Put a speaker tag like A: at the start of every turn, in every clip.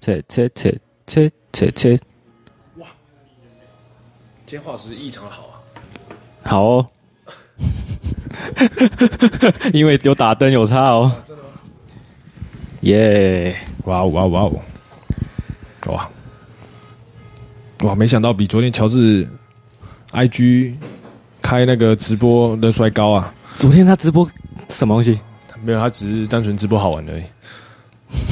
A: 切切切切切切，
B: 今天画质异常好啊！
A: 好哦，因为有打灯有差哦，耶、
B: 哇哦哇哦哇哦！哇哇！没想到比昨天乔治 IG 开那个直播人数还高啊！
A: 昨天他直播什么东西？
B: 没有，他只是单纯直播好玩而已，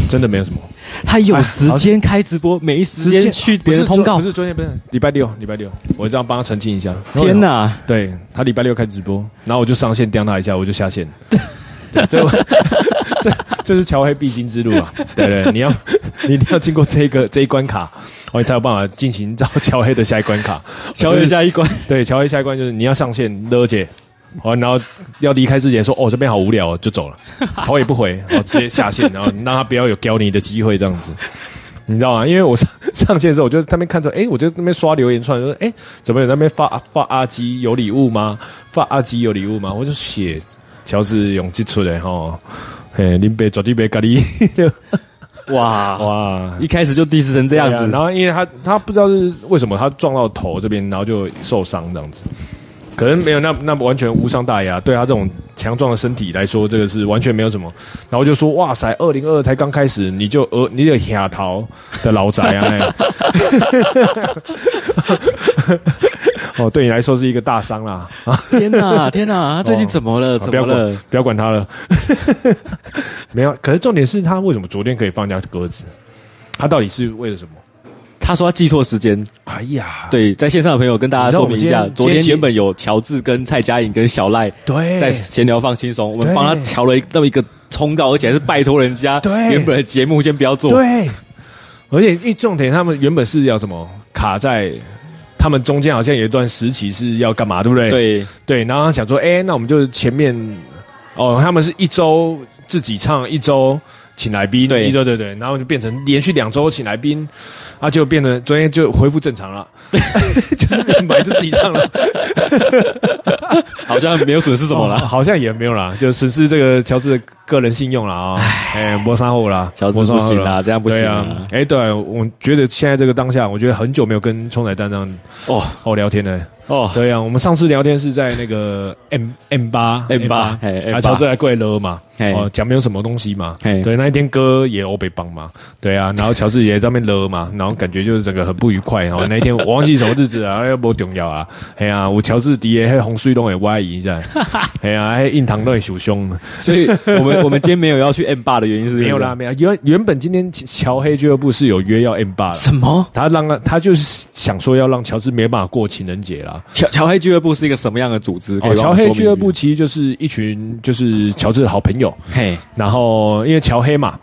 B: 真的没有什么。
A: 他有时间开直播，没时间去别人通告
B: 不。是昨天，不是礼拜六，礼拜六，我这样帮他澄清一下。
A: 天！哪，
B: 对他礼拜六开直播，然后我就上线刁他一下，我就下线。 对，这我 这这是乔黑必经之路啊！对对，你要你一定要经过这个这一关卡，哦，你才有办法进行到乔黑的下一关卡。
A: 小月下一关，
B: 对，乔黑下一关就是你要上线勒姐，好，然后要离开之前说哦这边好无聊哦，就走了，头也不回，哦直接下线，然后让他不要有教你的机会这样子。你知道吗？因为我上上线的时候，我就在那边看着，哎、我就在那边刷留言串，说，哎、怎么有在那边发发阿基有礼物吗？发阿基有礼物吗？我就写乔治勇气出来哈，嘿，林北绝对别咖喱，
A: 哇！
B: 哇，
A: 一开始就 diss 成这样
B: 对啊
A: 子，
B: 然后因为他他不知道是为什么他撞到头这边，然后就受伤这样子。可能没有那那完全无伤大雅，对他啊这种强壮的身体来说，这个是完全没有什么。然后就说哇塞，二零二才刚开始，你就呃你的亚桃的老宅 啊，那样哦，对你来说是一个大伤啦。
A: 天哪，天哪，他最近怎么了？
B: 好
A: 怎
B: 不要
A: 么
B: 管
A: 了？，
B: 不要管 他了。没有，可是重点是他为什么昨天可以放假鸽子？他到底是为了什么？
A: 他说他记错时间。
B: 哎呀，
A: 对，在线上的朋友跟大家说明一下，
B: 你知道我
A: 昨
B: 们今天
A: 天原本有乔治跟蔡佳颖跟小赖
B: 对，
A: 在闲聊放轻松，我们
B: 对
A: 帮他调了一那么一个通告，而且还是拜托人家
B: 对
A: 原本的节目先不要做。
B: 对，而且因为重点，他们原本是要什么卡在他们中间，好像有一段时期是要干嘛，对不对？
A: 对
B: 对，然后他想说，哎、那我们就是前面哦，他们是一周自己唱，一周请来宾，
A: 对
B: 一周对对，然后就变成连续两周请来宾，啊，就变成昨天就恢复正常 了，就是本来就自己唱了，
A: 好像没有损失什么
B: 哦
A: 了。
B: 好像也没有啦，就损失这个乔治的个人信用了啊、哎，磨砂后啦，
A: 乔治
B: 磨砂后
A: 不行啦
B: 了
A: 这样不行
B: 对
A: 啊
B: 啊，哎，对，我觉得现在这个当下，我觉得很久没有跟冲仔蛋这样
A: 哦
B: 哦聊天 了。
A: 哦，
B: 对啊，我们上次聊天是在那个 M M 八
A: M 八哎 M8
B: 啊，乔治来跪了嘛，
A: 嘿
B: 哦，讲没有什么东西嘛，
A: 嘿
B: 对，那一天歌也欧北帮嘛，对啊，然后乔治也在那边勒嘛，然后感觉就是整个很不愉快哦哈。那一天我忘记什么日子啊，要 不重要啊，哎呀、我乔治迪耶，还红水龙也歪一 下，哎呀、还印堂都会数胸，
A: 所以我们 我们今天没有要去 M 八的原因是
B: 没有啦，，没有，原原本今天乔黑俱乐部是有约要 M 八，
A: 什么？
B: 他让他他就是想说要让乔治没办法过情人节啦，
A: 乔乔黑俱乐部是一个什么样的组织？可
B: 哦，
A: 以帮
B: 乔
A: 我们
B: 黑
A: 说明
B: 俱乐部，其实就是一群就是乔治的好朋友，
A: 嘿，
B: 然后因为乔黑嘛，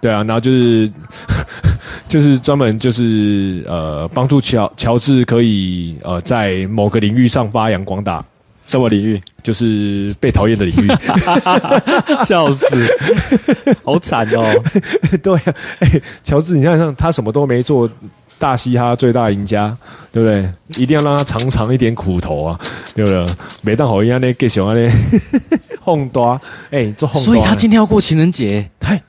B: 对啊，然后就是 就是专门就是呃帮助乔乔治可以呃在某个领域上发扬光大，
A: 什么领域？
B: 就是被讨厌的领域。
A: 笑死， 好惨 哦！
B: 对啊，哎，乔治，你想想他什么都没做，大嘻哈最大赢家，对不对？一定要让他尝尝一点苦头啊，对不对？没当好一样呢，给熊啊 呢，哄多，哎，做哄
A: 所以他今天要过情人节，
B: 嘿，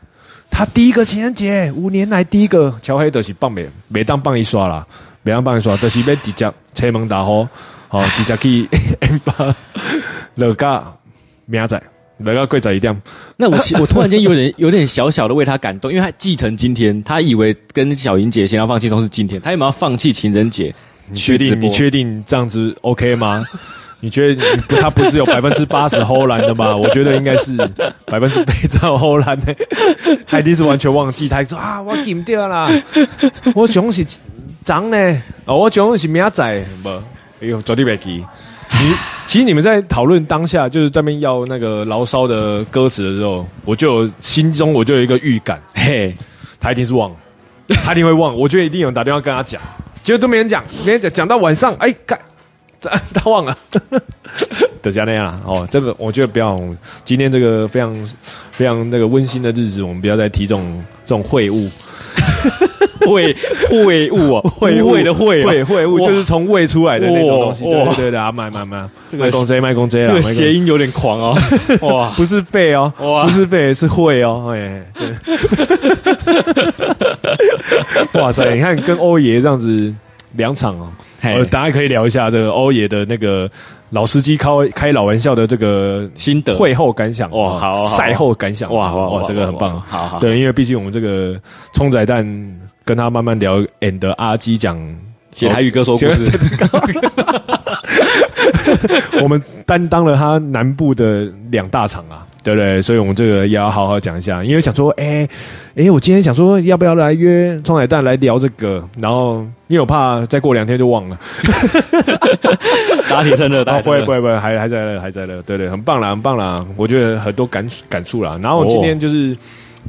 B: 他第一个情人节，五年来第一个，乔黑就是放袂袂当放伊刷啦，袂当放伊刷，就是要直接车门打开，好、直接去 M 八，落到明仔，落到过十一点，
A: 那我其我 突然间有点有点小小的为他感动，因为他继承今天，他以为跟小莹姐闲聊放轻松是今天，他有没有放弃情人节？
B: 你确定你确定这样子 OK 吗？ 你觉得你不他不是有百分之八十偷懒的吗？我觉得应该是百分之百照偷懒的，他一定是完全忘记。他说啊，我禁掉啦，我想是长呢，哦，我想是明仔，不，哎呦，绝对别记。你其实你们在讨论当下，就是在那边要那个牢骚的歌词的时候，我就有心中我就有一个预感，
A: 嘿，
B: 他一定是忘了，他一定会忘。我觉得一定有人打电话跟他讲，结果都没人讲，没人讲，讲到晚上，哎，干，他 他忘了，等下那样啦。哦，这个我觉得不要，今天这个非常非常那个温馨的日子，我们不要再提这种这种会晤。
A: 会会物哦，
B: 秽物
A: 会的会哦
B: 会啊会物
A: 哇
B: 就是从胃出来的那种东西，
A: 哇
B: 对
A: 哇
B: 对对对啊，卖卖卖，
A: 这个
B: 卖公 J 卖公 J
A: 这
B: 啦，
A: 个
B: 卖公
A: 谐音有点狂 哦，哇
B: 不是背哦，
A: 哇
B: 不是背是会哦， 哎，对哇塞，你看跟欧爷这样子两场哦，
A: 嘿
B: 呃，大家可以聊一下这个欧爷的那个老司机开开老玩笑的这个
A: 心得
B: 会后感想
A: 哇哦好好
B: 赛后感想
A: 哇哇哇，
B: 这个很棒啊
A: 哇，好好
B: 对，因为毕竟我们这个冲仔蛋跟他慢慢聊，and 阿基讲。哦
A: 写台语歌说故 事，
B: 我们担当了他南部的两大厂啊，对不对？所以我们这个也要好好讲一下，因为想说，哎、哎，我今天想说要不要来约冲奶蛋来聊这个，然后因为我怕再过两天就忘了，
A: 打铁趁热，打
B: 啊，
A: 铁趁
B: 不会
A: 热
B: 不会不会，还还在了还在了，对对，很棒啦很棒啦，我觉得很多感感触啦。然后今天就是，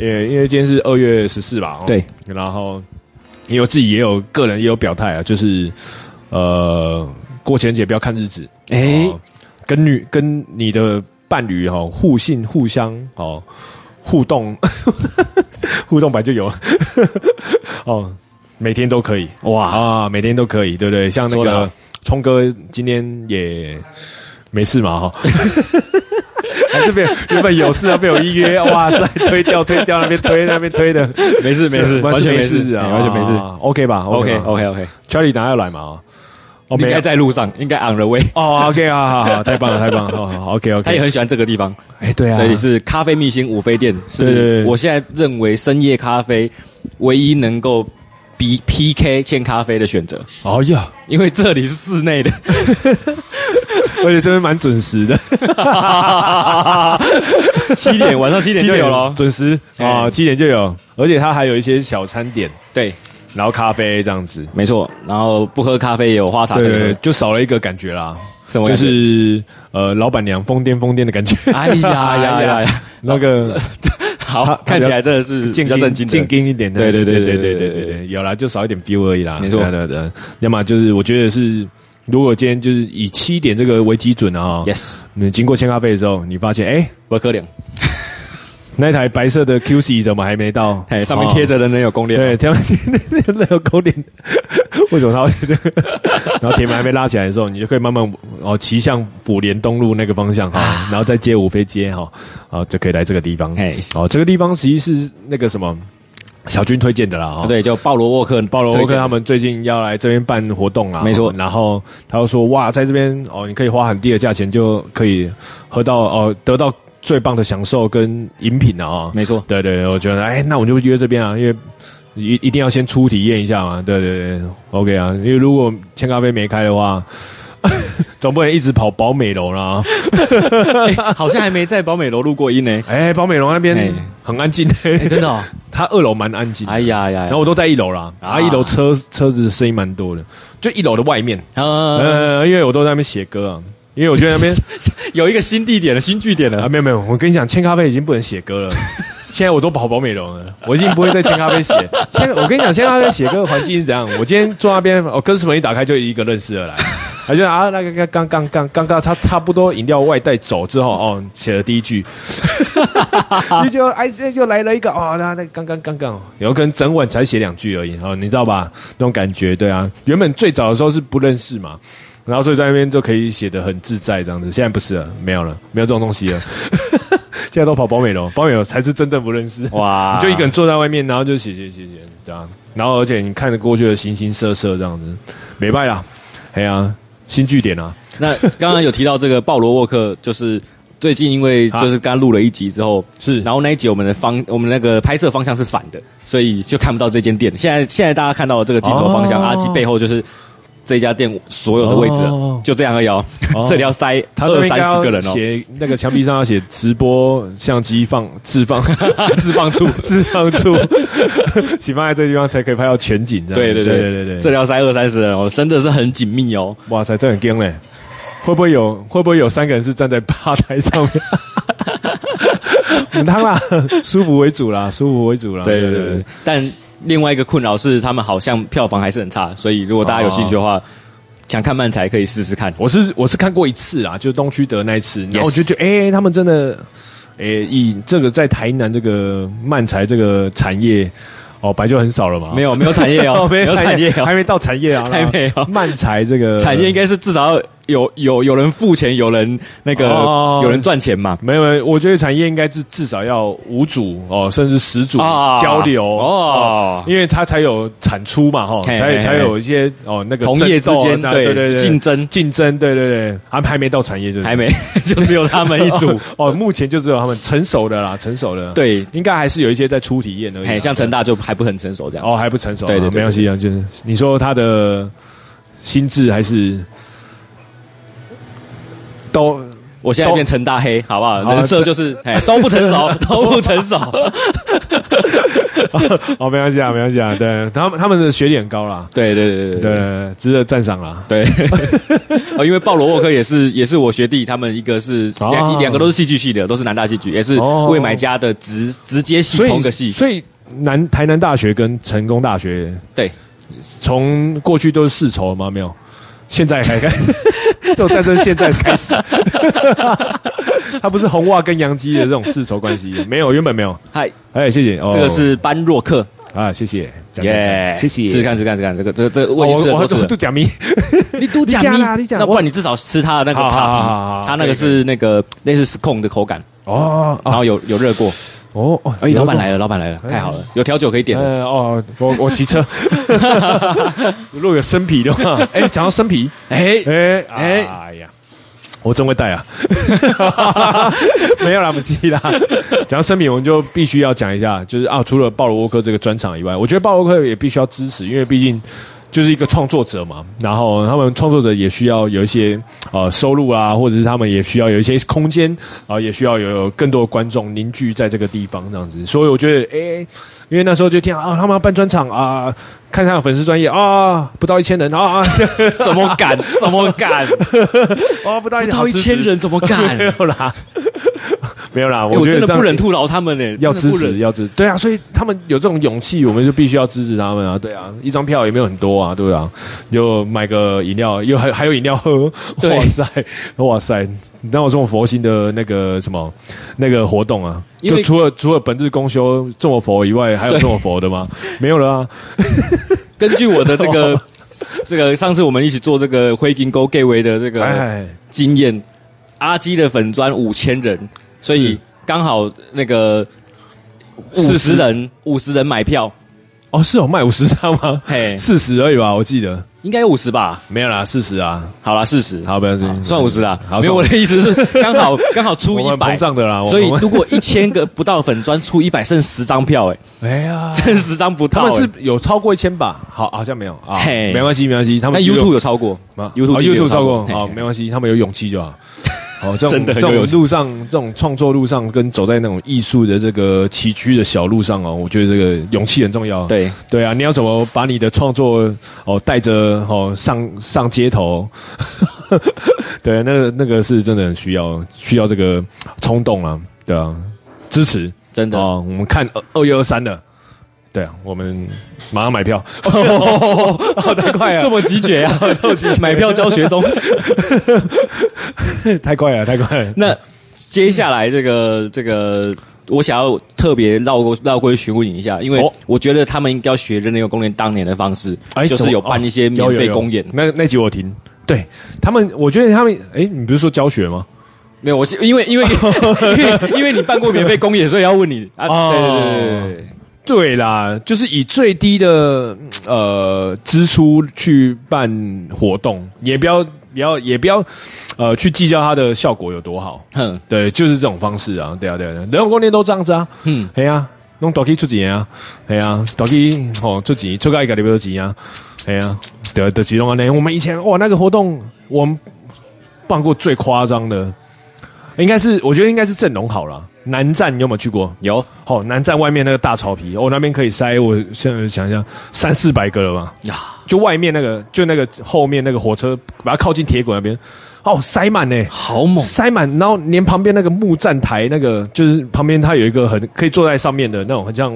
B: 呃、因为今天是二月十四吧，哦
A: 对，
B: 然后也有自己也有个人也有表态啊，就是呃，过情人节不要看日子，
A: 哎
B: 哦，跟女跟你的伴侣哈、哦、互信互相哦互动， 互动版就有 哦，每天都可以
A: 哇，
B: 啊，每天都可以，对不对？像那
A: 说得
B: 个
A: 好
B: 聪哥今天也没事嘛哈。还是被原本有事啊，被我一约，哇塞，推掉推掉，那边推那边推的，
A: 没事没事，完全
B: 没
A: 没事
B: 啊，
A: 哎完全没事。
B: 啊，OK 吧
A: OK
B: 吧
A: OK OK，
B: Charlie 等下要来嘛？哦哦，
A: 应
B: 没有
A: 该在路上，应该 on the way。
B: 哦，OK 啊，好好，太棒了，太棒了，好好，OK
A: 他也
B: OK，
A: 很喜欢这个地方，
B: 哎，对啊，
A: 这里是咖啡秘辛五飞店，
B: 对对对
A: 是我现在认为深夜咖啡唯一能够比 PK 欠咖啡的选择，
B: 哦呀，
A: 因为这里是室内 的，
B: 而且这边蛮准时的，
A: 七点晚上 七点就有了。
B: 准时啊，
A: 哎
B: 七点就有，而且它还有一些小餐点，
A: 对，
B: 然后咖啡这样子，
A: 没错。然后不喝咖啡也有花茶可
B: 对
A: 以
B: 对，对
A: 喝，
B: 就少了一个感觉啦，
A: 什么
B: 就
A: 感觉？
B: 是呃，老板娘疯癫疯癫的感觉，
A: 哎 呀呀呀呀！
B: 那个
A: 好，看起来真的是比较
B: 正
A: 正
B: 经
A: 经
B: 正
A: 的。
B: 经一点的，
A: 对对对对
B: 对对
A: 对
B: 对
A: 对
B: 对
A: 对
B: 对，有啦，就少一点 feel 而已啦，
A: 没错
B: 对啊对啊对啊，要么就是我觉得是。如果今天就是以七点这个为基准啊，
A: Yes，
B: 你经过千咖啡的时候，你发现哎、
A: 伯克两，
B: 那一台白色的 QC 怎么还没到？
A: 哎，上面贴
B: 哦。
A: 着人人有攻略。
B: 对，贴那个狗脸，为什么它会这个？然后铁门还没拉起来的时候，你就可以慢慢哦骑向辅联东路那个方向哈，然后再接五飞街哈，啊就可以来这个地方。
A: 嘿
B: 哦，这个地方其实是那个什么小军推荐的啦哈。
A: 哦对，就鲍罗沃克，
B: 鲍罗沃克他
A: 们
B: 们最近要来这边办活动啦，
A: 没错
B: 然后他又说，哇，在这边哦，你可以花很低的价钱就可以喝到哦，得到最棒的享受跟饮品啊、哦。
A: 没错，
B: 对对，对我觉得，哎，那我们就约这边啊，因为一一定要先初体验一下嘛。对对对，OK 啊，因为如果千咖啡没开的话， 总不能一直跑宝美楼啦。
A: 哎好像还没在宝美楼路过音呢。
B: 哎，宝美楼那边
A: 哎
B: 很安静，
A: 哎，真的哦，
B: 它二楼蛮安静的。
A: 哎呀呀
B: 然，后我都在一楼啦，然后
A: 啊
B: 一楼车车子声音蛮多的，就一楼的外面，
A: 呃，
B: 呃，因为我都在那边写歌啊，因为我觉得那边
A: 有一个新地点了，新据点
B: 啊，
A: 了。
B: 没有没有，我跟你讲，千咖啡已经不能写歌了，现在我都跑宝美容了，我已经不会在千咖啡写。现在我跟你讲，千咖啡写歌的环境是怎样？我今天坐那边，哦我歌词门一打开就一个认识的来，他就啊那个刚刚刚刚刚差差不多饮料外带走之后，哦，写了第一句，你就哎这又来了一个哦，那那刚刚刚刚，有可能整晚才写两句而已哦，你知道吧？那种感觉，对啊，原本最早的时候是不认识嘛。然后所以在那边就可以写的很自在这样子，现在不是了，没有了，没有这种东西了。 现在都跑包美容，包美容才是真正不认识。
A: 哦
B: 你
A: 哇
B: 就一个人坐在外面，然后就写写写写，对啊。然后而且你看着过去的形形色色这样子，没败啦，哎呀、新据点啊，
A: 那刚刚有提到这个鲍罗沃克，就是最近因 为就是刚录了一集之后，
B: 是
A: 然后那一集我们的方我们那个拍摄方向是反的，所以就看不到这间店。现在现在大家看到的这个镜头方向，
B: 哦
A: 阿基背后就是这家店所有的位置了
B: 哦
A: 就这样而已哦
B: 哦。
A: 这里要塞
B: 他
A: 二三十个人哦，
B: 写那个墙壁上要写直播相机放置放
A: 置放处。
B: 置放 处，请放在这地方才可以拍到全景这样
A: 对
B: 子。
A: 对
B: 对
A: 对
B: 对对
A: 这里要塞二三十人哦，真的是很紧密哦。
B: 哇塞，这很惊嘞！会不会有会不会有三个人是站在吧台上 面？很烫啦，舒服为主啦，舒服为主啦。
A: 对对对对，但另外一个困扰是，他们好像票房还是很差，所以如果大家有兴趣的话，想看漫才可以试试看。
B: 我是我是看过一次啊，就是东区德那一次，然后
A: Yes
B: 我就觉得，哎、他们真的，哎、以这个在台南这个漫才这个产业，哦，白就很少了嘛，
A: 没有没有产业 哦，
B: 没
A: 有呃产业哦
B: 还，没到产业啊，
A: 还没 有
B: 漫才这个
A: 产业应该是至少要有有有人付钱，有人那个
B: 哦
A: 有人赚钱嘛。
B: 没有，没有，我觉得产业应该是至少要五组哦，甚至十组
A: 啊
B: 交流
A: 哦
B: 因为它才有产出嘛哈，
A: 嘿
B: 才
A: 嘿
B: 才有一些哦那个
A: 同业之
B: 争斗啊
A: 间
B: 那
A: 对
B: 对对
A: 竞争
B: 竞争，对对对，还还没到产业就是
A: 还没， 就只有他们一组。
B: 哦，目前就只有他们成熟的啦，成熟的，，
A: 对，
B: 应该还是有一些在初体验而已啦，
A: 嘿，像成大就还不很成熟这样。
B: 哦还不成熟啊，
A: 对对对
B: 没关系啊，就是你说他的心智还是都。
A: 我现在
B: 都
A: 变成大黑，好不好？
B: 好
A: 人设就是，哎，都不成 熟，都不成熟。
B: 哦，没 关系啊，没关系啊，对他们他们的学历很高啦，
A: 对对对对对
B: 对，值得赞赏啦。
A: 对。 哦，因为鲍罗沃克也是也是我学弟，他们一个是
B: 哦
A: 两两个都是戏剧系的，都是南大戏剧，也是
B: 哦
A: 未买家的直直接系
B: 所以
A: 同个系。
B: 所以南台南大学跟成功大学
A: 对，
B: 从过去都是世仇吗？没有，现在才开， 这种战争现在开始。 他不是红袜跟杨基的这种世仇关系，没有，原本没有。
A: 嗨，
B: 哎，谢谢，哦、
A: 这个是班若克，
B: 啊，谢谢，赞赞
A: 耶，
B: 赞谢谢，
A: 试试看，试试看，试试看，这个这个这个
B: 哦。
A: 我已经
B: 我
A: 吃了
B: 我
A: 多次
B: 我
A: 了
B: 都。假 咪，
A: 你都
B: 讲啦你讲啊
A: 那不
B: 我
A: 然你至少吃它的那个
B: 好好好好好
A: 塔
B: 好
A: 皮，它那个是那个类似司控的口感，
B: 哦
A: 然
B: 哦
A: 后有有热过。
B: 哦哦，
A: 哎，老板来了，老板来了，太好了，有调酒可以点了。
B: 呃哦，我我骑 车，如果有生啤的话，哎、讲到生啤，
A: 哎，
B: 哎
A: 哎
B: 哎哎呀，我真会带啊！ 没有啦，不是啦。讲到生啤，我们就必须要讲一下，就是啊，除了鲍罗沃克这个专场以外，我觉得鲍罗沃克也必须要支持，因为毕竟。就是一个创作者嘛，然后他们创作者也需要有一些呃收入啊，或者是他们也需要有一些空间啊、也需要有更多的观众凝聚在这个地方这样子。所以我觉得，哎、因为那时候就听啊，他们要办专场啊，看一下粉丝专业啊，不到一千人啊啊，
A: 怎么敢？
B: 哎
A: 怎么 敢？
B: 哦，不到
A: 不
B: 一
A: 到一千人怎么敢？ 哎
B: 没有啦，没有啦，
A: 我
B: 觉
A: 真
B: 得
A: 的
B: 这样
A: 不忍吐槽他们呢，
B: 要
A: 真
B: 支
A: 的不忍
B: 持，。要支持，对啊，所以他们有这种勇气，我们就必须要支持他们啊，对啊，一张票也没有很多啊，对不对啊？就买个饮料，又还还有饮料喝，
A: 对
B: 哇塞，哇塞！你知道我这种佛心的那个什么那个活动啊，
A: 因为
B: 就除了除了本日公休这么佛以外，还有
A: 对
B: 这么佛 的吗？没有了啊，
A: 根据我的这
B: 哦
A: 个 这个上次我们一起做这个灰金沟 gateway 的这个
B: 哎，
A: 经验，阿基的粉砖五千人，所以
B: 是
A: 刚好那个五
B: 40
A: 十人五十人买票，
B: 哦，是有卖五十张 吗？
A: 嘿，
B: 四十而已吧，我记得
A: 应该有五十吧？
B: 没有啦，四十啊，
A: 好啦，四十，
B: 好，不要紧，
A: 啊算五十啦。
B: 嗯好
A: 没有我
B: 算
A: 的意思是刚好 刚好出
B: 我
A: 一
B: 们膨
A: 百，
B: 胀的啦，我
A: 所以
B: 我们
A: 如果一千个不到粉砖出一百，剩十张票，哎，
B: 哎呀，
A: 剩十张不
B: 他
A: 到。
B: 们是
A: 哎
B: 有超过一千吧？好，好像没有啊，
A: 嘿
B: 没关系，没关系，他们
A: 但
B: 有
A: YouTube 有超过
B: 啊
A: ，YouTube
B: 哦
A: 第一个有
B: YouTube 超过，
A: 嘿
B: 好，
A: 嘿
B: 没关系，他们有勇气 就好。哦，这
A: 真
B: 种
A: 的
B: 这
A: 很有
B: 种
A: 勇气
B: 路上，这种创作路上，跟走在那种艺术的这个崎岖的小路上哦，我觉得这个勇气很重要。
A: 对，
B: 对啊，你要怎么把你的创作哦带着哦上上街头？ 对，那个那个是真的很需要需要这个冲动啊，对啊，支持
A: 真的。
B: 哦。我们看二二月二三的，对啊，我们马上买 票，哦太快了，
A: 这么急决啊！买票教学中。
B: 太快了，太快了。
A: 那接下来这个这个，我想要特别绕过绕过去询问你一下，因为
B: 哦
A: 我觉得他们应该要学人人有公园当年的方式，
B: 哎
A: 就是有办一些免费公演。
B: 哦那那集我听。对他们，我觉得他们，哎，你不是说教学吗？
A: 没有，我是因为因为因为因为你办过免费公演，所以要问你啊。
B: 哦
A: 对对对对对，
B: 对啦，就是以最低的呃支出去办活动，也不要不要也不要呃去计较它的效果有多好。
A: 哼，
B: 对，就是这种方式啊，对啊对啊，对啊人工供电都这样子啊，
A: 嗯
B: 嗯，哎呀、弄短期出钱啊，哎呀、短期哦出钱，出个一个礼拜钱啊，哎呀、对的几种啊，那我们以前哇那个活动，我们办过最夸张的，应该是我觉得应该是阵容好了，南站你有没有去过？
A: 有
B: 好、南站外面那个大草皮，哦，那边可以塞，我现在想一下，三四百个了吧？
A: 呀，
B: 就外面那个，就那个后面那个火车，把它靠近铁轨那边，哦，塞满呢、
A: 好猛！
B: 塞满，然后连旁边那个木站台，那个就是旁边它有一个很可以坐在上面的那种，很像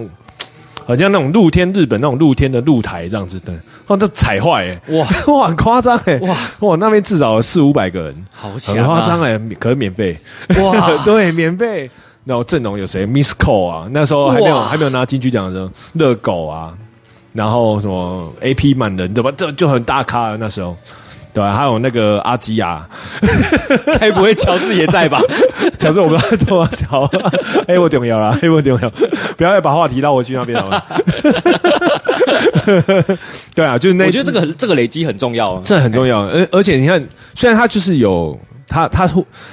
B: 很像那种露天日本那种露天的露台这样子的，哇，这踩坏哎、
A: 哇
B: 哇，很夸张哎，
A: 哇
B: 哇哇，那边至少有四五百个人，
A: 好强
B: 很欸
A: 啊
B: 夸张哎，可是免费，
A: 哇
B: 对，免费。然后阵容有谁？Miss Cole 啊，那时候还没有
A: 哇
B: 还没有拿金曲奖的时候，热狗啊，然后什么 AP 满人，对吧？这就很大咖了那时候。对、啊，还有那个阿基亚，
A: 该不会乔治也在 吧？
B: 乔治我不知道多 少，哎、我重要啦，哎、我重要，不要再把话题拉回去那边好了。 对啊，就是那，哎
A: 我觉得这个这个累积很重要啊。
B: 这很重要，而而且你看，虽然他就是有他他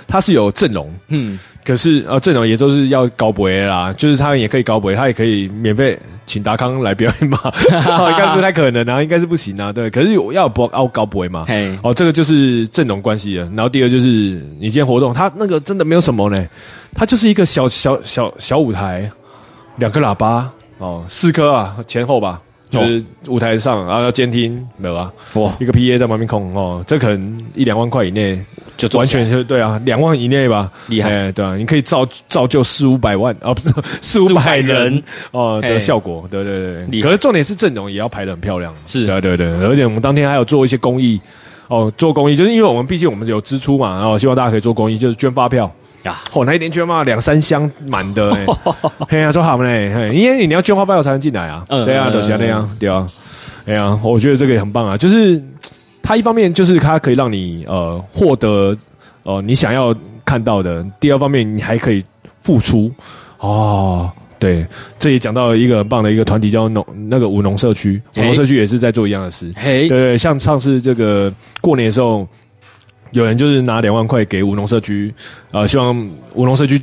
B: 他是有阵容，
A: 嗯，
B: 可是呃阵容也都是要高博啦，就是他也可以高博，他也可以免费请达康来表 演嘛，哦应该不太可能啊，应该是不行啊，对，可是我要博要高博嘛，
A: 嘿，
B: 哦，这个就是阵容关系了。然后第二就是你今天活动，它那个真的没有什么呢，它就是一个小小小小舞台，两颗喇叭哦，四颗啊，前后吧，就是舞台上，然后要监听，没有啊，
A: 哇，
B: 一个 PA 在旁边控哦，这可能一两万块以内，
A: 就做
B: 完
A: 起来
B: 全就对啊，两万以内吧，
A: 厉害
B: 哎对啊，你可以造造就四五百万啊，不 是四五百人哦
A: 哎
B: 的效果，对对对
A: 厉
B: 对。
A: 害
B: 可是重点是阵容也要排的很漂亮，
A: 是
B: 对啊对对，而且我们当天还有做一些公益。哦，做公益就是因为我们毕竟我们有支出嘛，然、后希望大家可以做公益，就是捐发票。
A: 呀，
B: 哦，那一天捐嘛两三箱满 的、欸，嘿呀、啊，说好嘞，嘿，因为你要捐花票才能进来啊，
A: 嗯
B: 对啊，
A: 嗯
B: 都是
A: 嗯
B: 那样，对啊，哎呀、我觉得这个也很棒啊，就是它一方面就是它可以让你呃获得呃你想要看到的，第二方面你还可以付出哦。对，这也讲到一个很棒的一个团体叫农那个舞农社区，舞农
A: 嘿
B: 社区也是在做一样的事，
A: 嘿，
B: 对对，像上次这个过年的时候，有人就是拿两万块给吴农社区，呃，希望吴农社区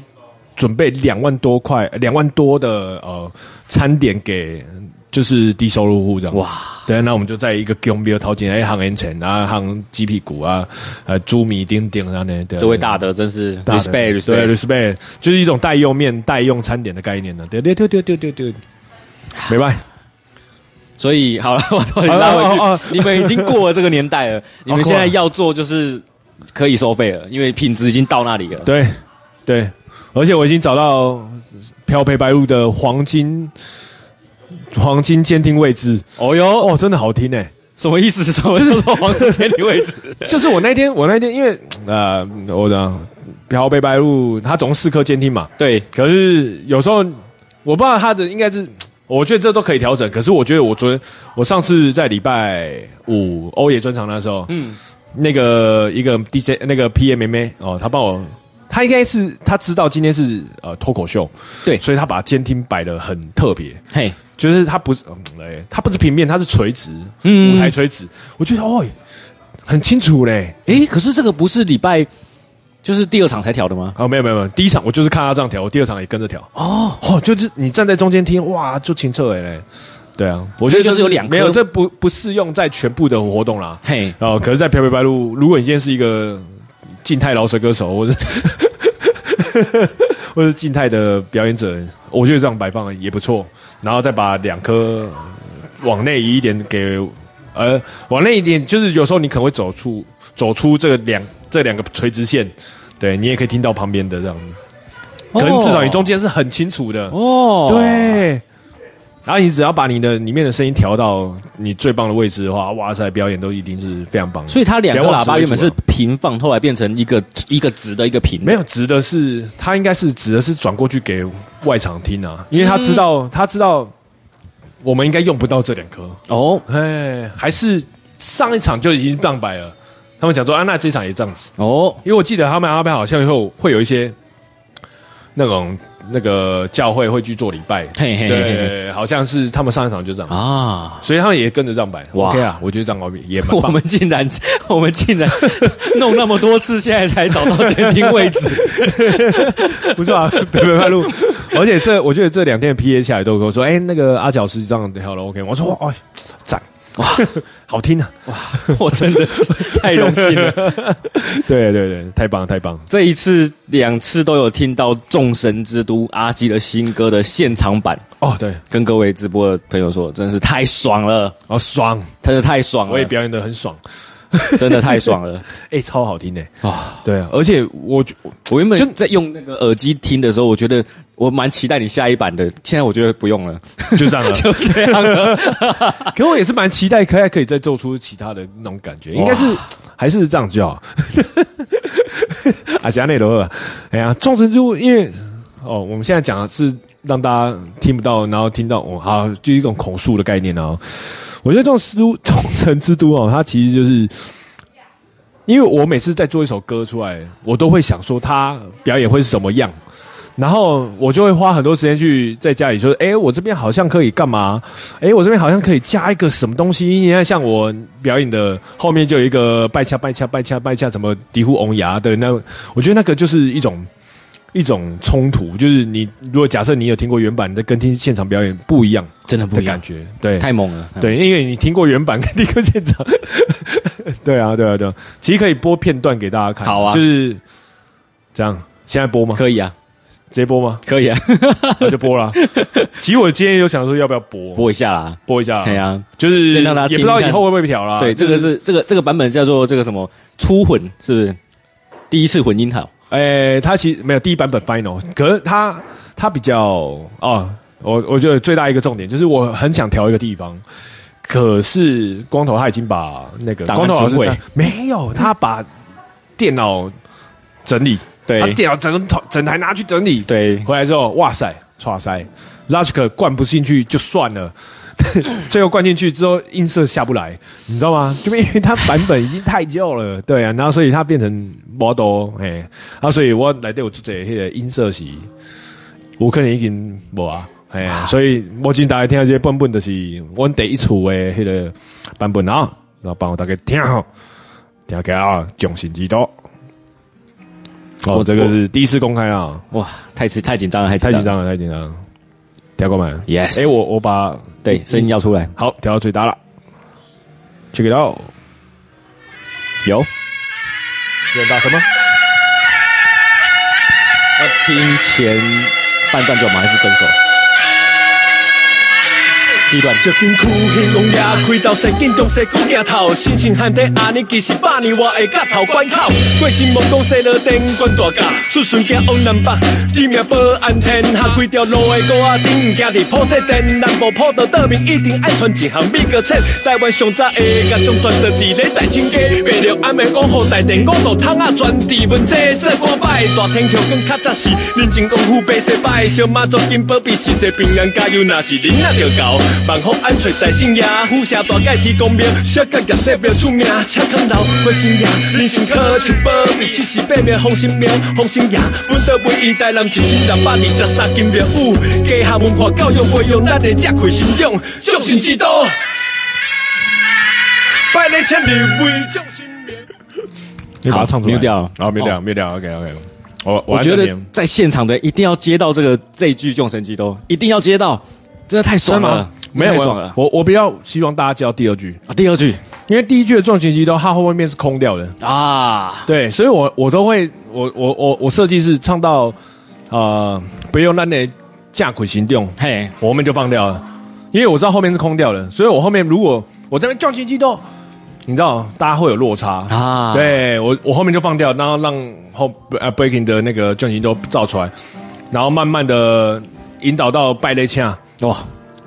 B: 准备两万多块、两万多的呃餐点给就是低收入户这样。哇！
A: 哇，
B: 对，那我们就在一个 g 比 m 掏钱，哎，行人钱啊，行鸡屁股啊，呃，猪米丁丁啊，那对
A: 这位大德真是
B: 大的
A: respect
B: 对
A: respect，
B: respect，就是一种代用面、代用餐点的概念呢。对对对对对对对，没办法。
A: 所以好了， 我把你拉
B: 哦哦哦
A: 回去，你们已经过了这个年代 了，你们
B: 哦过
A: 现
B: 了
A: 在要做就是可以收费了，因为品质已经到那里了。
B: 对，对，而且我已经找到漂培白鹭的黄金黄金监听位置
A: 哦哟，
B: 哦，真的好听哎！
A: 什么意 思？什么叫做黄色千里位置？
B: 就是我那天，我那天因为呃，我的漂培白鹭它总共四颗监听嘛，
A: 对，
B: 可是有时候我不知道它的应该是，我觉得这都可以调整。可是我觉得我昨天我上次在礼拜五欧野专场那时候，
A: 嗯，
B: 那个一个 DJ 那个 PM 妹妹哦，她帮我，她应该是她知道今天是呃脱口秀，
A: 对
B: 所以她把监听摆的很特别，
A: 嘿，
B: 就是她不是，嗯哎，她不是平面，她是垂直，
A: 嗯
B: 舞台垂直，我觉得哦，很清楚嘞。
A: 诶，可是这个不是礼拜就是第二场才调的吗？
B: 哦，没有没有没有，第一场我就是看她这样调，我第二场也跟着调。
A: 哦，
B: 哦，就是你站在中间听，哇，就清澈哎嘞。对啊，我觉
A: 所
B: 得
A: 以就是
B: 这
A: 有两颗
B: 没有，这不不适用在全部的活动啦。
A: 嘿，
B: 哦，可是，在漂白白鹭，如果你今天是一个静态饶舌歌手，或者 或者静态的表演者，我觉得这样摆放也不错。然后再把两颗往内移一点给，呃，往内一点，就是有时候你可能会走出走出这个两这两个垂直线，对你也可以听到旁边的这样，可能至少你中间是很清楚的。
A: 哦，
B: 对。然后你只要把你的里面的声音调到你最棒的位置的话，哇塞，表演都一定是非常棒的。
A: 所以它两个喇叭原本是
B: 不要忘记为主
A: 平放，后来变成一个一个直的，一个平的。
B: 没有指的是他应该是指的是转过去给外场听啊，因为他知
A: 嗯
B: 道、他知道我们应该用不到这两颗，
A: 哦
B: 哎，还是上一场就已经荡白了。他们讲说啊，那这场也这样子，
A: 哦，
B: 因为我记得他们安排好像后会有一些那种那个教会会去做礼拜，
A: 嘿嘿嘿嘿
B: 对，好像是他们上一场就这样。
A: 啊！
B: 所以他们也跟着让摆
A: 哇
B: ，OK 啊，我觉得这样搞也 蛮
A: 我
B: 棒。
A: 们竟然我们竟然 弄那么多次，现在才找到监听位置。
B: 不是 啊，北北半路。而且这我觉得这两天的 PA 下来都跟我说，哎、那个阿角是这样好了 OK 吗我说哇，哎，赞 哇，好听啊！
A: 我真 的太荣幸了，
B: 对对对，太棒了太棒了！
A: 这一次两次都有听到《众神之都》阿基的新歌的现场版，
B: 哦对，
A: 跟各位直播的朋友说，真的是太爽了，
B: 哦爽，
A: 真的太爽了，
B: 我也表演的很爽，
A: 真的太爽 了
B: 哎、超好听哎、
A: 啊！
B: 对啊，而且我觉
A: 我原
B: 就
A: 本在用那个耳机听的时候，我觉得我蛮期待你下一版的，现在我觉得不 用了，
B: 就这样了。
A: 就这样了。
B: 可我也是蛮期待，可以可以再做出其他的那种感觉，应该是还是这样 就好。啊，其他内容，哎呀，众神之路，因为哦，我们现在讲的是让大家听不到，然后听到哦，好，就是一种口述的概念啊。我觉得这种书《忠诚之 都》哦，它其实就是，因为我每次在做一首歌出来，我都会想说它表演会是什么样，然后我就会花很多时间去在家里说，哎，我这边好像可以干嘛？哎，我这边好像可以加一个什么东西？你看，像我表演的后面就有一个拜恰拜恰拜恰拜恰，什么迪呼翁牙的那，我觉得那个就是一种一种冲突，就是你如果假设你有听过原版，你在跟听现场表演不一样
A: 真的不
B: 的
A: 一样
B: 感，觉，对，
A: 太猛了。
B: 对，因为你听过原版跟听过现场， 对啊，对啊，对啊，其实可以播片段给大家看，
A: 好啊
B: 就是这样，现在播吗
A: 嗯，？可以啊，
B: 直接播吗？
A: 可以啊，
B: 那就 播啦。其实我今天有想说要不要播，播
A: 播一下啦。
B: 一下，
A: 对啊，
B: 就是
A: 先让大家
B: 也不
A: 听
B: 知道
A: 看
B: 以后会不会调啦。
A: 对，这个是这个这个版本叫做这个什么初混，是不是？第一次混音好，
B: 诶、它其实没有第一版本 final，可是它它比较哦，我我觉得最大一个重点就是我很想调一个地方，可是光头他已经把那个
A: 档案
B: 光头老师
A: 损毁
B: 他没有，他把电脑整理，他
A: 对
B: 电脑整台整台拿去整理，
A: 对，
B: 回来之后，哇塞，唰塞 l a s k 灌不进去就算了， 最后灌进去之后音色下不来，你知道吗？就因为它版本已经太旧了，对啊，然后所以它变成 model，哎、啊，所以我来对我做这些音色是，我可能已经无啊。哎、所以我今大家听到这些笨笨，就是我第一处的迄个版本啊，然后帮我大家听吼，听起来啊，重心之多。哦，
A: 我
B: 这个是第一次公开啊，
A: 哇，太吃太紧张了，太
B: 太紧
A: 张了。
B: 张了，太紧张了。调过门，
A: Yes，
B: 哎、我我把
A: 对声音要出来，
B: 好调到最大了，check it out，
A: 有
B: 有点大什么？
A: 要听前半段就吗？还是整首？第一段
C: 石金区兴隆夜开到西景东西古镜头，新情汉地安尼其实百年我会甲头关口，过新梦讲西落顶管大架，出巡行往南北，地名保安天下规条路的高啊顶，行伫普济殿，南部普到倒面一定爱穿一项米格切，台湾上早的甲种全着伫咧大清街，白着暗暝讲好台电五道窗啊全伫文这做官拜，大天桥更较早是认真功夫白色拜，小妈祖金宝贝是说平安加油若是恁啊着到，万福安找在信爷，富社大概提供庙，小甲业世庙出名，车坑楼关心爷，人生靠像宝贝七十八名红心庙，红心爷，本岛唯一台南一千六百二十三间庙宇，家下文化教育培养咱的正开信仰，众神之道，拜咱千里为众神明。
B: 你把它唱出来，
A: 好，mute 掉了
B: 好，没掉，没掉，OK OK，我
A: 我
B: 按
A: 觉
B: 这
A: 得
B: 边
A: 在现场的一定要接到这个这一句《众神激都》，一定要接到，真的太爽了，
B: 没有
A: 太爽了
B: 我我比较希望大家接到第二句，
A: 啊！第二句
B: 因为第一句的重型机都它后面是空掉的，
A: 啊，
B: 对，所以我我都会，我我我我设计是唱到呃不用让那架轨行动，
A: 嘿，
B: 我后面就放掉了，因为我知道后面是空掉的，所以我后面如果我这边重型机都，你知道大家会有落差
A: 啊
B: 对我我后面就放掉，然后让后呃 breaking 的那个重型都造出来，然后慢慢的引导到败类腔，
A: 哇，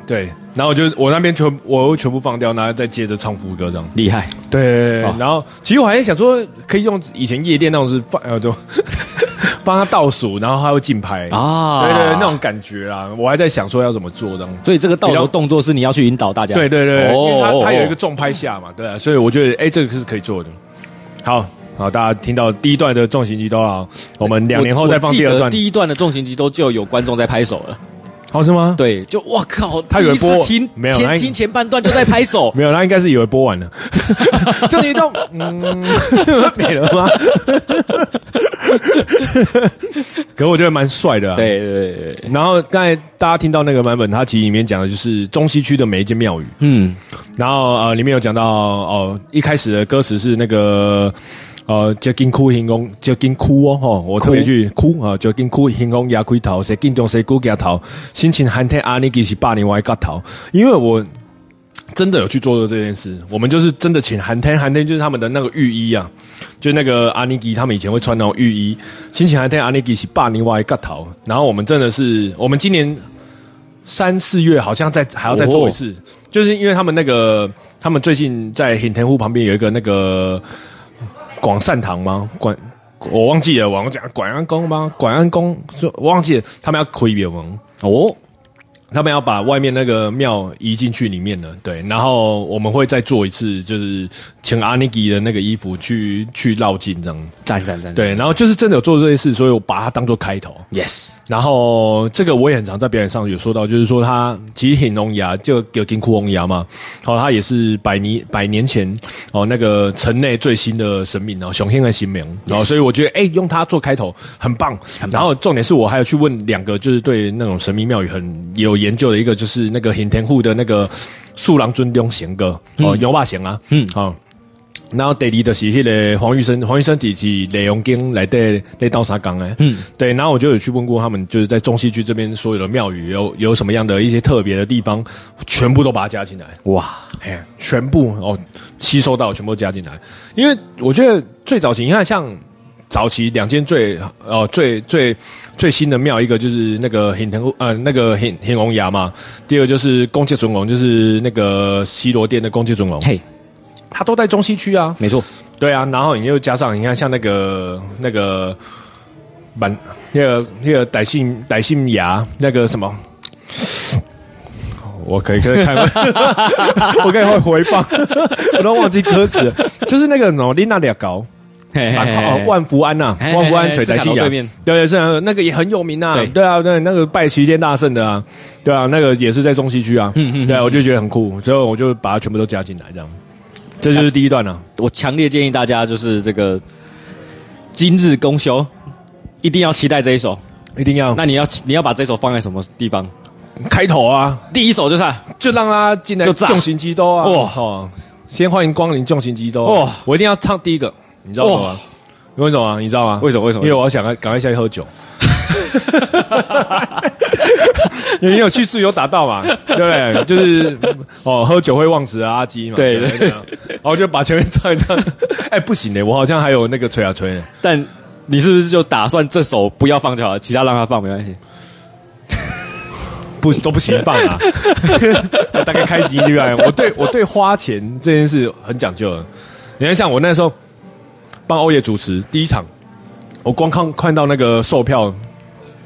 B: 对，然后我就我那边全我又全部放掉，然后再接着唱副歌这样。
A: 厉害！
B: 对对对
A: 哦
B: 然后其实我还在想说，可以用以前夜店那种是 放呃，就帮他倒数，然后他会竞拍
A: 啊
B: 对对对，那种感觉啦，我还在想说要怎么做这样。
A: 所以这个倒
B: 比较
A: 流动作是你要去引导大家，
B: 对对对，因为
A: 哦
B: 他他有一个
A: 哦
B: 重拍下嘛，对啊，所以我觉得哎，这个是可以做的。好，好，大家听到第一段的重型机都好，我们两年后再放第二
A: 我记得
B: 段，
A: 第一段的重型激都就有观众在拍手了，
B: 好是吗？
A: 对，就哇靠，
B: 他有人
A: 第一次
B: 播
A: 听
B: 没有
A: 听
B: 他嗯应，
A: 听前半段就在拍手
B: 没有，他应该是以为播完了，重型都 嗯没了吗？可我觉得蛮帅的、啊，。
A: 对对对对，
B: 然后刚才大家听到那个版本，它其实里面讲的就是中西区的每一间庙宇。
A: 嗯，
B: 然后呃，里面有讲到哦，一开始的歌词是那个呃，就金哭行宫，就金哭哦吼，我特别去哭啊，就金哭行宫也开头，谁金中谁哭给头，心情寒天阿尼基是八年我还嘎头，因为我。真的有去做过这件事，我们就是真的请寒天，寒天就是他们的那个浴衣啊，就那个阿尼基他们以前会穿那种浴衣，心情寒天阿尼基是霸尼外嘎头，然后我们真的是，我们今年三四月好像在还要再做一次，就是因为他们那个，他们最近在hintenhu 旁边有一个那个广善堂吗？广我忘记了，我讲管安宫吗？管安宫，说我忘记了，他们要亏别门，
A: 哦，
B: 他们要把外面那个庙移进去里面了，对，然后我们会再做一次，就是请阿尼基的那个衣服去去绕境这样，
A: 赞赞赞，
B: 对，然后就是真的有做这些事，所以我把它当做开头。
A: ，yes，
B: 然后这个我也很常在表演上有说到，就是说他其实挺龙牙，就有金库龙牙嘛，好、哦，他也是百年百年前哦那个城内最新的神明哦，熊天的新名，然、后所以我觉得哎、用它做开头很棒，然后重点是我还有去问两个就是对那种神秘庙宇很有研究的一个，就是那个行天户的那个树郎尊中贤哥哦，牛霸贤啊，嗯，好、然后第二就是迄个黄玉生，黄玉生弟弟雷永经来对雷道沙港哎，嗯，对，然后我就有去问过他们，就是在中西区这边所有的庙宇有有什么样的一些特别的地方，全部都把它加进来，
A: 哇，
B: 哎，全部哦吸收到，全部加进来。因为我觉得最早期，你看像早期两间最呃最最最新的庙，一个就是那个很腾呃那个很很龙崖嘛，第二个就是宫界尊龙，就是那个西罗殿的宫界尊龙，
A: 嘿，
B: 它都在中西区啊。
A: 没错，
B: 对啊，然后你又加上你看像那个那个满那个那个歹信歹信牙那个什么。我可以可以看， 我可以会回放，我都忘记歌词了，就是那个什么琳娜俩高，
A: 嘿嘿
B: 哦
A: 嘿，
B: 万福安呐，
A: 嘿嘿
B: 万福安
A: 嘿
B: 垂
A: 斯卡
B: 在信
A: 罗
B: 仰
A: 对面，
B: 对对是啊，那个也很有名啊
A: 对，
B: 对啊对，那个拜齐天大圣的啊，对啊，那个也是在中西区啊，
A: 嗯
B: 对啊，我就觉得很酷，所以我就把它全部都加进来，这样，这就是第一段啊，
A: 我强烈建议大家就是这个今日公休，一定要期待这一首。
B: 一定要
A: 那你要你要把这首放在什么地方？
B: 开头啊，
A: 第一首就是啊
B: 就让他进来
A: 就炸
B: 重型机都啊！
A: 哇
B: 哇、哦，先欢迎光临重型机都、哇、
A: 哇
B: 我一定要唱第一个，你知道为什么吗？你为什么？你知道吗？
A: 为什么为什么
B: 因为我要想赶赶快下去喝酒。 因为你有去室友打到嘛，对不对？就是哦，喝酒会忘词啊，阿基嘛。
A: 对
B: 对对。然后就把前面唱一唱。哎，不行的，我好像还有那个吹啊吹呢。
A: 但你是不是就打算这首不要放就好了，其他让它放没关系？
B: 不都不行棒啊！大概开几率啊！我对我对花钱这件事很讲究的。啊你看，像我那时候帮欧爷主持第一场，我光看看到那个售票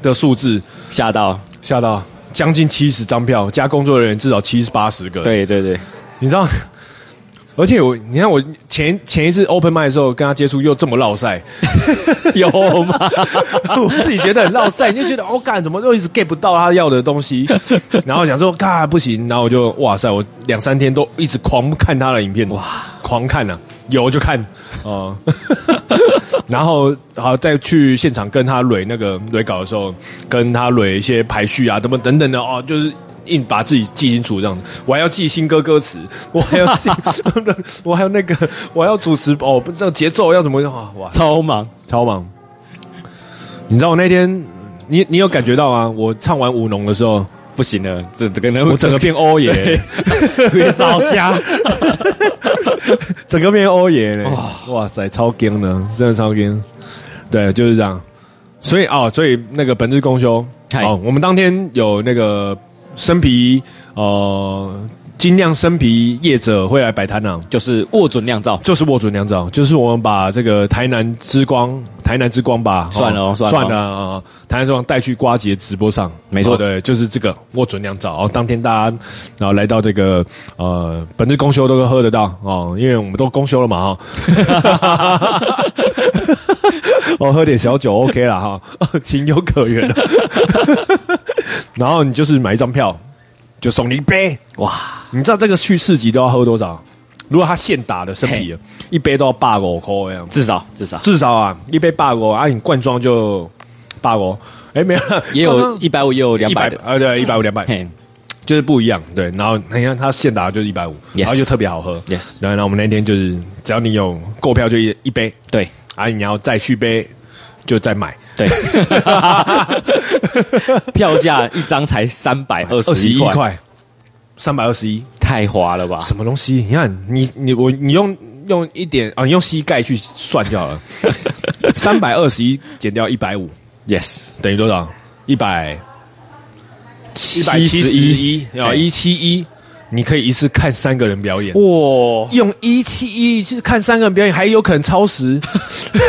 B: 的数字，
A: 吓到，
B: 吓到将近七十张票，加工作人员至少七十八十个。，
A: 对对对，
B: 你知道？而且我，你看我前前一次 open mic 的时候跟他接触又这么落赛，
A: 有吗？
B: 我自己觉得很落塞，你就觉得哦，干怎么又一直 get 不到他要的 东西，然后想说干不行，然后我就哇塞，我两三天都一直狂看他的影片，哇，狂看啊，有 就看哦， 然后好再去现场跟他蕊那个蕊稿的时候，跟他蕊一些排序啊，等等等等的哦，就是。硬把自己记清楚这样子，我还要记新歌歌词，我还要记， 我还有那个，我还要主持哦，不知道节奏要怎么样啊哇，
A: 超忙，
B: 超忙。你知道我那天，你你有感觉到吗？我唱完舞龙的时候，
A: 不行了，这这个呢，
B: 我整个变 欧
A: 对
B: 耶，
A: 别烧瞎，
B: 整个变欧耶嘞！哇塞，超惊的，真的超惊。对，就是这样。所以哦，所以那个本日公休，
A: 嗨
B: 哦，我们当天有那个生皮，呃，精酿生皮业者会来摆摊啊。
A: 就是握准酿造，
B: 就是握准良长，就是我们把这个台南之光，台南之光吧，
A: 算了哦算了哦
B: 算了啊、哦台南之光带去瓜节直播上，
A: 没错
B: 哦对，就是这个握准良长。哦，当天大家然后来到这个呃，本日公休都喝得到哦，因为我们都公休 了嘛哦哈、哦，哦，喝点小酒 OK 啦哈、哦 情有可原了。然后你就是买一张票，就送你一杯。
A: 哇，
B: 你知道这个去市集都要喝多少？如果他现打的生啤，一杯都要八五块这样，
A: 至少至少
B: 至少啊，一杯八五啊，你罐装就八五，哎，没有，
A: 也 有一百五，也有两百
B: 100
A: 的，
B: 呃，对，一百五两百，
A: 嘿
B: 就是不一样，对。然后你看他现打就是一百五，
A: Yes
B: 然后就特别好喝。
A: ，yes，
B: 然后呢，我们那天就是只要你有购票就一一杯，
A: 对
B: 啊，你要再续杯就再买，
A: 对，票价一张才三百 二十一
B: 21
A: 块，
B: 块，三百二十一，
A: 太划了吧？
B: 什么东西？你看，你你我你用用一点啊，你用膝盖去算就好 了，三百二十一减掉一百五
A: Yes，
B: 等于多少？一百
A: 一
B: 一百七十一，啊，
A: 哎
B: 一七一你可以一次看三个人表演。
A: 哇，
B: 用一七一次看三个人表演，还有可能超时，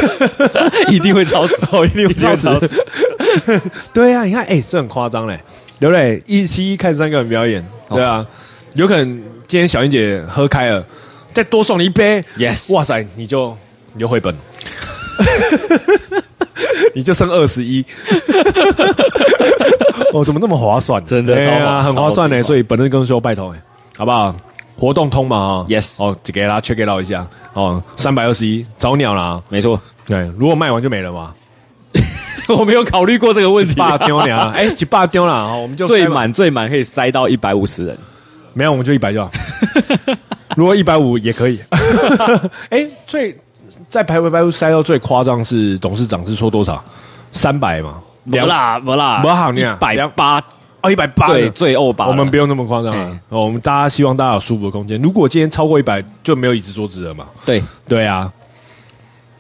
A: 一定会超时，
B: 哦，一定会超 时
A: 一定会超。
B: 对啊，你看，哎、这很夸张嘞，对不对？一七一看三个人表演，
A: 哦
B: 对啊，有可能今天小英姐喝开了，再多送你一杯
A: Yes
B: 哇塞，你就你就回 本，你就剩二十一， 哦，怎么那么划算？
A: 真的
B: 对啊，
A: 超划
B: 很划算
A: 超级划
B: 嘞，所以本日更秀拜托哎，好不好？活动通嘛啊、
A: Yes
B: 哦，只给大家 check it out 一下哦，三百二十一早鸟啦，
A: 没错，
B: 对，如果卖完就没了嘛，
A: 我没有考虑过这个问 题。
B: 霸丢了，哎、几霸丢了，哦我们就
A: 最满最满可以塞到一百五十人，
B: 没有，我们就一百就好。如果一百五也可以。哎、最在排位排位塞到最夸张是董事长是说多少？三百嘛？
A: 没啦没啦，
B: 没好呢
A: 百八
B: 哦，一百八。
A: 对最欧巴了，
B: 我们不用那么夸张
A: 嘿
B: 啊。哦我们大家希望大家有舒服的空间。如果今天超过一百，就没有椅子桌子了嘛。
A: 对
B: 对啊，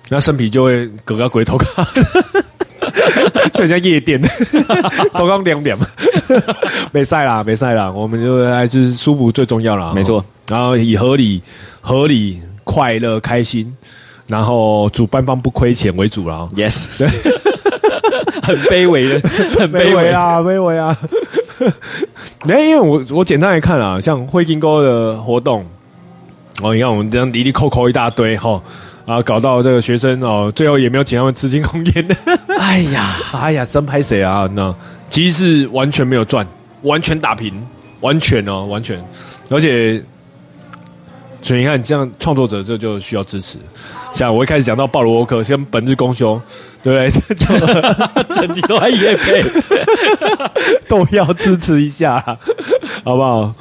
B: 那生啤就会隔个鬼头咖， 就很像夜 店，头刚两点嘛，没赛啦，没赛啦，我们就来就是舒服最重要啦，
A: 没错，
B: 然后以合理、合理、快乐、开心，然后主办方不亏钱为主啦，
A: ，yes，对， 很卑微 的，很
B: 卑
A: 卑
B: 微
A: 微，
B: 啊，卑微 啊。那因为我我简单来看啊，像汇金沟的活动，哦，你看我们这样离离扣扣一大堆哈、啊，搞到这个学生哦，最后也没有请他们吃金空宴。
A: 哎呀，
B: 哎呀，真拍谁啊？那其实是完全没有赚，完全打平，完全哦，完全。而且，所以你看，这样创作者这就需要支持。像我一开始讲到鲍罗沃克，先本日公休，对不对？ 就
A: 成绩都还也配，
B: 都要支持一下 啦，好不好？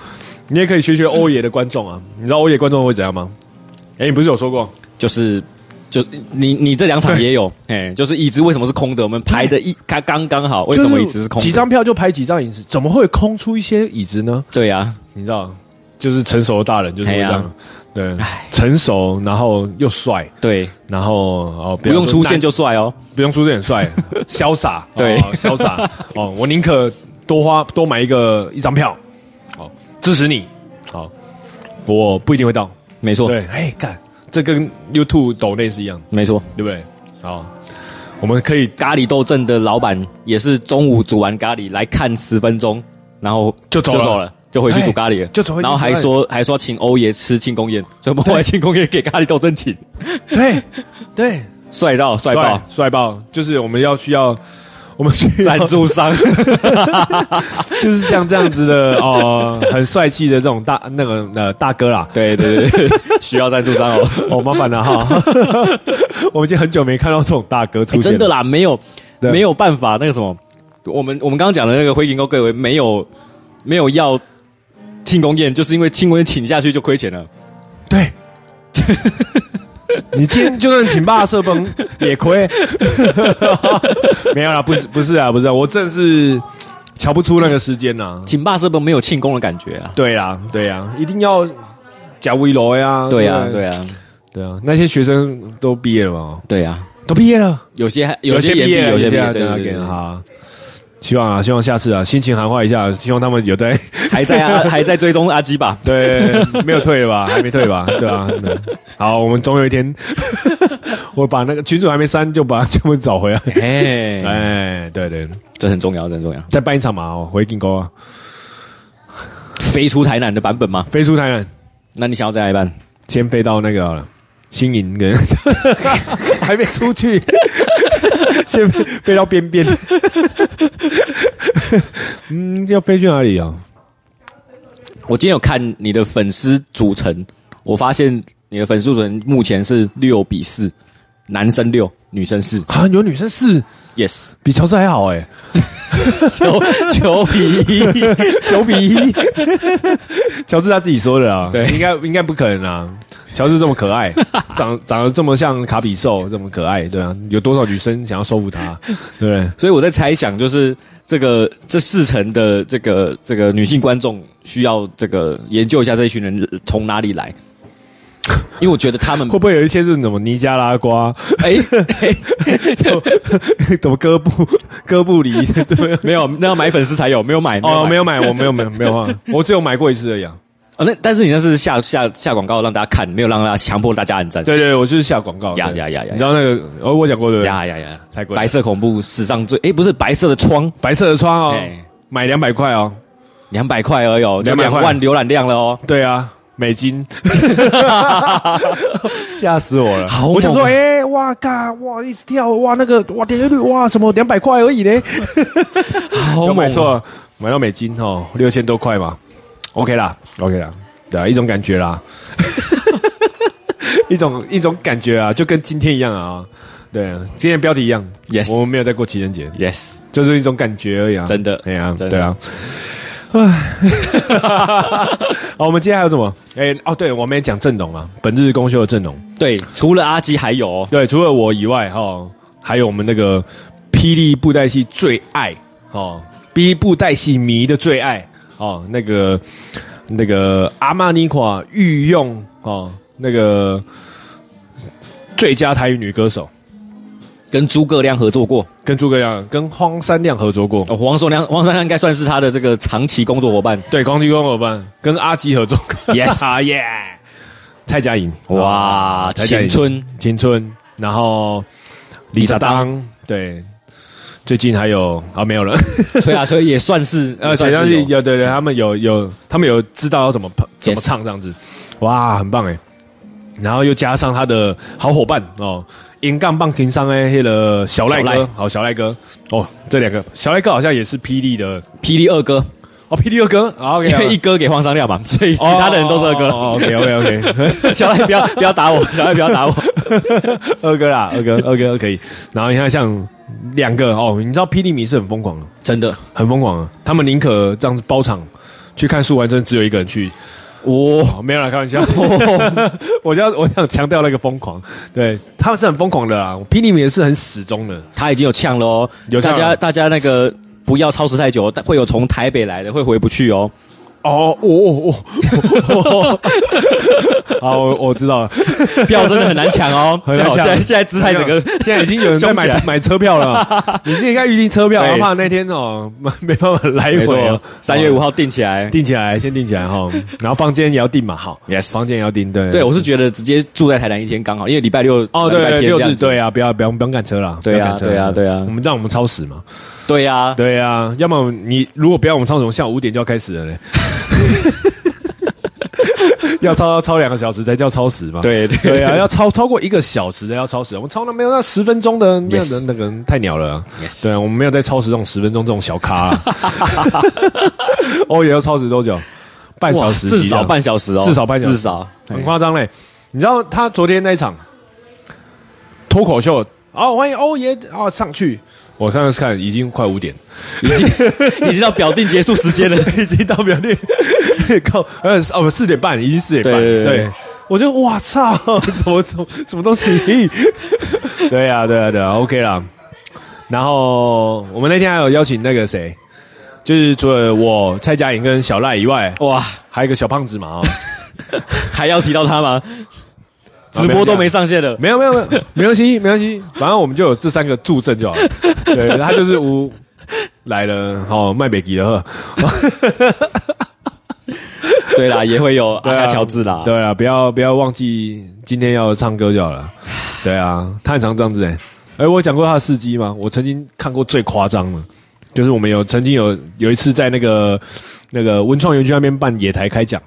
B: 你也可以学学欧爷的观众啊，你知道欧爷观众会怎样吗？哎、你不是有说过，
A: 就是。就你你这两场也有，哎，就是椅子为什么是空的？我们排的一刚刚刚好，为什么椅子是空的？
B: 几张票就排几张椅子，怎么会空出一些椅子呢？
A: 对啊呀，
B: 你知道，就是成熟的大人就是会这
A: 哎
B: 样，
A: 呀
B: 对
A: 唉，
B: 成熟，然后又帅，
A: 对，
B: 然后哦，
A: 不用出现
B: 就
A: 就帅哦。
B: 不用出现很帅， 潇洒，
A: 对
B: 哦潇洒哦，我宁可多花多买一个一张票，哦，支持你，好、我不一定会到，
A: 没错，
B: 对，哎，干，这跟 YouTube 抖内是一样，
A: 没错。
B: 对不对？好，我们可以
A: 咖喱斗阵的老板也是中午煮完咖喱来看十分钟，然后
B: 就走了
A: 就走了，就回去煮咖喱了，
B: 哎就走回去煮咖喱
A: 然后还说还说请欧爷吃庆功宴，所以我们来庆功宴给咖喱斗争请，
B: 对对
A: 帅到帅爆
B: 帅帅爆，就是我们要需要我们需要
A: 赞助商，
B: 就是像这样子的哦、很帅气的这种大那个呃大哥啦，
A: 对对对，对需要赞助商 哦，
B: 哦麻烦了哈， 我们已经很久没看到这种大哥出
A: 哎
B: 现、
A: 真的，啦，没有
B: 对
A: 没有办法，那个什么，我们我们刚刚讲的那个灰银沟贵为没有没有要庆功宴，就是因为庆功宴请下去就亏钱了，
B: 对。你今天就算请爸社崩也亏，没有啦，不是不是啊，不是啊，我真的是瞧不出那个时间呐、
A: 请霸是不是没有庆功的感觉啊？
B: 对啦，对呀，一定要加微楼呀。
A: 对呀、
B: 不
A: 对呀、
B: 啊对啊，那些学生都毕业了吗？
A: 对啊呀、
B: 都毕业了，
A: 有些还有些
B: 毕
A: 也
B: 业了，
A: 有些毕
B: 啊
A: 业，
B: 对
A: 对
B: 啊，
A: 对
B: 给
A: 对，
B: 哈。希望啊，希望下次啊，心情喊话一下，希望他们有在？
A: 还在啊还在追踪阿基吧
B: 对没有退吧，还没退吧，对啊。对好，我们总有一 天，我把那个群主还没删，就把他全部找回来。
A: 哎，
B: 哎，对对，
A: 这很重要，这很重要。
B: 再办一场嘛，哦，回金沟啊，
A: 飞出台南的版本吗？
B: 飞出台南，
A: 那你想要再来一半？
B: 先飞到那个好了，新营跟 还没出去， 先飞到边 边。嗯，要飞去哪里啊？
A: 我今天有看你的粉丝组成，我发现你的粉丝组成目前是六比四，男生六，女生四。
B: 啊，有女生是
A: Yes，
B: 比乔治还好哎、
A: 九九比一。
B: 九比一。 乔治他自己说的啊，
A: 对
B: 应该应该不可能啊。乔治这么 可爱，长长得这么像卡比兽，这么可爱，对啊，有多少女生想要收服他，对不对？
A: 所以我在猜想，就是这个这四成的这个这个女性观众需要这个研究一下这一群人从哪里来，因为我觉得他们
B: 会不会有一些是什么尼加拉瓜？
A: 哎、哎
B: 怎么哥布 哥布里？对不对？
A: 没有，那要买粉丝才有，没有买
B: 哦，没
A: 有
B: 有买，我没有没有没有啊，我只有买过一次而已啊。
A: 买哦，那但是你那是下下下广告让大家看，没有让大家强迫大家按赞。
B: 对对对，我就是下广告。
A: 呀
B: 对
A: 呀呀呀
B: 你知道那个哦，我讲过对不对？
A: 呀呀呀！
B: 太贵了
A: 白色恐怖史上最诶，不是白色的窗，
B: 白色的窗哦
A: 哎，
B: 买两百块哦。
A: 两百块而已哦，就
B: 200
A: 两
B: 块
A: 万浏览量了哦。
B: 对啊，美金，吓死我了！
A: 好猛啊
B: 我想说，哎、哇嘎，哇一直跳，哇那个，哇点击率，哇什么两百块而已嘞，
A: 好
B: 有
A: 猛啊
B: 买。错，买到美金哦，六千多块嘛，OK 啦，OK 啦，对啊，一种感 觉啦，一种一种感觉啊，就跟今天一样啊，对啊，今天标题一样
A: Yes
B: 我们没有在过情人节，
A: Yes，
B: 就是一种感觉而已啊，
A: 真的
B: 哎呀，
A: 真的
B: 对啊。唉， 好，我们今天还有什么？哎、哦，对，我们也讲阵容啊，本日公休的阵容。
A: 对，除了阿基还有哦
B: 对，除了我以外，哈、还有我们那个霹雳布袋戏最爱，哦，霹雳布袋戏迷的最爱，哦，那个那个阿玛尼垮御用，哦，那个最佳台语女歌手，
A: 跟诸葛亮合作过，
B: 跟诸葛亮、跟荒山亮合作过。
A: 哦，黄松亮黄山亮应该算是他的这个长期工作伙伴。
B: 对，光机工伙伴跟阿基合作
A: Yes
B: 啊耶！蔡佳颖，
A: 哇，
B: 蔡佳
A: 青
B: 颖
A: 春
B: 青春，然后李
A: 萨
B: 萨
A: 当
B: 当，对，最近还有啊没有 了，
A: 吹啊吹也算是，也
B: 呃，好
A: 算
B: 像
A: 是
B: 是
A: 有
B: 有对对，他们有有他们有知道要怎么怎么唱这样子，哇，很棒哎！然后又加上他的好伙伴哦，银杠棒情商哎，那个小赖
A: 小赖
B: 哥，好小赖哥哦，这两个小赖哥好像也是霹雳的
A: 霹雳二哥，
B: 哦，霹雳二哥啊，OK，
A: 因为一哥给黄山亮嘛，所以 其他的人都是二
B: 哦
A: 哥。
B: OK OK OK，
A: 小赖不要不要打我， 小赖不要打我。
B: 二哥啦，二哥二哥可以。然后你看像两个哦，你知道霹雳迷是很疯狂的，
A: 真的，
B: 很疯狂的，他们宁可这样子包场去看苏完真，只有一个人去。
A: 哦
B: 我、没有啦，开 玩笑，我要我想强调那个疯狂，对，他们是很疯狂的啦，霹雳迷也是很始终的，
A: 他已经有呛了哦，
B: 有呛
A: 大家
B: 了
A: 大家那个不要超时太久，哦但会有从台北来的会回不去 哦。
B: 哦哦哦哦， 好，我我知道了，
A: 票真的很难抢哦，
B: 很难抢
A: 现在现在姿态整个
B: 现在已经有人在
A: 凶起
B: 买
A: 来
B: 买车票 了，你就应该预定车票，
A: 对
B: 怕那天哦 没没办法来
A: 没
B: 回
A: 错
B: 哦。，
A: 三月五号定起来。
B: 定起来，先定起来 哈，然后房间也要定嘛，好
A: Yes
B: 房间也要定，对
A: 对，我是觉得直接住在台南一天刚好，因为礼拜六
B: 哦，
A: 礼拜
B: 对，
A: 天
B: 六
A: 这样
B: 日
A: 子
B: 对啊，不要不要不用赶车了，
A: 对啊
B: 不要赶车
A: 对啊对啊
B: 我们让我们超时嘛，
A: 对呀，
B: 对啊，要么你如果不要我们超时，我们下午五点就要开始了嘞， 要超超两个小时才叫超时嘛，
A: 对对
B: 对啊，要超超过一个小时的要超时，啊我们超那没有那十分钟的那个
A: Yes
B: 那个太鸟了啊
A: Yes
B: 对啊，我们没有在超时这种十分钟这种小咖啊， 哦，也要超时多久？半小时
A: 哇至
B: 起这
A: 少
B: 样
A: 半小时哦，
B: 至少半小时
A: 至少
B: 很夸张嘞。你知道他昨天那一场脱口秀哦，欢迎欧爷哦上去，我上次看已经快五点，
A: 已 经已经到表定结束时间了。
B: 已经到 表弟靠呃哦四点半，已经四点半，
A: 对对对
B: 我就哇操， 怎么怎么什么东西？ 对啊对啊对啊，OK 啦。然后我们那天还有邀请那个谁，就是除了我蔡佳颖跟小赖以外，
A: 哇，
B: 还有一个小胖子 嘛啊、哦。
A: 还要提到他吗？直播都没上线了，
B: 啊没啊有没有没有，没关系没关系，反正我们就有这三个助阵就好了。对，他就是吴来了，好卖北极的呵，
A: 对啦，也会有阿
B: 对啊
A: 卡乔治啦，
B: 对啊，不要不要忘记今天要唱歌就好了。对啊，他很常这样子哎、欸，哎、我有讲过他的事迹吗？我曾经看过最夸张的，就是我们有曾经有有一次在那个那个文创园区那边办野台开讲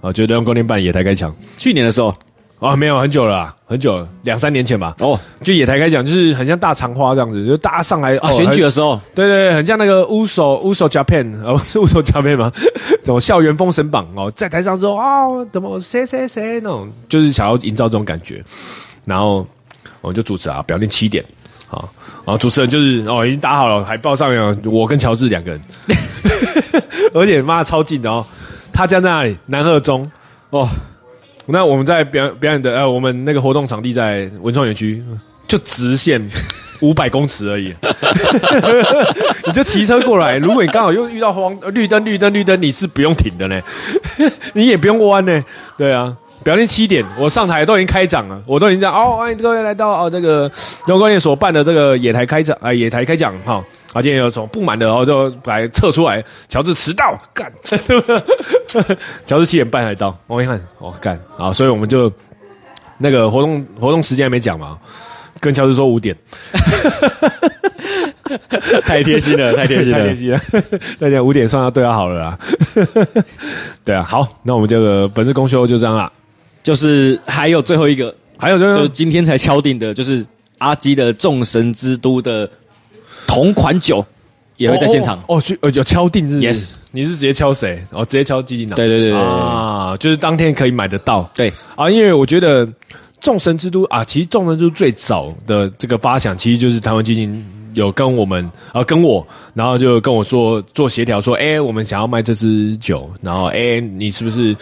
B: 啊，就德用光天办野台开讲
A: 去年的时候，
B: 啊，没有很久了啊，很久了，两三年前吧。
A: 哦
B: 就野台开讲，就是很像大长花这样子，就大家上来
A: 啊，
B: 哦
A: 选
B: 很
A: 举的时候，
B: 对对，对很像那个乌手乌手 Japan，哦， 是乌手 Japan 吗？这种校园封神榜哦，在台上说啊、哦，怎么谁谁谁那种，就是想要营造这种感觉。然后我们就主持啊，表定七点啊，然后主持人就是哦，已经打好了海报上面有我跟乔治两个人， 而且妈超近的哦，他家在哪里？南二中哦。那我们在表表演的呃，我们那个活动场地在文创园区，就直线五百公尺而已。 你就骑车过来。如果你刚好又遇到黄呃绿灯、绿灯、绿灯，你是不用停的呢， 你也不用弯呢。对啊，表定七点，我上台都已经开讲了，我都已经哎这样哦，欢迎各位来到哦这个荣光夜所办的这个野台开讲啊、野台开讲哈。阿健也有从不满的，然后就来测出来，乔治迟到，干， 乔治七点半才到，我一看，哦干，啊，所以我们就那个活动活动时间还没讲嘛，跟乔治说五 点，
A: 太贴心了，太贴心
B: 太
A: 了
B: 贴。 心了，大家五点算要对他好了啦， 对啊，好，那我们这个本次公休就这样啦，
A: 就是还有最后一个，
B: 还有就
A: 就是是今天才敲定的，就是阿基的众神之都的同款酒也会在现场。
B: 哦，哦去呃有敲定日
A: Yes
B: 你是直接敲谁？哦，直接敲基金党。
A: 对对对对对
B: 啊，就是当天可以买得到
A: 对，
B: 啊，因为我觉得众神之都啊，其实众神之都最早的这个发想，其实就是台湾基金有跟我们啊、跟我，然后就跟我说做协调，说哎、我们想要卖这支酒，然后哎、你是不是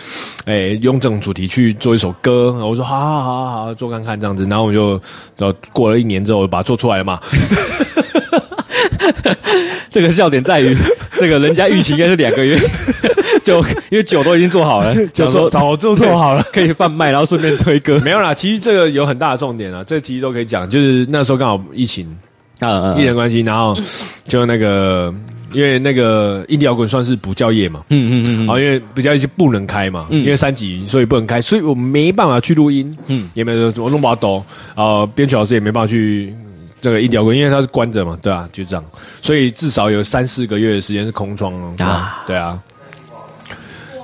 B: 哎、用这种主题去做一首歌？然后我说好好好好好，做看看这样子，然后我就然后过了一年之后，我把它做出来了嘛。
A: 这个笑点在于，这个人家预期应该是两个 月，就因为酒都已经做好了，
B: 就
A: 想
B: 做
A: 说
B: 早就做好了，
A: 可以贩卖，然后顺便推 歌。
B: 没有啦，其实这个有很大的重点啊，这个其实都可以讲，就是那时候刚好疫情，
A: 嗯
B: 疫情的关系，然后就那个，因为那个印地摇滚算是补教业嘛，
A: 嗯嗯
B: 然后因为补教业就不能开嘛，
A: 嗯
B: 因为三级，所以不能开，所以我没办法去录音，
A: 嗯
B: 也没有我弄不好抖，呃，编曲老师也没办法去这个印地摇滚，因为他是关着嘛，对啊，就这样，所以至少有三四个月的时间是空窗哦，
A: 啊
B: 对啊，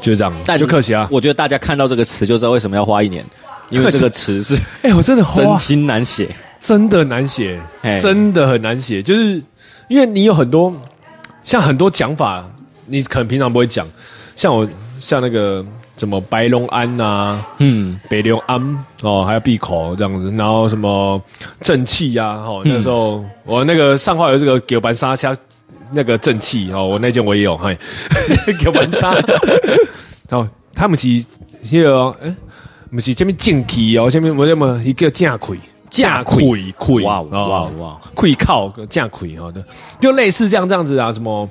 B: 就这样，
A: 但
B: 就客气啊，
A: 我觉得大家看到这个词就知道为什么要花一年，因为这个词 是
B: 哎、我真的
A: 真心难写。
B: 真的难写
A: 嘿，
B: 真的很难写，就是因为你有很多像很多讲法，你可能平常不会讲，像我像那个什么白龙庵啊、
A: 嗯，
B: 北流庵哦，还有闭口这样子，然后什么正气呀、啊，
A: 嗯
B: 哦，那时候、我那个上画有这个九班沙虾那个正气哦，我那件我也有，嘿， 九班沙， 然后他们是那个哎，不是这边正气哦，下面我那么一个正哦气。
A: 架
B: 溃溃
A: 哇哇
B: 哇
A: 哇！
B: 溃靠架溃好的，就类似这样这样子啊，什么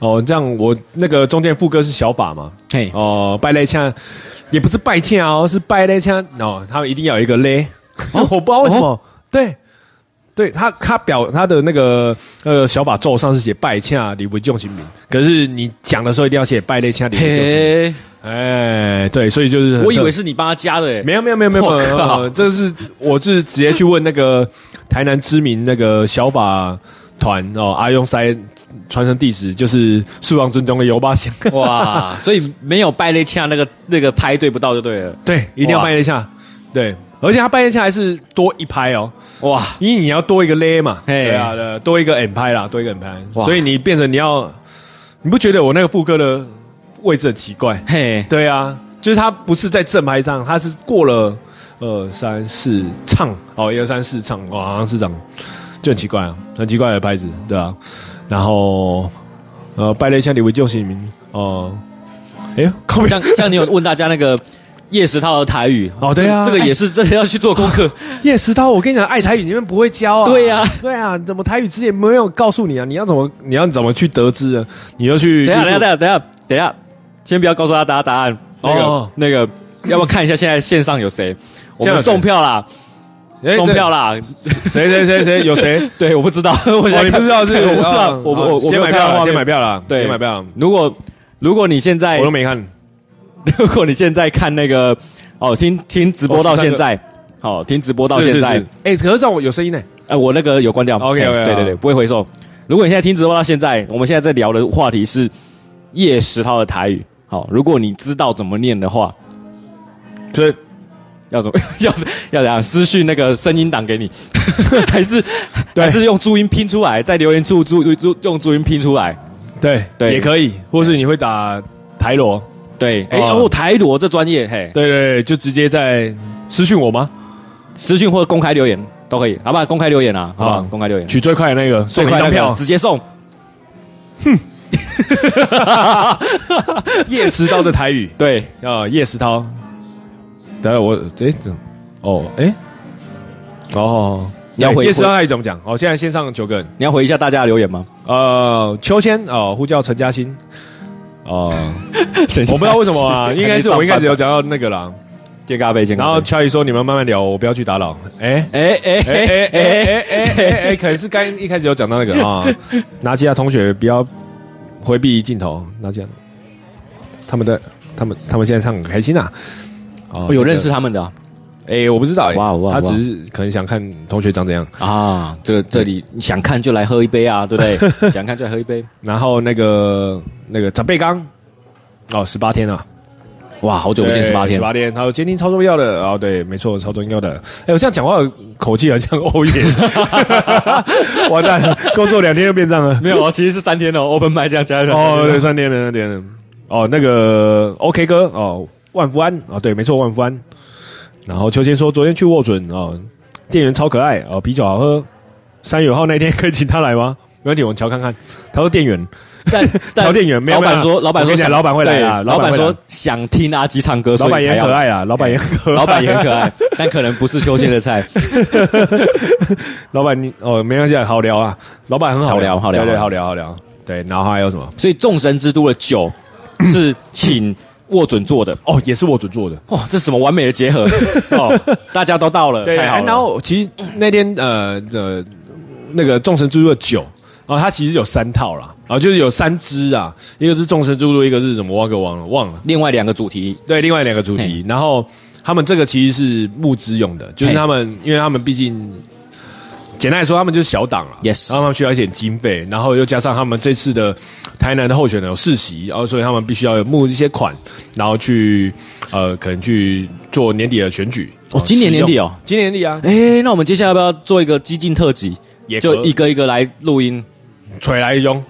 B: 哦，这样我那个中间副歌是小把嘛，
A: 嘿，
B: 哦，拜勒恰也不是拜恰哦，是拜勒恰哦，他们一定要有一个勒，
A: 哦
B: 我不知道为什么，对。对他，他表他的那个呃小把咒上是写拜恰李文仲行名，可是你讲的时候一定要写拜勒恰李文仲行名。
A: 嘿，
B: 哎，对，所以就是很
A: 我以为是你帮他加的诶。
B: 没有没有没有没有，
A: 我
B: 没有
A: 靠
B: 呃这是我是直接去问那个台南知名那个小把团哦，阿用塞传承弟子就是树王尊中的尤巴香，
A: 哇，所以没有拜类恰那个那个拍对不到就 对了。
B: 对， 一定要
A: 哇
B: 拜一下，对，而且他拜一下还是多一拍哦，
A: 哇，
B: 因为你要多一个勒嘛，
A: 嘿
B: 对啊，对多一个 M 拍啦，多一个 M 拍，
A: 哇
B: 所以你变成你要，你不觉得我那个副歌的位置很奇怪？
A: 嘿，
B: 对啊，就是他不是在正拍上，他是过了二三四唱哦，一二三四唱，哇，好像是这样，就很奇怪啊，很奇怪的拍子，对啊。然后呃，拜了一下李维救姓名哦，哎、呦，靠背
A: 像像你有问大家那个叶石涛的台语
B: 哦对啊
A: 这个也是真的要去做功 课。
B: 叶石涛，我跟你讲，爱台语你们不会教啊，
A: 对啊
B: 对啊，怎么台语之前没有告诉你啊？你要怎么你要怎么去得知啊？你就去
A: 等一下，等一下，
B: YouTube
A: 等一下，等一下，先不要告诉他答答案。那
B: 哦
A: 个那个，要不要看一下现在线上有 谁？我
B: 现在有
A: 们
B: 谁
A: 送票啦，
B: 哎
A: 送票啦！
B: 对谁谁谁谁有 谁？
A: 对，我不知道， 我
B: 哦，
A: 现在
B: 你不
A: 看
B: 知道是？
A: 对 我不知道
B: 哦
A: 我我
B: 好
A: 我
B: 先
A: 没有
B: 买
A: 看
B: 票
A: 到
B: 了，
A: 画面
B: 先买票了，
A: 对
B: 先买票了。
A: 如果如果你现在
B: 我都没看。
A: 如果你现在看那个哦，听听直播到现在，好、听直播到现在，哎
B: 是，是是哎、可是让我有声音呢、
A: 哎我那个有关掉
B: OK，OK，
A: 哎对对对，
B: 好
A: 不会回收。如果你现在听直播到现在，我们现在在聊的话题是叶石涛的台语。好、如果你知道怎么念的话，
B: 所以
A: 要怎么 要要怎样私讯那个声音档给你， 还是
B: 对
A: 还是用注音拼出来，在留言处注注注用注音拼出来。
B: 对
A: 对
B: 也可以，或是你会打台罗，
A: 对，哎、
B: 哦
A: 哦，台罗这专业，嘿，
B: 对对对，就直接在私讯我吗？
A: 私讯或公开留言都可以，好不好？公开留言啊，好不好？
B: 好
A: 公开留言。
B: 取最快的那个，哦送
A: 最
B: 你一
A: 快那
B: 张
A: 个
B: 票。
A: 直接送。
B: 叶石涛的台 语
A: 对，
B: 啊，叶石涛。等下我哎、怎么哦哎、哦，
A: 你要回
B: 叶石涛台语怎么讲？哦，现在线上九个人，
A: 你要回一下大家的留言 吗？
B: 呃，秋千哦，呼叫陈嘉欣。哦，
A: 我不
B: 啊我不知道为什么啊，应该是我一开始有讲到那个啦，
A: 健咖啡，健
B: 然
A: 咖
B: 后
A: 啡。
B: 乔伊说：“你们慢慢聊，我不要去打扰。”哎。
A: 哎哎
B: 哎
A: 哎
B: 哎
A: 哎
B: 哎
A: 哎
B: 哎哎哎哎，可能是刚一开始有讲到那个啊，拿吉亚同学不要回避镜头，拿吉亚，他们的他们他们现在唱很开心啊，哦
A: 哦有认识？他们的啊
B: 哎，我不知道哎，
A: 哇哇
B: 他
A: 哇
B: 只是可能想看同学长怎样，
A: 啊？这个这里你想看就来喝一杯啊，对不对？想看就来喝一杯。
B: 然后那个那个长辈刚。哦，十八天啊，
A: 哇，好久不见，十八
B: 十
A: 天。
B: 八天。他说监听超重要的，哦，对，没错，超重要的。哎，我这样讲话口气很像欧元，完蛋了，工作两天就变这样了。
A: 没有哦，其实是三天哦，Open 麦这样加上
B: 哦，对，三天了，三天了。哦，那个 OK 哥，哦，万福安，哦，对，没错，万福安。然后秋千说，昨天去沃准，哦，店员超可爱，哦，啤酒好喝。三月五号那天可以请他来吗？没问题，我们瞧看看。他说店员，
A: 但但
B: 小店员没有
A: 老板
B: 没有
A: 说，老板
B: 我
A: 说
B: 跟你讲
A: 想，
B: 老板会来啊
A: 对
B: 老
A: 老板
B: 板会
A: 说
B: 来
A: 想听阿吉唱歌，
B: 老
A: 所
B: 板
A: 以
B: 也
A: 才
B: 很
A: 要
B: 可。爱啊，老 板也很可爱，
A: 老板也很可爱，但可能不是秋千的菜。
B: 老板你哦，没关系，好聊啊，老板很好
A: 好聊好聊
B: 对对，好
A: 好
B: 聊好聊。对，然后还有什么？
A: 所以众神之都的酒是请握准做的，
B: 哦，也是我准做的。
A: 哇，这是什么完美的结合 哦！大家都到了，
B: 对，
A: 太好
B: 哎
A: 了。
B: 然后其实那天呃呃那个众神之路的酒，然后它其实有三套啦，啊就是有三支啊，一个是众神之路，一个是什么？我给忘了忘了。
A: 另外两个主题，
B: 对，另外两个主题，然后他们这个其实是募资用的，就是
A: 嘿
B: 他们因为他们毕竟。简单来说，他们就是小党了
A: Yes
B: 然后他们需要一点经费，然后又加上他们这次的台南的候选人有世袭，然后所以他们必须要有募一些款，然后去呃，可能去做年底的选举。
A: 哦今年年底哦
B: 使用今年年底啊，
A: 哎，那我们接下来要不要做一个激进特辑？
B: 也可以
A: 就一个一个来录 音。
B: 锤来一凶，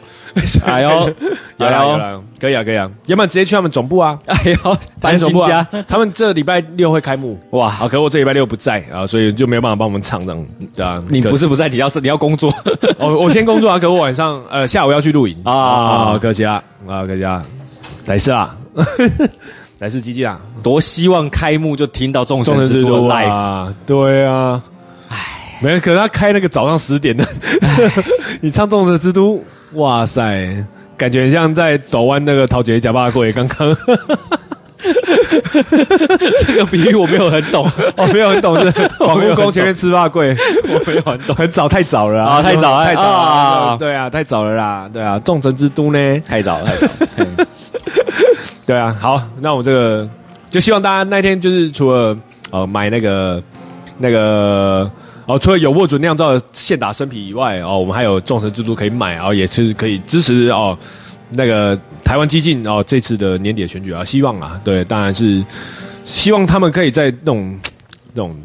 A: 哎呦，
B: 有
A: 哎
B: 啦有
A: 呦，
B: 啦，可以啊可以啊，要不然直接去他们总部啊，
A: 哎 呦，搬
B: 总
A: 新
B: 部啊
A: 家，
B: 他们这礼拜六会开幕
A: 哇！
B: 啊，可我这礼拜六不在啊，所以就没有办法帮我们唱这样，对啊，
A: 你
B: 可
A: 不是不在，你要是你要工作
B: 哦，我先工 作啊，可我晚上呃下午要去露营
A: 啊
B: 啊，可惜啊啊可惜啊，来 是啊，来是吉吉啊，
A: 多希望开幕就听到众
B: 众
A: 神
B: 人
A: 之
B: 之
A: 都
B: 都
A: l i f
B: 啊，对啊，唉，没有，可是他开那个早上十 点的，你唱《众神之都》，哇塞，感觉很像在抖完那个桃姐假八柜刚刚，
A: e 这个比喻我没有很懂
B: 哦，没有很懂是皇
A: 没有很
B: 故宫
A: 懂
B: 前面吃八柜，我没有很懂，很早太早了
A: 啊太早了
B: 太早了
A: 啊，
B: 对啊，太早了啦，对啊，《众神之都》呢，
A: 太早了，太早了。嘿
B: 对啊，好，那我这个就希望大家那天就是除了呃买那个那个哦，除了有握准酿造的现打生啤以外哦，我们还有众神之都可以买，然、后也是可以支持哦那个台湾激进哦这次的年底的选举啊，希望啊，对，当然是希望他们可以在那种那种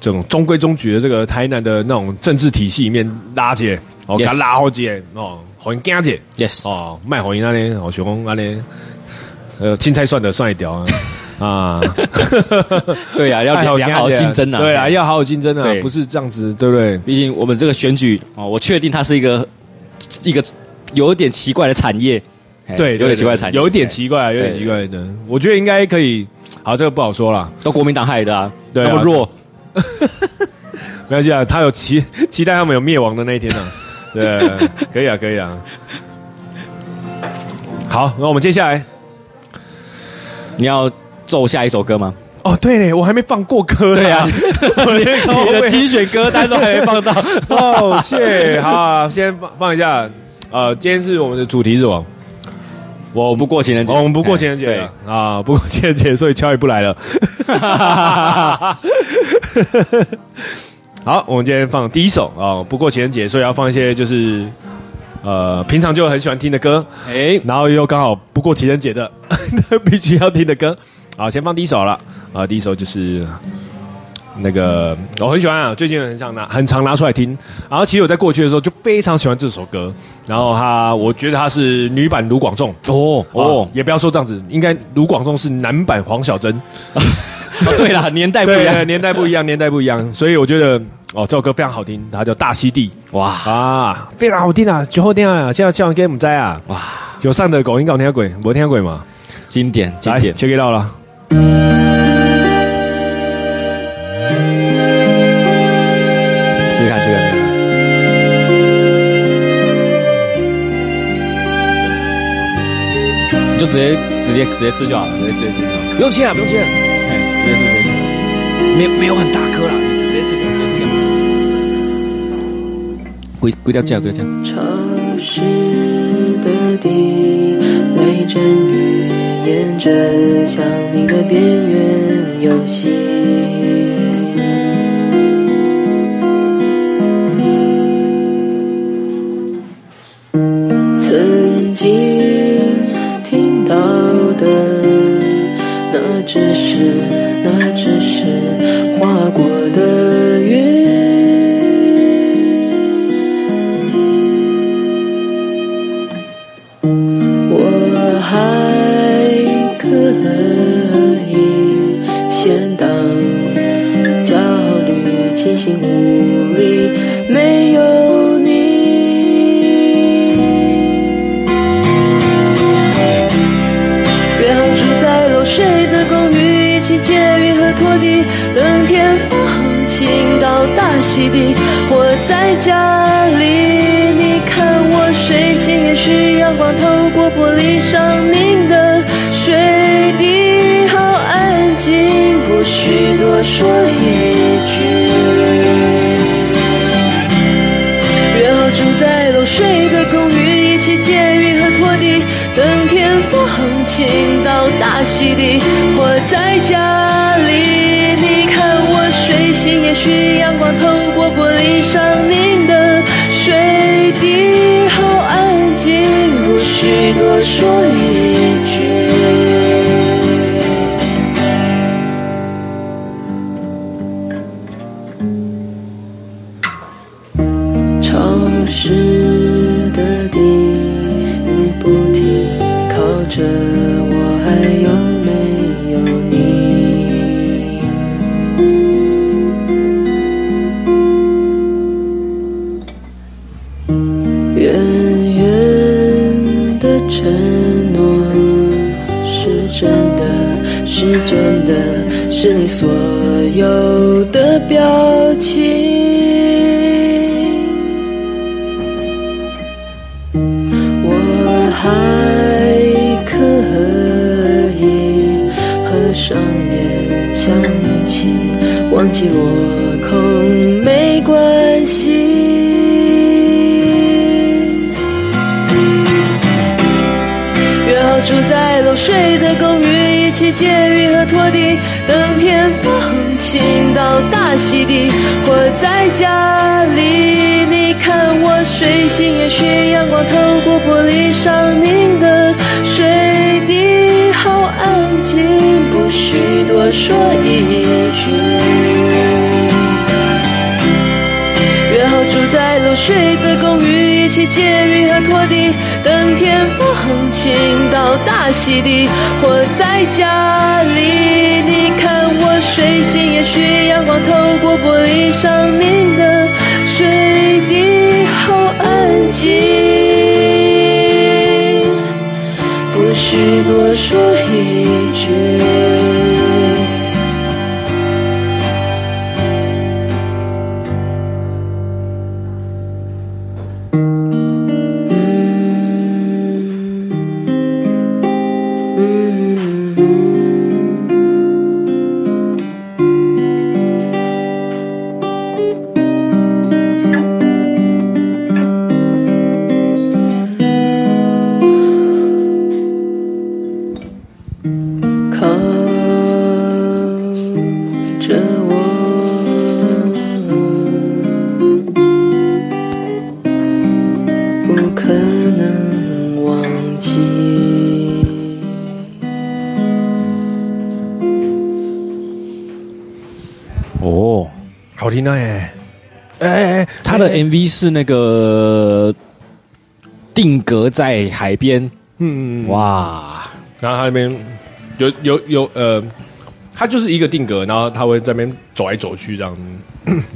B: 这种中规中矩的这个台南的那种政治体系里面拉起来，哦，给他
A: Yes
B: 拉好起来哦，很惊起来。
A: Yes，
B: 哦，卖红银那里，哦，想讲那里，呃，青菜算的算一条 啊。啊，
A: 对呀，要
B: 太
A: 良良好的竞争啊，
B: 对啊，要好好竞争啊
A: 对，
B: 不是这样子，对不对？
A: 毕竟我们这个选举啊，哦我确定它是一个一个有点奇怪的产业，嘿
B: 对，
A: 哎有点奇怪的产业，
B: 有点奇怪啊，有点
A: 对
B: 奇怪的。我觉得应该可以，好，这个不好说啦，
A: 嘿，都国民党害的啊，
B: 对啊
A: 那么弱，
B: 没关系啊，他有期 期待他们有灭亡的那一天 啊，对，可以啊，可以啊。好，那我们接下来，
A: 你要奏下一首歌吗？
B: 哦，对嘞，我还没放过歌对啊， 我连
A: 你的精选歌单都还没放到，
B: 哦，谢，好、啊，先放放一下。呃，今天是我们的主题是什么？
A: 我不过情人节，
B: 哦我们不过情人节了啊，不过情人节，所以乔也不来了。好，我们今天放第一首啊、不过情人节，所以要放一些就是呃平常就很喜欢听的歌，
A: 对，哎，
B: 然后又刚好不过情人节的， 必须要听的歌。好，先放第一首了啊、第一首就是那个我很喜欢啊，最近很想拿，很常拿出来听。然后其实我在过去的时候就非常喜欢这首歌，然后它我觉得它是女版卢广仲
A: 哦
B: 哦
A: 哦，，
B: 也不要说这样子，应该卢广仲是男版黄小珍，
A: 哦对了，年代不一
B: 对，
A: 样，
B: 年代哎不一样，年代不一样，所以我觉得哦这首歌非常好听，它叫《大溪地》
A: 哇
B: 啊，非常好听啊，酒后听啊，叫叫人给我们摘啊，
A: 哇，
B: 有上的狗音搞听鬼，我听鬼嘛。
A: 经典经
B: 来
A: 典，
B: ，check it out 啦。
A: 试试看试试看，你就直接直接直接吃就好了，直接直接吃就好了，
B: 不用切啊，不用切。
A: 哎，直接吃直接吃。啊没没有很大颗啦，你直接吃掉，直接吃掉。归归掉价，归掉价。
D: 潮湿的地，雷阵雨沿着想你的边缘游戏。曾经听到的，那只是那只是划过的云。我还可以先当焦虑，清醒无力，没有你。然后住在漏水的公寓，一起借雨和拖地，等天放晴到大溪地。我在家里，你看我睡醒，也许阳光透过玻璃上凝的水滴，好安静，不需多说一句。约好住在漏水的公寓，一起借雨和拖地，等天放晴到大溪地。我在家里，你看我睡醒，也许阳光透过玻璃上凝的水滴，好安静，不需多说一句。潮湿的地，雨不停，靠着我还有没有你？远远的承诺是真的，是真的，是你所有的表情。我还可以合上眼，想起忘记落空没关系。约好住在漏水的公寓，一起借雨和拖地，等天放晴到大溪地。我在家里，你看我睡醒，也许阳光透过玻璃上凝的水滴，好安静，不需多说一句。约好住在漏水的公寓，一起借雨和拖地，等天放晴到大溪地。我在家里，你看我睡醒，也许阳光透过玻璃上凝的水滴，好安静，不需多说一句。靠着我，不可能忘记。
A: 哦，
B: 好听啊耶！哎哎哎，
A: 他的 MV 是那个定格在海边，
B: 嗯，
A: 哇，
B: 然后他那边有有有呃，他就是一个定格，然后他会在那边走来走去这样。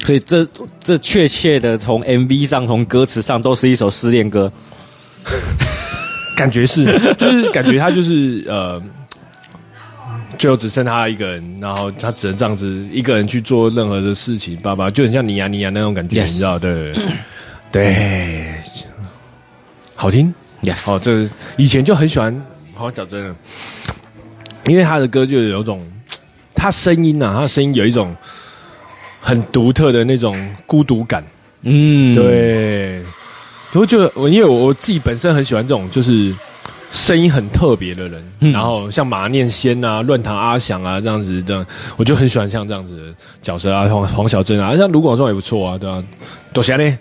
A: 所以这这确切的从 MV 上，从歌词上，都是一首失恋歌。
B: 感觉是， 就是感觉他就是呃，最后只剩他一个人，然后他只能这样子一个人去做任何的事情，爸爸就很像尼亚尼亚那种感觉
A: Yes
B: 你知道对对，好听，
A: Yes
B: 好、哦这个以前就很喜欢，好讲真的，因为他的歌就有种。他声音啊，他声音有一种很独特的那种孤独感。
A: 嗯，，
B: 对，我觉得我因为我我自己本身很喜欢这种就是声音很特别的人，
A: 嗯
B: 然后像马念先啊、乱弹阿翔啊这样子的，我就很喜欢像这样子的角色啊，黄黄小珍啊，像卢广仲也不错啊，对啊，多谢呢。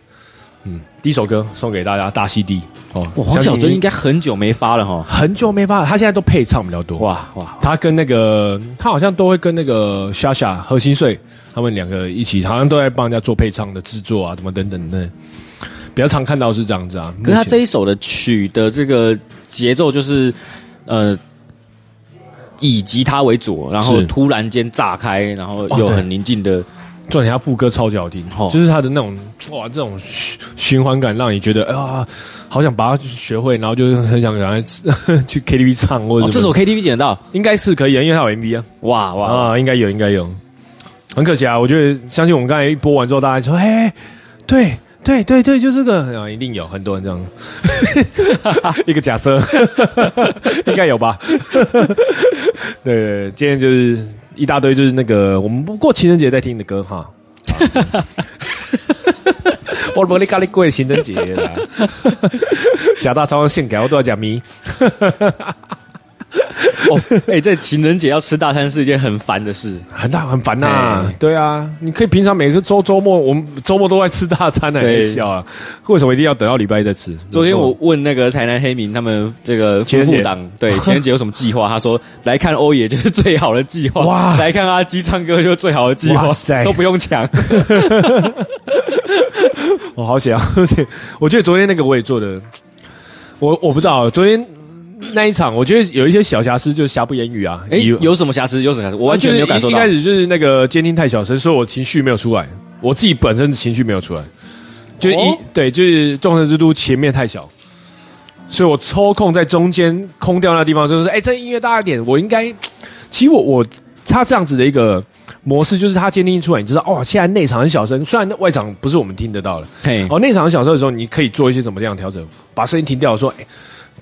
B: 嗯，第一首歌送给大家大溪地哦，
A: 哇，黄小
B: 相信
A: 珍
B: 你
A: 应该很久没发了哈。
B: 很久没发了，他现在都配唱比较多。
A: 哇哇，
B: 他跟那个他好像都会跟那个莎莎何心碎他们两个一起，好像都在帮人家做配唱的制作啊，什么等等的，比较常看到是这样子啊。
A: 可是他
B: 目前
A: 这一首的曲的这个节奏就是，呃，以吉他为主，然后
B: 是
A: 突然间炸开，然后
B: 哦
A: 又
B: 对
A: 很宁静的，
B: 重点他副歌超级好听，
A: 哦
B: 就是他的那种哇这种循循环感，让你觉得啊好想把它学会，然后就是很想赶快 去 KTV 唱或者、
A: 哦、这首 KTV 点得到，
B: 应该是可以啊，因为他有 MV 啊。
A: 哇哇，
B: 啊，应该有，应该有。很可惜啊，我觉得相信我们刚才一播完之后，大家说，哎、对对对对，就这个，啊，一定有很多人这样， 一个假设， 应该有吧？ 对对对，今天就是一大堆，就是那个我们不过情人节在听的歌哈。 我无你咖喱过情人节啦，假大超献给我都要假咪。
A: 哦，哎、在情人节要吃大餐是一件很烦的事。
B: 很大很烦呐、
A: 哎
B: 对啊，你可以平常每个周周末，我们周末都在吃大餐呢、
A: 对
B: 很小啊，为什么一定要等到礼拜一再吃？
A: 昨天我问那个台南黑民他们这个夫
B: 情人
A: 妇
B: 节
A: 档， 对情人节有什么计划？他说来看欧爷就是最好的计划，哇，
B: 哇
A: 来看阿基唱歌就是最好的计划
B: 哇，塞
A: 都不用 抢。
B: 我好想，而且我觉得昨天那个我也做的，我我不知道昨天那一场，我觉得有一些小瑕疵，就是瑕不掩瑜啊。
A: 哎、
B: 以
A: 有什么瑕疵？有什么瑕疵？我完全没有感受
B: 一
A: 到
B: 一开。始啊就是那个监听太小声，所以我情绪没有出来，我自己本身的情绪没有出来，就一、
A: 哦
B: 对，就是众神之都前面太小，所以我抽空在中间空掉那地方，就是哎、这音乐大一点，我应该，其实我我他这样子的一个模式，就是他监听出来，你知道哦，现在内场很小声，虽然外场不是我们听得到的，
A: 嘿，
B: 哦，内场很小声的时候，你可以做一些什么样的调整，把声音停掉，说哎、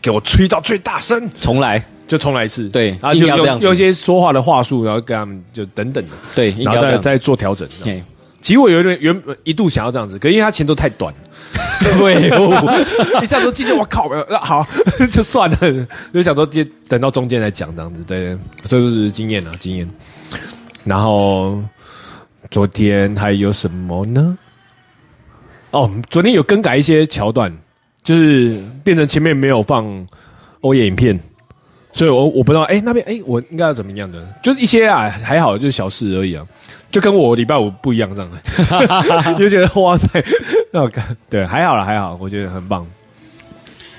B: 给我吹到最大声，
A: 重来，
B: 就重来一次，
A: 对
B: 然后
A: 应
B: 就
A: 该要这样
B: 用
A: 子
B: 用一些说话的话术，然后跟他们就等等的，
A: 对，应
B: 然
A: 该
B: 后
A: 要这
B: 再
A: 样。
B: 再做调整。这样
A: 嘿，
B: 其实我有点原本一度想要这样子，可因为他前奏太 短，对， 我一下都进去，我靠，呃好 就算了，就想说接等到中间来讲这样子，对，这就是经验啊，经验。然后昨天还有什么呢？哦，昨天有更改一些桥段，就是变成前面没有放欧耶影片，所以我我不知道，哎、那边哎、我应该要怎么样的？就是一些啊，还好，就是小事而已啊，就跟我礼拜五不一样这 样， 就觉得哇塞，那我看对，还好了，还好，我觉得很棒。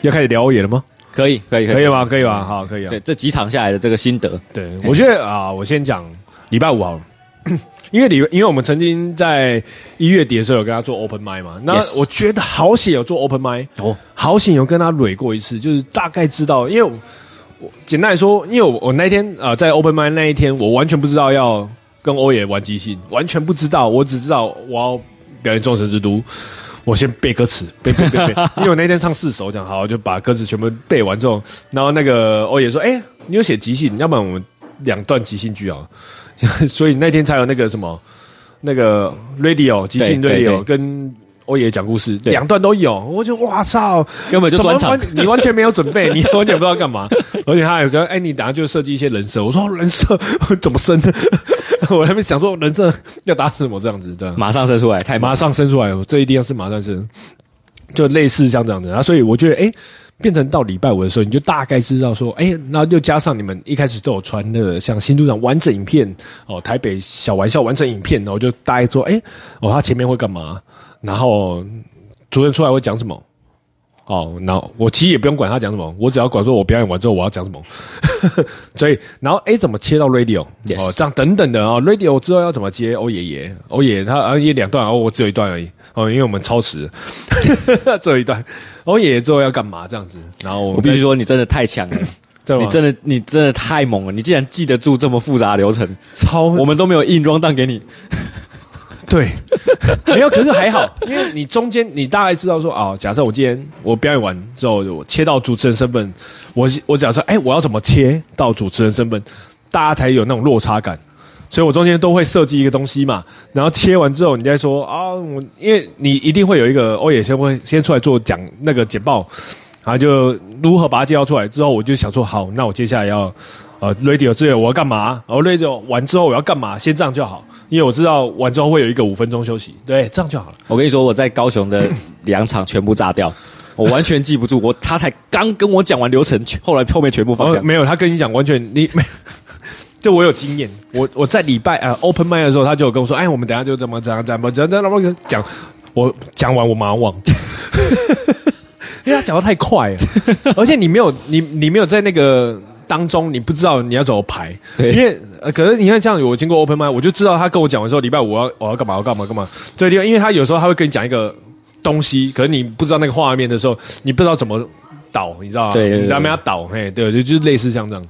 B: 要开始聊欧耶了吗？
A: 可以，可以，嗯
B: 可以哦吗？可以吧，好，可以啊。
A: 对，这几场下来的这个心得，
B: 对，我觉得啊，我先讲礼拜五好了。 因为礼，因为我们曾经在一月底的时候有跟他做 open mic 嘛，那
A: Yes
B: 我觉得好险有做 open mic，
A: 哦，
B: 好险有跟他蕊过一次，就是大概知道，因为我我简单来说，因为我我那天啊、呃在 open mic 那一天，我完全不知道要跟欧野玩即兴，完全不知道，我只知道我要表演《众神之都》，我先背歌词，背背背背， 因为我那天唱四首，讲好就把歌词全部背完之后，然后那个欧野说：“哎、你有写即兴，要不然我们两段即兴剧啊。” 所以那天才有那个什么那个 radio 即兴
A: 对对
B: radio
A: 对
B: 跟欧野讲故事，
A: 对
B: 两段都有，我就哇操，
A: 根本就
B: 怎么
A: 专场
B: 完。你完全没有准备，你完全不知道干嘛。 而且他有跟哎，你等下就设计一些人设。我说人设 怎么生？我还没想说人设要打什么这样子的，
A: 马上射出来，太
B: 马
A: 马
B: 上生出来，我这一定要是马上生，就类似像这样子啊。所以我觉得哎。变成到礼拜五的时候，你就大概知道说，哎、那又加上你们一开始都有传那个像新组长完整影片哦，台北小玩笑完整影片，然后就大概说，哎、哦，他前面会干嘛，然后主任出来会讲什么。哦，然后我其实也不用管他讲什么，我只要管说我表演完之后我要讲什么。 所以，然后 A 怎么切到 radio，、
A: Yes
B: 哦，这样等等的啊、哦、，radio 之后要怎么接？欧爷爷，欧爷他啊也两段，哦，我只有一段而已，哦，因为我们超时， 只有一段。欧爷爷之后要干嘛？这样子，然后我
A: 我
B: 们
A: 必须
B: 再
A: 说，你真的太强了，
B: 再
A: 你
B: 往
A: 真的你真的太猛了，你竟然记得住这么复杂的流程，
B: 超
A: 我们都没有硬装档给你。
B: 对，没有，可是还好，因为你中间你大概知道说啊、假设我今天我表演完之后，我切到主持人身份，我我假设哎、我要怎么切到主持人身份，大家才有那种落差感。所以我中间都会设计一个东西嘛，然后切完之后，你再说啊，我因为你一定会有一个欧也先会先出来做讲那个简报，然后就如何把它介绍出来之后，我就想说好，那我接下来要呃 radio 这个我要干嘛？然后 radio 完之后我要干嘛？先这样就好，因为我知道完之后会有一个五分钟休息，对，这样就好了。
A: 我跟你说，我在高雄的两场全部炸 掉，我完全记不住。我他才刚跟我讲完流程，后来后面全部放
B: 哦，
A: 下。
B: 没有，他跟你讲完全你没，这我有经验。我我在礼拜啊 open m i d 的时候，他就有跟我说，哎，我们等一下就怎么怎样怎么怎样怎么讲。我讲完我马上忘记，因为他讲的太快了，而且你没有你你没有在那个当中，你不知道你要怎么排。
A: 对
B: 因为、呃、可是你看这样，我经过 open m i d 我就知道他跟我讲的时候，礼拜五我要我要干嘛，我要干嘛干嘛。这个地方，因为他有时候他会跟你讲一个东西，可是你不知道那个画面的时候，你不知道怎么导，你知道吗？
A: 对对对
B: 你知道没有导，嘿，对，就就是类似像这样。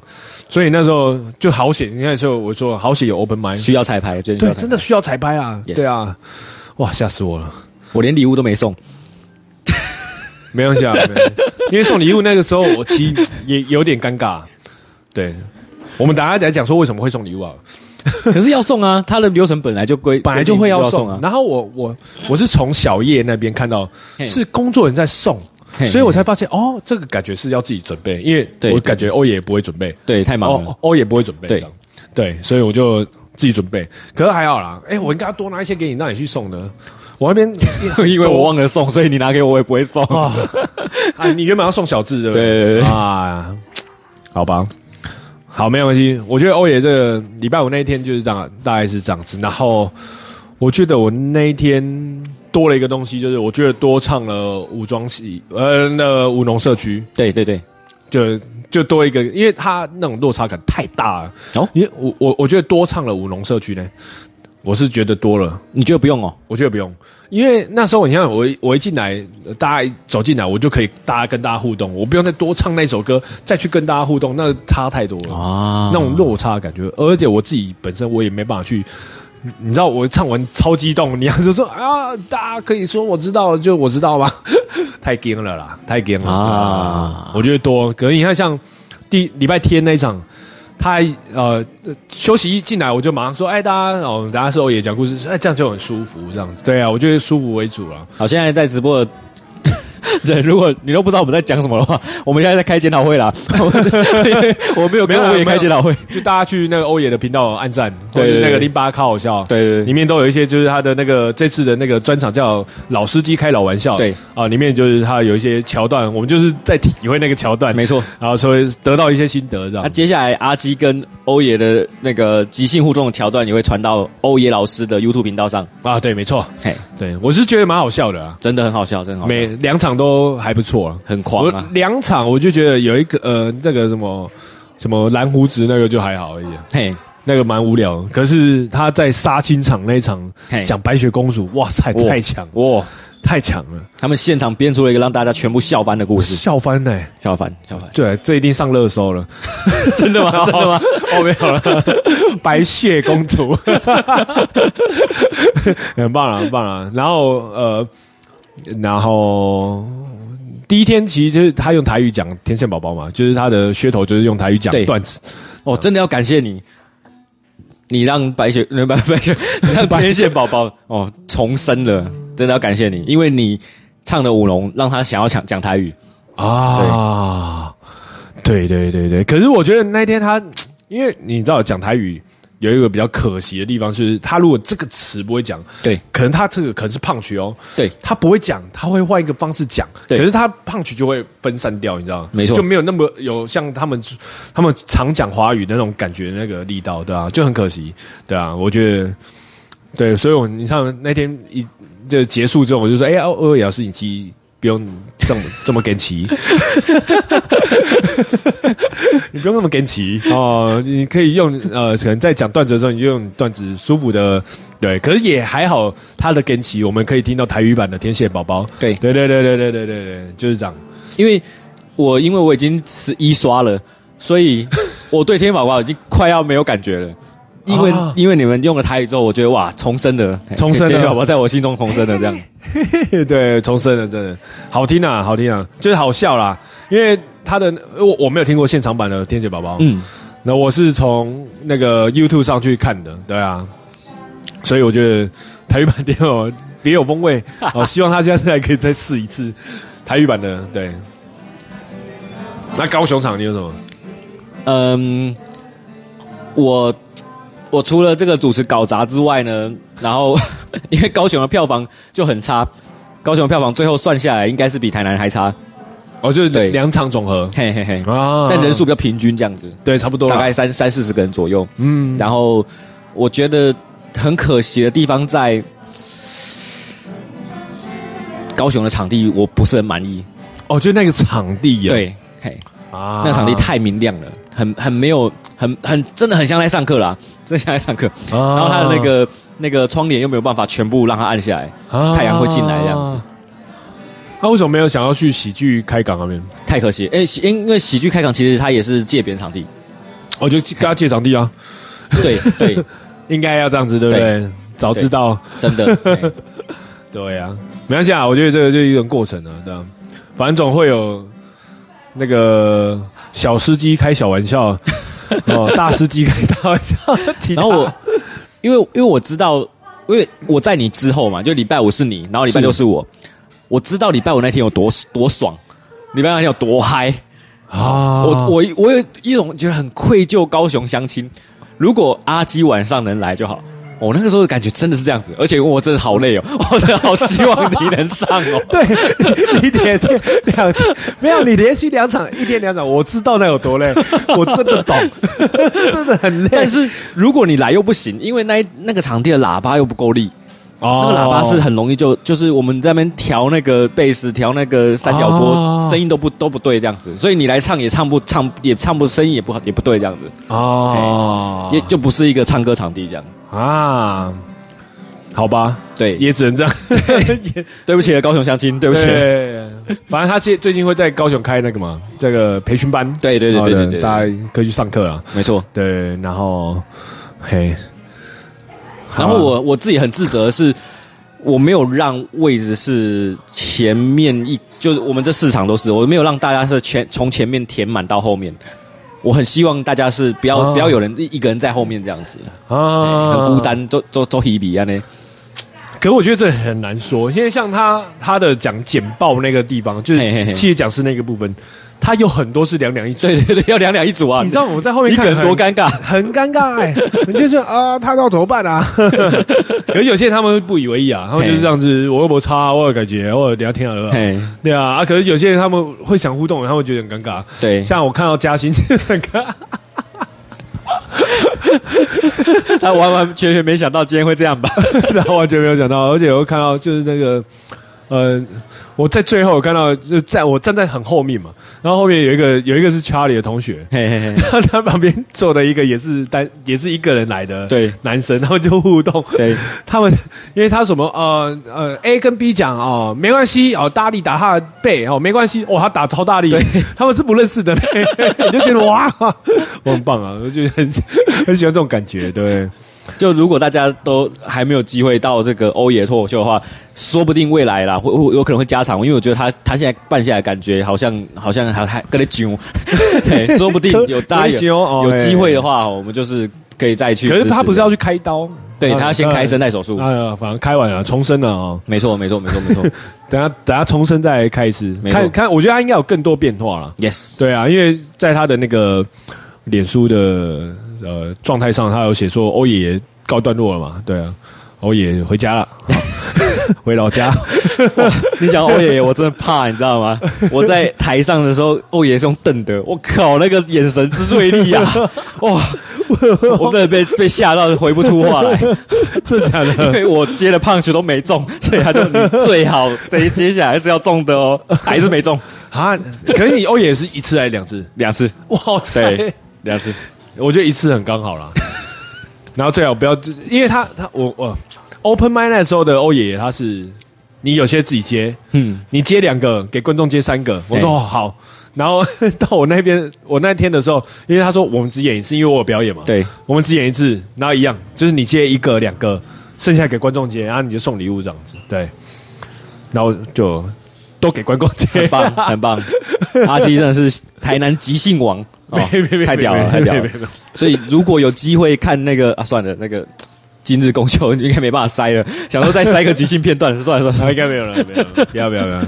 B: 所以那时候就好险，你看时候我说好险有 open m i d
A: 需要彩排，真的需
B: 对
A: 要，彩排
B: 真的需要彩排啊
A: Yes
B: 对啊，哇，吓死我了。
A: 我连礼物都没送。
B: 没关系啊，没关系因为送礼物那个时候，我其实也有点尴尬。对，我们等下来讲说为什么会送礼物啊，
A: 可是要送啊，他的流程本来就规，
B: 本来就会
A: 规定
B: 要
A: 要
B: 送。
A: 啊。
B: 然后我我我是从小叶那边看到
A: 嘿
B: 是工作人在送，
A: 嘿
B: 所以我才发现哦，这个感觉是要自己准备，因为
A: 对
B: 我感觉欧也不会准备，
A: 对，太忙了
B: 哦。欧也不会准备，
A: 对
B: 这样对，所以我就自己准备。可是还好啦，哎，我应该要多拿一些给你，让你去送的。我那边
A: 哦因为我忘了送，所以你拿给我，我也不会 送。
B: 啊啊！你原本要送小智对不
A: 哦对对对对
B: 啊，好吧，好没有关系。我觉得欧爷这个礼拜五那一天就是这样，大概是这样子。然后我觉得我那一天多了一个东西，就是我觉得多唱了武装戏，呃，那舞农社区
A: 对对对，
B: 就就多一个，因为他那种落差感太大了。
A: 哦
B: 因为我我我觉得多唱了舞农社区呢，我是觉得多了。
A: 你觉得不用哦？
B: 我觉得不用，因为那时候你看我一我一进来，呃大家一走进来，我就可以大家跟大家互动，我不用再多唱那首歌，再去跟大家互动，那差太多了，
A: 啊
B: 那种落差的感觉。而且我自己本身我也没办法去，你你知道我唱完超激动，你要就说啊，大家可以说我知道，就我知道吧， 太惊了啦，太惊了
A: 啊
B: 我觉得多，可能你看像第礼拜天那一场。他呃休息一进来，我就马上说：“哎，大家哦，大家是欧爷讲故事，哎，这样就很舒服，这样子。”对啊，我觉得舒服为主啊。
A: 好，现在在直播的 人，如果你都不知道我们在讲什么的话，我们现在在开检讨会 啦。我们我没有
B: 没
A: 跟
B: 有啦
A: 我也开检讨会。
B: 就大家去那个欧爷的频道按赞，
A: 对
B: 或者
A: 对
B: 那个
A: 对
B: 零八靠好笑，
A: 对对对
B: 里面都有一些就是他的那个这次的那个专场叫“老司机开老玩笑”，
A: 对
B: 啊，里面就是他有一些桥段，我们就是在体会那个桥 段，
A: 没错。
B: 然后所以得到一些心得，这
A: 那
B: 样。
A: 啊接下来阿基跟欧爷的那个即兴互动的桥段，也会传到欧爷老师的 YouTube 频道上。
B: 啊，对，没错，
A: 嘿，
B: 对我是觉得蛮好笑的啊，
A: 真的很好笑，真的很好
B: 每
A: 笑，
B: 两场都还不错啊。
A: 很狂
B: 我
A: 啊！
B: 两场我就觉得有一个呃，那个什么什么蓝胡子那个就还好一点，
A: 嘿，
B: 那个蛮无聊的。可是他在杀青场那一场
A: 嘿
B: 讲白雪公主，哇塞，
A: 哇
B: 太强
A: 哇！
B: 太强了，
A: 他们现场编出了一个让大家全部笑翻的故事，
B: 笑翻欸呢、
A: 笑翻，笑翻，
B: 对，这一定上热搜了，
A: 真的 吗？真的吗？
B: 哦，没 有了，白雪公主， 很棒了，啊很棒了。然后呃，然后第一天其实就是他用台语讲《天线宝宝》嘛，就是他的噱头就是用台语讲
A: 对
B: 段子，
A: 哦，真的要感谢你，你让白雪， 呃不白雪，你让天线宝宝哦重生了，真的要感谢你，因为你唱的舞龙让他想要讲讲台语，
B: 啊，对对对对，可是我觉得那天他，因为你知道讲台语有一个比较可惜的地方，就是他如果这个词不会讲，
A: 对
B: 可能他这个可能是胖曲哦，
A: 对
B: 他不会讲，他会换一个方式讲，可
A: 对
B: 是他胖曲就会分散掉，你知道吗？
A: 没错
B: 就没有那么有像他们他们常讲华语的那种感觉那个力道，对啊，就很可惜，对啊，我觉得。对，所以我你像那天一就结束之后，我就说，哎、呀，欧欧也要是你机不用这么这么跟齐， 你不用那么跟齐哦，你可以用呃，可能在讲段子的时候，你就用段子舒服的，对，可是也还好，他的跟齐我们可以听到台语版的天线宝宝，
A: 对
B: 对对对对对对对对，就是这样，
A: 因为我因为我已经十一刷了，所 以我对天线宝宝已经快要没有感觉了。因为、
B: 啊
A: 因为你们用了台语之后，我觉得哇，重生了，
B: 重生了
A: 天线宝宝在我心中重生了，这样
B: 对，重生了，真的好听啊，好听啊，就是好笑啦，因为他的我我没有听过现场版的天线宝宝，
A: 嗯，
B: 那我是从那个 YouTube 上去看的，对啊，所以我觉得台语版别有别有 风味，哦，希望他下次还可以再试一次台语版的，对。那高雄场你有什么？
A: 嗯，我我除了这个主持搞砸之外呢，然后 因为高雄的票房就很差，高雄的票房最后算下来应该是比台南还差，
B: 哦，就是
A: 对
B: 两场总和
A: 嘿嘿嘿，
B: 啊
A: 但人数比较平均这样子，
B: 对啊差不多啦，
A: 大概三三四十个人左右。
B: 嗯，
A: 然后我觉得很可惜的地方在高雄的场地，我不是很满意。
B: 哦，就那个场地呀，
A: 对，嘿，
B: 啊
A: 那个场地太明亮了，很很没有，很很真的很像在上课啦，真的像在上课。
B: 啊
A: 然后它的那个那个窗帘又没有办法全部让它按下来，
B: 啊
A: 太阳会进来这样子。
B: 那、为什么没有想要去喜剧开港那边？
A: 太可惜。哎，喜因为喜剧开港其实它也是借别人场地，
B: 我哦就跟他借场地啊，
A: 对对，
B: 应该要这样子，对不对？早知道，
A: 真的。嘿
B: 对啊，没关系啊，我觉得这个就是一种过程啊，对啊，反正总会有那个小司机开小 玩笑，哦，大司机开大玩笑，其他
A: 然后我，因为因为我知道，因为我在你之后嘛，就礼拜五是你，然后礼拜六是我，我知道礼拜五那天有多多爽，礼拜六那天有多嗨。
B: 啊，
A: 我我我有一种觉得很愧疚，高雄相亲，如果阿基晚上能来就好。我、那个时候的感觉真的是这样子，而且我真的好累哦， 我真的好希望你能上哦。
B: 对你你连续两没有你连续两场一天两场，我知道那有多累，我真的懂， 真的很累。
A: 但是如果你来又不行，因为那一那个场地的喇叭又不够力，
B: 哦
A: 那个喇叭是很容易就就是我们在那边调那个贝斯，调那个三角波，
B: 哦
A: 声音都不都不对这样子，所以你来唱也唱不唱也唱不声音也不好也不对这样子，
B: 哦，
A: 也就不是一个唱歌场地这样。
B: 啊，好吧，
A: 对，
B: 也只能这样。
A: 对不起了，高雄相亲，对不起。
B: 对，反正他最最近会在高雄开那个嘛，这个培训班。
A: 对对对
B: 好
A: 对
B: 的
A: 对对，
B: 哦大家可以去上课啊。
A: 没错。
B: 对，然后嘿，
A: 然后我我自己很自责的是，我没有让位置是前面一，就是我们这四场都是，我没有让大家是前从前面填满到后面。我很希望大家是不要、
B: 哦
A: 不要有人一一个人在后面这样子，
B: 好啊
A: 很孤。单，都都都一比啊呢。
B: 可我觉得这很难说，因为像他他的讲简报那个地方，就
A: 嘿嘿嘿
B: 是企业讲师那个部分，他有很多是两两一组。
A: 对对对，要两两一组啊！
B: 你知道我在后面
A: 一
B: 看
A: 个人
B: 很
A: 多尴尬？
B: 很尴尬哎、你就是啊，他要怎么 办啊？可是有些人他们会不以为意啊，他们就是这样子，我又没差，我有感觉，我有聊天啊，对吧
A: 嘿，
B: 对啊啊！可是有些人他们会想互动，他们觉得很尴尬。
A: 对，
B: 像我看到嘉欣， 很尴尬
A: 他完完全全没想到今天会这样吧？
B: 然后完全没有想到，而且我看到就是那个，呃，我在最后有看到，就在我站在很后面嘛，然后后面有一个有一个是 Charlie 的同学，
A: 嘿嘿嘿，
B: 然后他旁边坐的一个也是单也是一个人来的
A: 对
B: 男生，他们就互动，
A: 对，
B: 他们因为他什么呃呃 A 跟 B 讲哦没关系哦大力打他的背哦没关系哦他打超大力，他们是不认识的， 你就觉得哇 我很棒啊，我就很很喜欢这种感觉，对
A: 就如果大家都还没有机会到这个欧爷脱口秀的话，说不定未来啦，会会有可能会加长，因为我觉得他他现在办下来感觉好像好像还还跟你 讲，对，说不定有大家
B: 跟你讲
A: 有
B: 哦
A: 有机会的话，我们就是可以再去支
B: 可
A: 持。
B: 是他不是要去开刀，
A: 对
B: 啊
A: 他要先开声带手术
B: 哎呀，反正开完了重生了哦，
A: 没错没错没错没 错
B: 等下等下重生再开一次，
A: 没错
B: 看看我觉得他应该有更多变化了。
A: ，yes，
B: 对啊，因为在他的那个脸书的呃状态上，他有写说欧爷告段落了嘛？对啊，欧爷回 家了，回老家。
A: 你讲欧爷，我真的怕，你知道 吗？我在台上的时候，欧爷是用瞪的，我靠，那个眼神之锐利 啊！哇，我真的被被吓到回不出 话来，
B: 真的假
A: 因
B: 的？
A: 为我接的胖 u 都没中，所以他就你最好这一接下来是要中的 哦，还是没中
B: 啊？可是你欧爷是一次还是两次？
A: 两次，
B: 哇
A: 对，两次，
B: 我觉得一次很刚好 啦。然后最好不要，就是因为他他我我 open m i d 那时候的欧爷爷他是，你有些自己接，
A: 嗯，
B: 你接两个，给观众接三个。我说、
A: 对
B: 哦、好，然后 到我那边，我那天的时候，因为他说我们只演一次，因为我有表演嘛，，
A: 对，
B: 我们只演一次，然后一样，就是你接一个两个，剩下给观众接，然后你就送礼物这样子，对，然后就都给观众接
A: 很，棒，很棒，阿基真的是台南即兴王，哦
B: 没没没，
A: 太屌
B: 没
A: 了，
B: 没
A: 太屌
B: 没
A: 了
B: 没没没！
A: 所以如果有机会看那个啊，算了，那个今日公休 应该没办法塞了，想说再塞个即兴片段， 算了算
B: 他
A: 了
B: 应该没有了，没有了，不要不要不 要！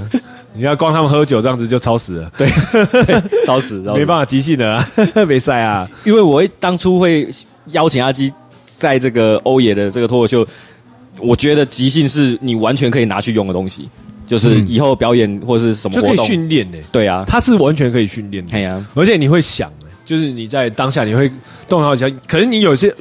B: 你要光他们喝酒这样子就超时了，
A: 算了，对，找死，法，
B: 没办法即兴的啊， 没赛啊，
A: 因为我会当初会邀请阿基在这个欧野的这个脱口秀，我觉得即兴是你完全可以拿去用的东西，就是以后表演或是什么
B: 嗯就可
A: 活
B: 以
A: 动，
B: 训练的，
A: 对 啊，
B: 他是完全可以训练的
A: 哎，呀，
B: 而且你会想，欸就是你在当下你会动脑筋，可是你有些。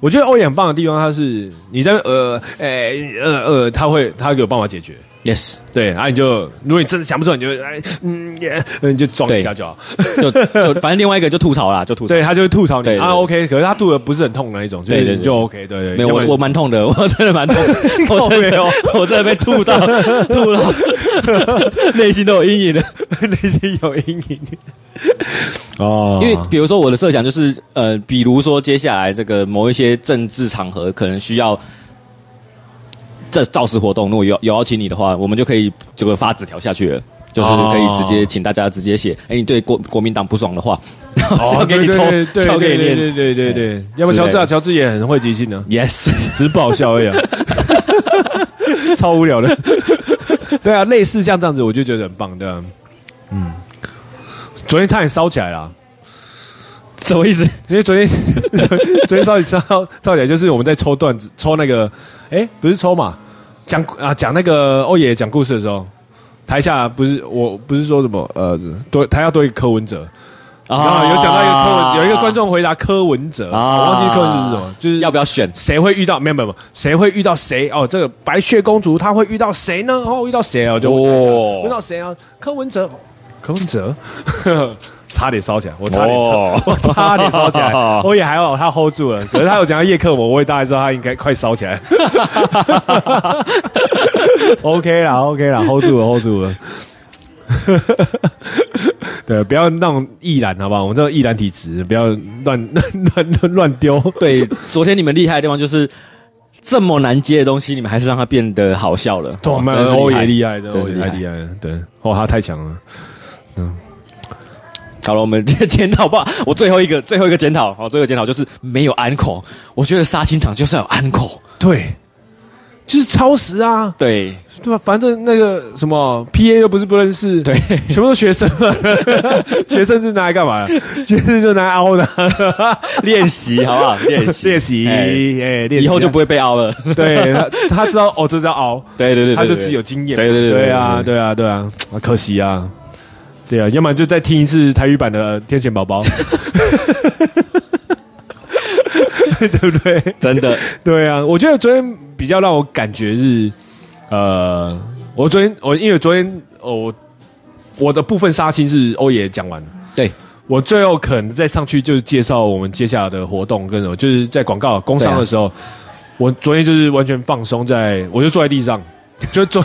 B: 我觉得欧也很棒的地方，他是你在呃，哎、呃呃，他会他有办法解决，
A: ，yes，
B: 对，啊然后你就如果你真的想不出来，你就哎嗯，耶你就装一下就好，
A: 就就反正另外一个就吐槽啦，就吐槽。
B: 对他就会吐槽你
A: 对对
B: 啊
A: 对
B: ，OK，可是他吐的不是很痛的那一种，就
A: 对对
B: 是
A: 对
B: 就 OK，对对，
A: 没有
B: 要不
A: 我
B: 然
A: 我蛮痛的， 我真的蛮痛 的，我真的 我真的被吐到吐到，内心都有阴影的。
B: 内心有阴影。哦
A: 因为比如说我的设想就是，呃，比如说接下来这个某一些政治场合可能需要这造势活动，如果有有邀请你的话，我们就可以这个发纸条下去了。就是可以直接
B: 哦
A: 请大家直接写，哎、你对国国民党不爽的话，然后
B: 哦
A: 交给你抽
B: 对，对
A: 交给你
B: 对
A: 念
B: 对对对对，要不
A: 之类
B: 乔
A: 的
B: 治啊，乔治也很会即兴呢，啊
A: ，yes，
B: 只是不好笑而已啊， 超无聊的。对啊，类似像这样子，我就觉得很棒的。嗯，昨天差点烧起来了啊。
A: 什么意思？
B: 因为昨天 昨天少起少少起来，就是我们在抽段子，抽那个，哎、不是抽嘛，讲啊讲那个欧爷讲故事的时候，台下不是我不是说什么呃多台下多一个柯文哲，
A: 啊
B: 然后有讲到一个柯文，有一个观众回答柯文哲，
A: 啊
B: 我忘记柯文哲是什么，就是
A: 要不要选？
B: 谁会遇到没有没有没有谁会遇到谁哦，这个白雪公主她会遇到谁呢？哦，遇到谁啊？我就问台下
A: 哦
B: 遇到谁啊？柯文哲。柯文哲， 差点烧起来，我差点差
A: 哦
B: 我差点烧起来，我也还好，他 hold 住了。可是他有讲到叶克膜，我也大概知道他应该快烧起来。OK 啦，OK 啦，hold 住了，hold 住了。对，不要那种易燃，好不好？我们这种易燃体质，不要乱 乱乱乱丢。
A: 对，昨天你们厉害的地方就是这么难接的东西，你们还是让它变得好笑了。
B: 哇，
A: 啊真是厉
B: 欧哦也
A: 害
B: 厉害，真
A: 真是
B: 的
A: 厉
B: 太
A: 害
B: 厉害了。对，哇，他太强了。
A: 好了，我们检讨吧。我最后一个，最后一个检讨，好，最后一个检讨就是没有安口。我觉得杀青场就是要有安口。
B: 对，就是超时啊，
A: 对
B: 对吧？反正那个什么 P A 又不是不认识，
A: 对，
B: 全部都学 生嘛，学生是拿来干嘛的？学生就拿来凹的，
A: 练习好不好？练习，
B: 练习，
A: 哎
B: 哎，练习
A: 以后就不会被凹了。
B: 对他，他知道哦，这叫凹，
A: 对对对对，
B: 他就
A: 对
B: 自己有经验嘛，
A: 对对对对
B: 对啊，对啊，对啊，啊可惜啊，对啊，要么就再听一次台语版的《天选宝宝》，对不对？
A: 真的
B: 对啊，我觉得昨天比较让我感觉是，呃，我昨天我因为昨天哦，我我的部分杀青是欧爷讲完了，
A: 对
B: 我最后可能再上去就是介绍我们接下来的活动跟什么，就是在广告工商的时候，我昨天就是完全放松在，我就坐在地上，就坐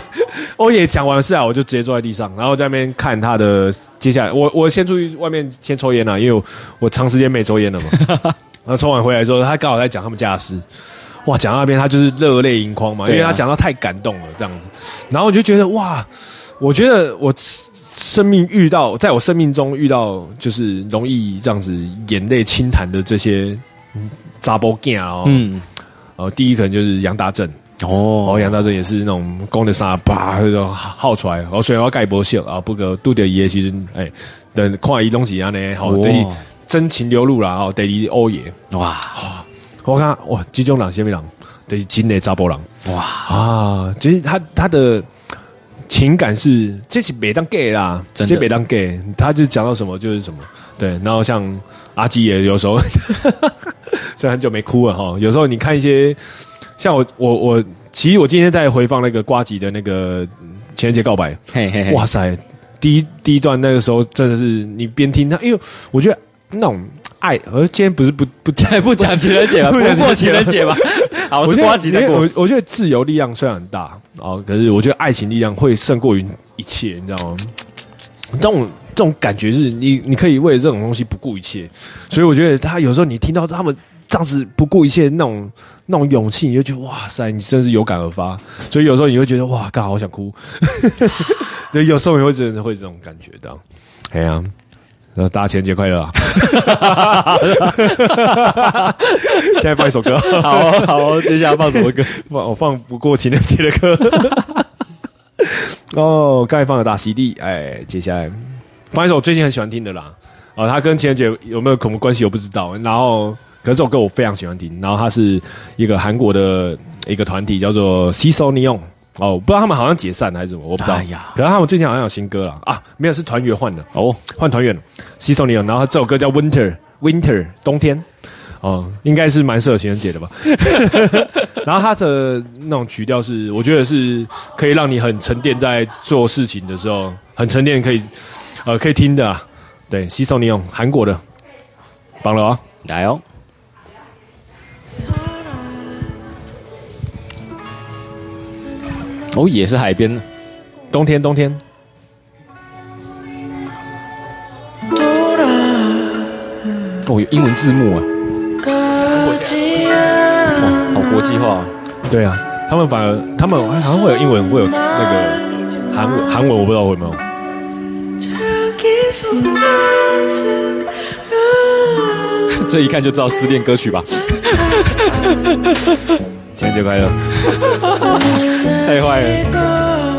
B: 欧爷讲完事啊，我就直接坐在地上，然后在那边看他的接下来，我我先出去外面先抽烟了、啊因为我我长时间没抽 烟了嘛，然后抽完回来之后，他刚好在讲他们家的事。哇，讲到那边他就是热泪盈眶嘛，因
A: 对啊
B: 为他讲到太感动了这样子，然后我就觉得哇，我觉得我生命遇到，在我生命中遇到就是容易这样子眼泪轻弹的这些杂波 g 哦，嗯，
A: 嗯，
B: 呃，第一可能就是杨大正，
A: 哦
B: 哦，杨大正也是那种攻的沙啪那种耗出来，哦，虽然我盖波秀啊，不过拄着伊的时阵，哎、等看伊拢是安尼，吼、哦，
A: 哇
B: 等于真情流露啦，吼、哦，等于欧耶，
A: 哇
B: 我看哇，这种人什么人？等于真的查甫人。
A: 哇，
B: 啊，其实他他的情感是这是北当 gay 啦，
A: 真的
B: 这北当 gay，他就讲到什么就是什么，对。然后像阿基也有时候， 虽然很久没哭了哈，有时候你看一些像我我我，其实我今天在回放那个瓜吉的那个情人节告白，
A: 嘿嘿嘿，
B: 哇塞，第一第一段那个时候真的是你边听他，因为我觉得那种爱，而今天不是不 不讲
A: 再不讲情人节吧，
B: 不 讲
A: 不过情人节吧。 好，我
B: 觉
A: 是
B: 得
A: 瓜吉在
B: 因为
A: 过。
B: 我我觉得自由力量虽然很大哦，可是我觉得爱情力量会胜过于一切，你知道吗？这种这种感觉是你你可以为了这种东西不顾一切，所以我觉得他有时候你听到他们这样子不顾一切那种那种勇气，你就觉得哇塞，你真是有感而发。所以有时候你会觉得哇，干好 想哭。对，有时候你会真的会这种感觉到。哎呀、呃，大家情人节快乐啊！ 现在放一首歌，
A: 好哦好哦，接下来放什么歌？
B: 放我放不过情人节的歌。哦，刚才放了大溪地，哎，接下来放一首我最近很喜欢听的啦。哦，它跟情人节有没有什么关系我不知道。然后，可是这首歌我非常喜欢听。然后它是一个韩国的一个团体叫做 s i s o n i o n 哦，不知道他们好像解散了还是什么，我不知道。
A: 哎呀
B: 可是他们最近好像有新歌了啊，没有是团员换的
A: 哦，
B: 换团员了 s i s o n i o n 然后这首歌叫 Winter Winter 冬天。哦，应该是蛮适合情人节的吧。 然后它的那种曲调是，我觉得是可以让你很沉淀在做事情的时候，很沉淀可以，呃，可以听的、啊。对，西索尼用韩国的，棒了啊！
A: 来哦，
D: 사랑
A: 哦，也是海边的，
B: 冬天，冬天，
D: 돌아가지
A: 哦，有英文字幕啊，好国际化哦。
B: 对啊，他们反而他们好像会有英文，会有那个韩文，韩文我不知道有没有。
D: 자기 손안쓰
A: 这一看就知道失恋歌曲吧？
B: 情人节快乐！
A: 太坏了，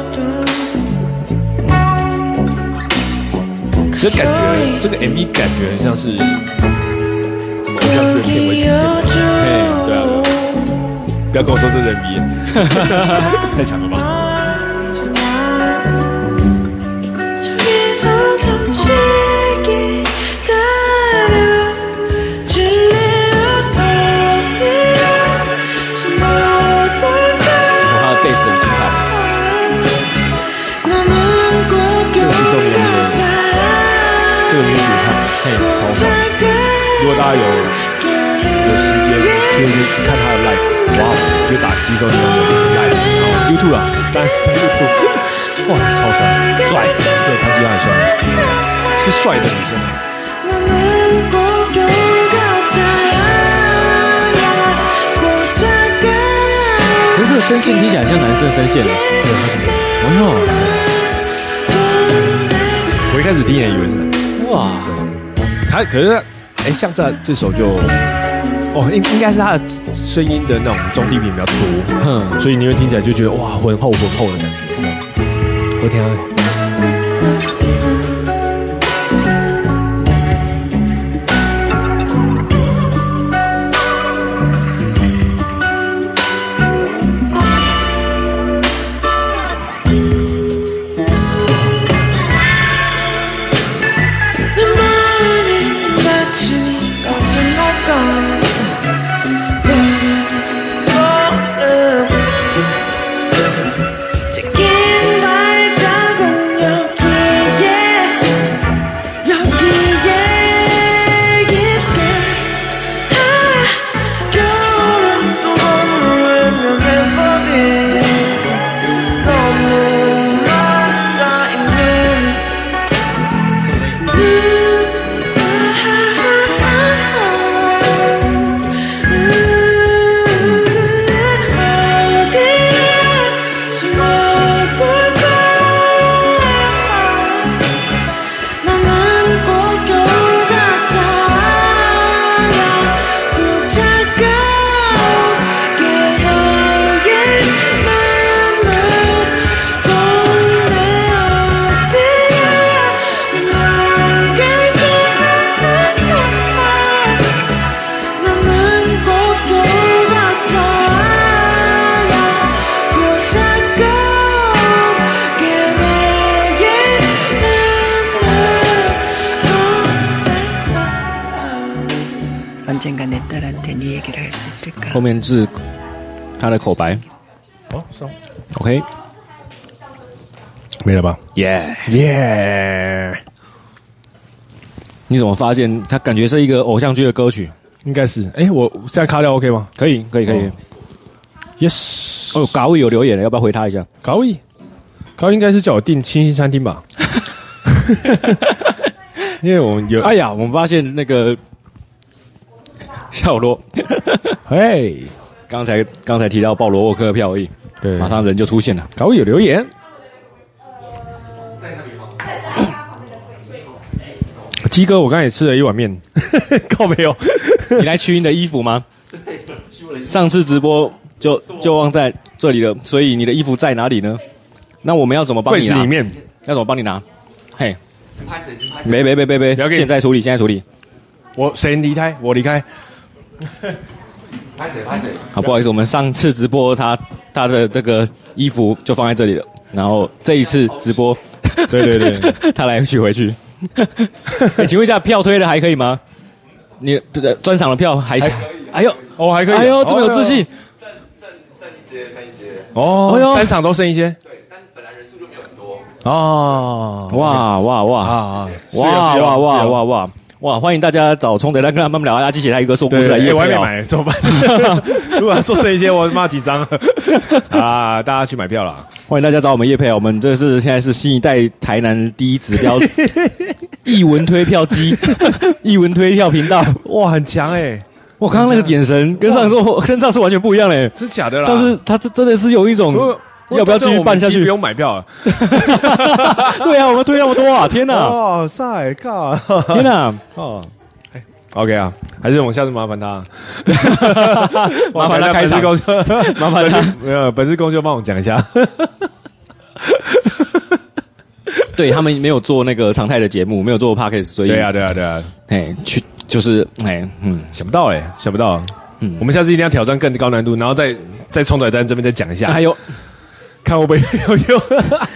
B: 这感觉，这个 MV 感觉很像是什么偶像剧的片尾曲。嘿，对啊，不要跟我说这是 MV，太 强了吧！
D: 저기서 잠시 기다려 줄래요 어디로 숨어볼까
A: 他的贝斯很精
E: 그
A: 彩，
D: 너는 꼭 여기
E: 그
D: 가자
B: 这个女主唱，嘿，超棒！
D: 잘
B: 如果大家有
E: 그
B: 有时间去去看他的 live，哇，就打吸收你的 live，然后 YouTube 啊，但是 YouTube，哇，超帅，帅，对，弹吉他很帅，是帅的女生啊。
D: 너는 꼭 여기 가자 고작은
A: 可是这个声线听起来像男生声线哦。哎
B: 我一开始听也以为是男的，
A: 呦，哇，
B: 他可是，哎，像这这首就，哦，应应该是他的声音的那种中低频比较多，
A: 哼，
B: 所以你会听起来就觉得哇，浑厚浑厚的感觉。我天啊！
D: 내 마음이 마치 꺼진 날까 내린 걸음 제긴 발자국 여기에 여기에 깊게 아 겨울은 또 머무르는 왼발이 너무 막싸있는
E: à? 언젠가 내 딸한테 네 얘기를 할 수 있을까?
A: 后面是他的口白
B: 哦，上
A: ，OK，
B: 没了吧？
A: 耶、
B: 耶，
A: 你怎么发现他感觉是一个偶像剧的歌曲？
B: 应该是。哎，我现在卡掉 OK 吗
A: 可以，可以，可以。
B: 哦？Yes。
A: 哦，嘎位有留言了，要不要回他一下？
B: 高一，高一应该是叫我订清新餐厅 吧，因为我们 有
A: 哎呀，我们发现那个小 罗，
B: 哎，
A: 刚才刚才提到鲍罗沃克的票而已，
B: 对，
A: 马上人就出现了。
B: 高一有留言，鸡哥，我刚才也吃了一碗面， 靠哦没 有？
A: 你来取你的衣服吗？上次直播就就忘在这里了，所以你的衣服在哪里呢？那我们要怎么帮
B: 柜
A: 你
B: 子
A: 拿？
B: 里面
A: 要怎么帮你拿？嘿，没没没没
B: 不要
A: 没，
B: 给你
A: 现在处理，现在处理。
B: 我谁离开？我离开。
A: 好，啊不好意思，我们上次直播他他的这个衣服就放在这里了，然后这一次直播，
B: 对对 对，
A: 他来取回 去。欸请问一下，票推的还可以吗？你不是专场的票还行？哎呦，
B: 哦，还可以。
A: 哎呦，这么有自信！
B: 哦
A: 哎呦
B: 三场都剩一些。哦，
A: 哇哇
B: 啊
A: 哇
B: 啊！是有
A: 哇
B: 是有
A: 哇哇
B: 是有
A: 哇
B: 啊
A: 哇哇！欢迎大家找冲的来跟他们聊阿基写他一个说故
B: 对哎
A: 事来夜
B: 对，外
A: 配
B: 面
A: 哦。
B: 买怎 么办？如果要做剩一些，我妈紧 张了啊！大家去买票啦！
A: 欢迎大家找我们叶配哦，我们这是现在是新一代台南第一指 标译文推票机，译文推票频道。
B: 哇，很强哎，
A: 我刚刚那个眼神跟上次我跟上次完全不一样嘞，
B: 真假的啦？
A: 上次他这真的是有一种
B: 如果
A: 要不要继续办下去
B: 嗯不用买票了。
A: 对啊，我们推那么多 啊，天哪，
B: 哦，塞靠！
A: 天 哪，
B: 哦。哎 OK 啊，还是我下次麻 烦他，
A: 麻烦他开场
B: 本次公司，
A: 麻烦他。
B: 没有，本次公司帮我们讲一下。
A: 对
B: 啊
A: 他们没有做那个常态的节目，没有做 podcast，所以
B: 对啊，，对啊，对啊，
A: 哎，去就是哎，嗯，
B: 想不到哎，想不到。
A: 嗯
B: 嗯，我们下次一定要挑战更高难度，然后再再冲转单这边再讲一下，
A: 还有
B: 看会不会 有用。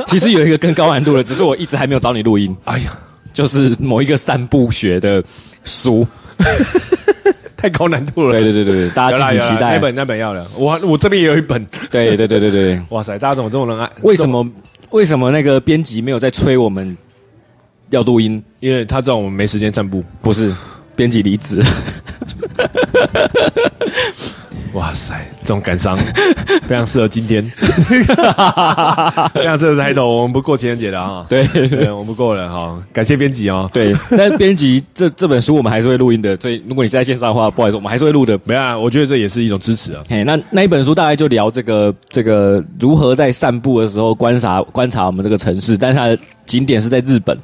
A: 其实有一个更高难度的，只是我一直还没有找你录音，
B: 哎呀，
A: 就是某一个散步学的书。
B: 太高难度了。
A: 对对对对对，大
B: 有啦
A: 家敬
B: 有
A: 请
B: 啦
A: 期待
B: 那。本那本要了，我我这边也有一本。
A: 对对对对 对，
B: 哇塞，大家怎么这么能爱？
A: 为什？么为什么那个编辑没有在催我们要录音？
B: 因为他知道我们没时间散步。
A: 不是，编辑离 职了。
B: 哇塞，这种感 伤非常适合今天，非常适合开头。我们不过情人节的啊，
A: 对
B: 对，我们不过了哈。感谢编辑哦。
A: 对，但编辑这这本书我们还是会录音的，所以如果你是在线上的话，不好意思，我们还是会录的。
B: 没啊，我觉得这也是一种支持啊。
A: 嘿，那那一本书大概就聊这个这个如何在散步的时候观察观察我们这个城市，但是它的景点是在日本，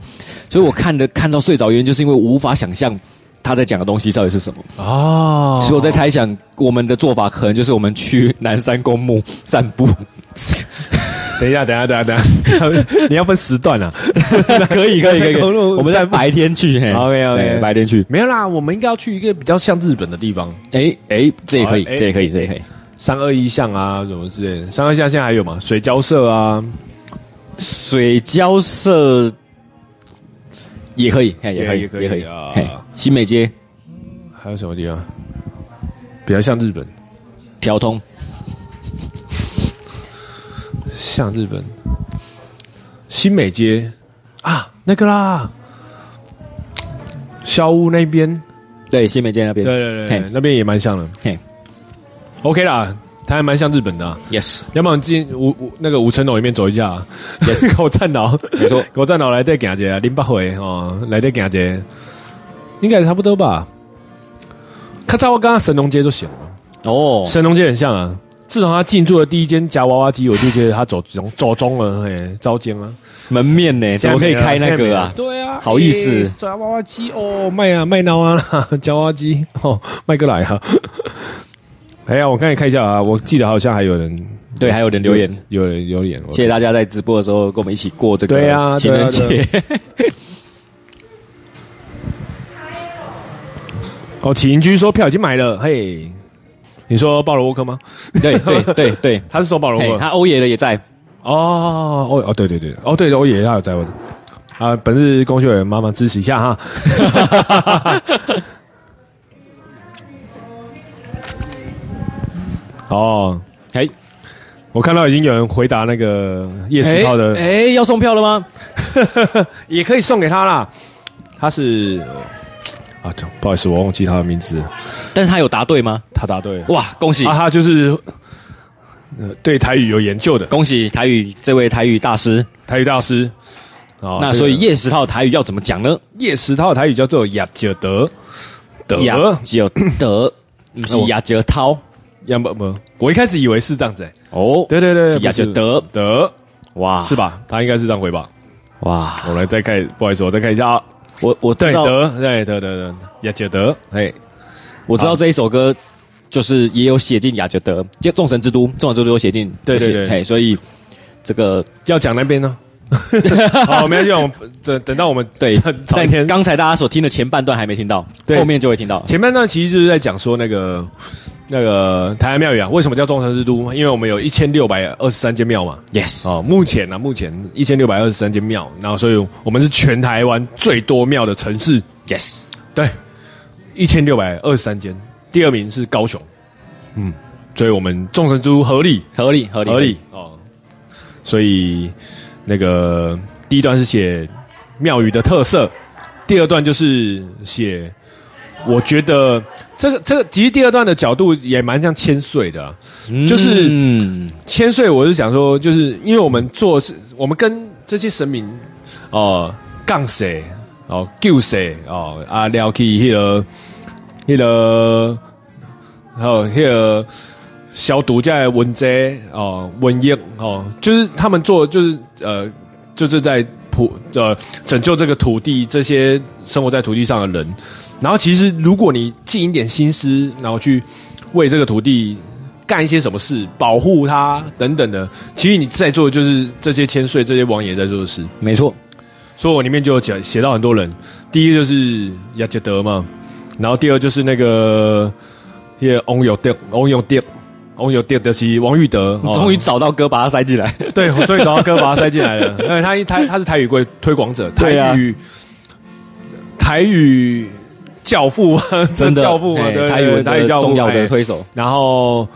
A: 所以我看的看到睡着，原因就是因为我无法想象他在讲的东西到底是什么，
B: 哦，
A: 所以我在猜想我们的做法可能就是我们去南山公墓散 步，
B: 等一下，等一下，等一下，等一下， 你要分时段啊。
A: 可以可以可以，
B: 公路
A: 我们在白天去，嘿
B: OK，OK
A: 对白天去，
B: 没有啦，我们应该要去一个比较像日本的地方，
A: 哎哎，这也可以，
B: 哎哎
A: 这也可以，这也可以，
B: 三二一巷啊，什么之类的。三二一巷现在还有吗？水交社啊，
A: 水交社也可以，嘿也可以
B: 也可以
A: 也可以
B: 啊，
A: 嘿新美街
B: 还有什么地方比较像日本？
A: 调通。
B: 像日本新美街啊，那个啦，小屋那边，
A: 对，新美街那
B: 对
A: 边。
B: 对对
A: 嘿，
B: 那边也蛮像的。
A: 嘿
B: OK 啦，它还蛮像日本的啊、
A: ，yes，
B: 要不然进五五那个五层楼里面走一下、啊，也是 口站脑，
A: 没错，
B: 口站脑来再行一下，零八回哦，来再行一下，应该也差不多吧。看在我刚刚神农街就行了。
A: 哦，
B: 神农街很像啊。自从他进驻了第一间夹娃娃机，我就觉得他走中走中了，嘿，招奸啊！
A: 门面呢，怎么可以开那
B: 现在没
A: 个
B: 了
A: 啊？
B: 对啊，
A: 好意思
B: 诶夹娃娃机哦，卖啊卖孬啊 啦，夹娃娃机哦，卖过来啊！ 哎呀，我刚才看一下啊，我记得好像还有人
A: 对，还有人留言，，
B: 有人留言，我
A: 谢谢大家在直播的时候跟我们一起过这
B: 对啊
A: 个情人
B: 对
A: 节
B: 啊。哦，起居说票已经买了，嘿，你说鲍罗沃克吗？啊
A: 对 对对对，
B: 他是说鲍罗沃
A: 嘿
B: 克，
A: 他欧爷的也在，
B: 哦哦哦，对对对，哦对，我也要有在问啊。本日公休人麻烦支持一下哈。哦，
A: 哎，
B: 我看到已经有人回答那个叶十号的，
A: 哎，哎要送票了吗？
B: 也可以送给他啦。他是啊，对不好意思，我忘记他的名字了，
A: 但是他有答对吗？
B: 他答对了。
A: 哇，恭喜
B: 啊，他就是、呃、对台语有研究的
A: 恭喜台语这位台语大师。
B: 台语大师。哦
A: 那
B: 这个
A: 所以叶石涛台语要怎么讲呢？
B: 叶石涛的台语叫做亚杰德德
A: 亚九 德，不是亚九涛
B: 亚不不，我一开始以为是这样子、欸，
A: 哦，
B: 对对对，
A: 是亚
B: 杰
A: 九德，
B: 德
A: 哇，
B: 是吧？他应该是这样回吧？
A: 哇，
B: 我来再看，不好意思，我再看一下啊，
A: 我我
B: 对
A: 知道，
B: 得，对得得得，也解得，哎，
A: 我
B: 啊
A: 知道这一首歌就是也有写进雅哲德，就《众神之都》，《众神之都》有写进，
B: 对对
A: 有写
B: 对
A: 嘿，所以这个
B: 要讲那边 呢。好，哦没有用， 等等到我们，
A: 对
B: 早一
A: 但
B: 天
A: 刚才大家所听的前半段还没听到，
B: 对
A: 后面就会听到。
B: 前半段其实就是在讲说那个那个台湾庙宇啊，为什么叫众神之都？因为我们有一千六百二十三间庙嘛。
A: Yes，
B: 哦，目前呢、啊，目前一千六百二十三间庙，然后所以我们是全台湾最多庙的城市，
A: yes，
B: 对，一千六百二十三间，第二名是高雄，嗯，所以我们众神之都合理
A: 合理合理
B: 合理，哦，所以那个第一段是写庙宇的特色，第二段就是写，我觉得这个这个其实第二段的角度也蛮像千岁的啊、就是
A: 嗯
B: 千岁，我是想说，就是因为我们做事，我们跟这些神明哦杠谁哦救谁哦啊聊起那个那个还有那个消毒在文摘哦瘟疫哦，就是他们做就是呃就是在普呃拯救这个土地这些生活在土地上的人，然后其实如果你尽一点心思，然后去为这个土地干一些什么事，保护它等等的，其实你在做的就是这些千岁、这些王爷在做的事。
A: 没错，
B: 所以我里面就有写写到很多人，第一就是雅杰德嘛，然后第二就是那个也翁有德、翁有德、翁有德的是王玉德，哦
A: 终于找到歌把它塞进来。
B: 对，我终于找到歌把它塞进来 了，因为他一他他是台语归推广者，台
A: 对啊
B: 语、台语教父啊，
A: 真的
B: 教父嘛，
A: 哎
B: 对对
A: 台语
B: 对
A: 文
B: 台语
A: 的
B: 教父
A: 重要的
B: 哎
A: 推手，
B: 然后，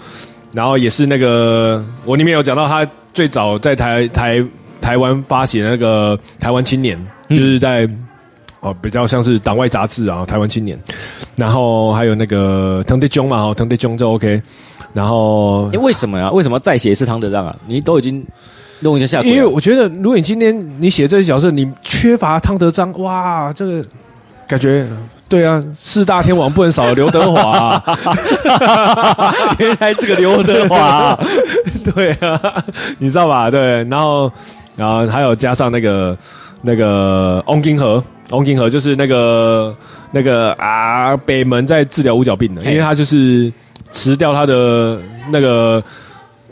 B: 然后也是那个，我里面有讲到他最早在台台台湾发行的那个《台湾青年》，就是在、哦比较像是党外杂志啊，《台湾青年》，然后还有那个腾地中嘛，哦腾地中就 OK，然后
A: 哎，为什么呀？为什么再写一次汤德让啊？你都已经弄一下下轨
B: 因
A: 了，
B: 为我觉得，如果你今天你写这些角色，你缺乏汤德章，哇，这个感觉。对啊，四大天王不能少了刘德华、
A: 原来这个刘德华，
B: 对啊，你知道吧？对，然后然后还有加上那个那个翁金河，翁金河就是那个那个啊北门在治疗五角病的，因
A: 嘿
B: 为他就是辞掉他的那个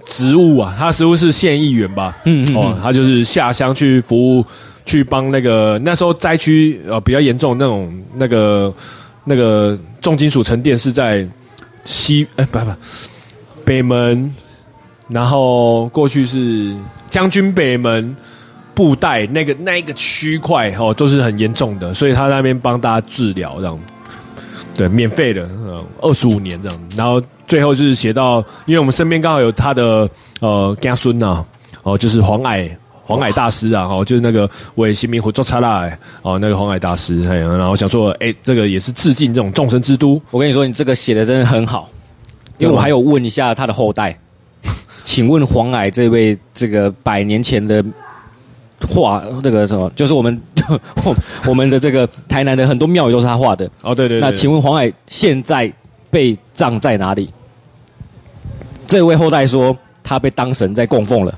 B: 职务啊，他职务是县议员吧？
A: 嗯嗯
B: 哦，他就是下乡去服务，去帮那个那时候灾区呃比较严重的那种那个那个重金属沉淀是在西哎、不不北门，然后过去是将军北门布袋那个那一个区块哦都是很严重的，所以他在那边帮大家治疗这样。对，免费的，嗯，二十五年这样，然后最后就是写到，因为我们身边刚好有他的呃家孙呐、哦，就是黄矮黄矮大师啊，哦，就是那个为新民活做差啦，哦，那个黄矮大师，嘿，然后想说，哎、这个也是致敬这种众生之都，
A: 我跟你说，你这个写的真的很好，因为我还有问一下他的后 代，请问黄矮这位这个百年前的画那个什么，就是我们 我我们的这个台南的很多庙宇都是他画的。
B: 哦，对对对，
A: 那请
B: 问
A: 问黄矮现在被葬在哪里？这位后代说他被当神在供奉了，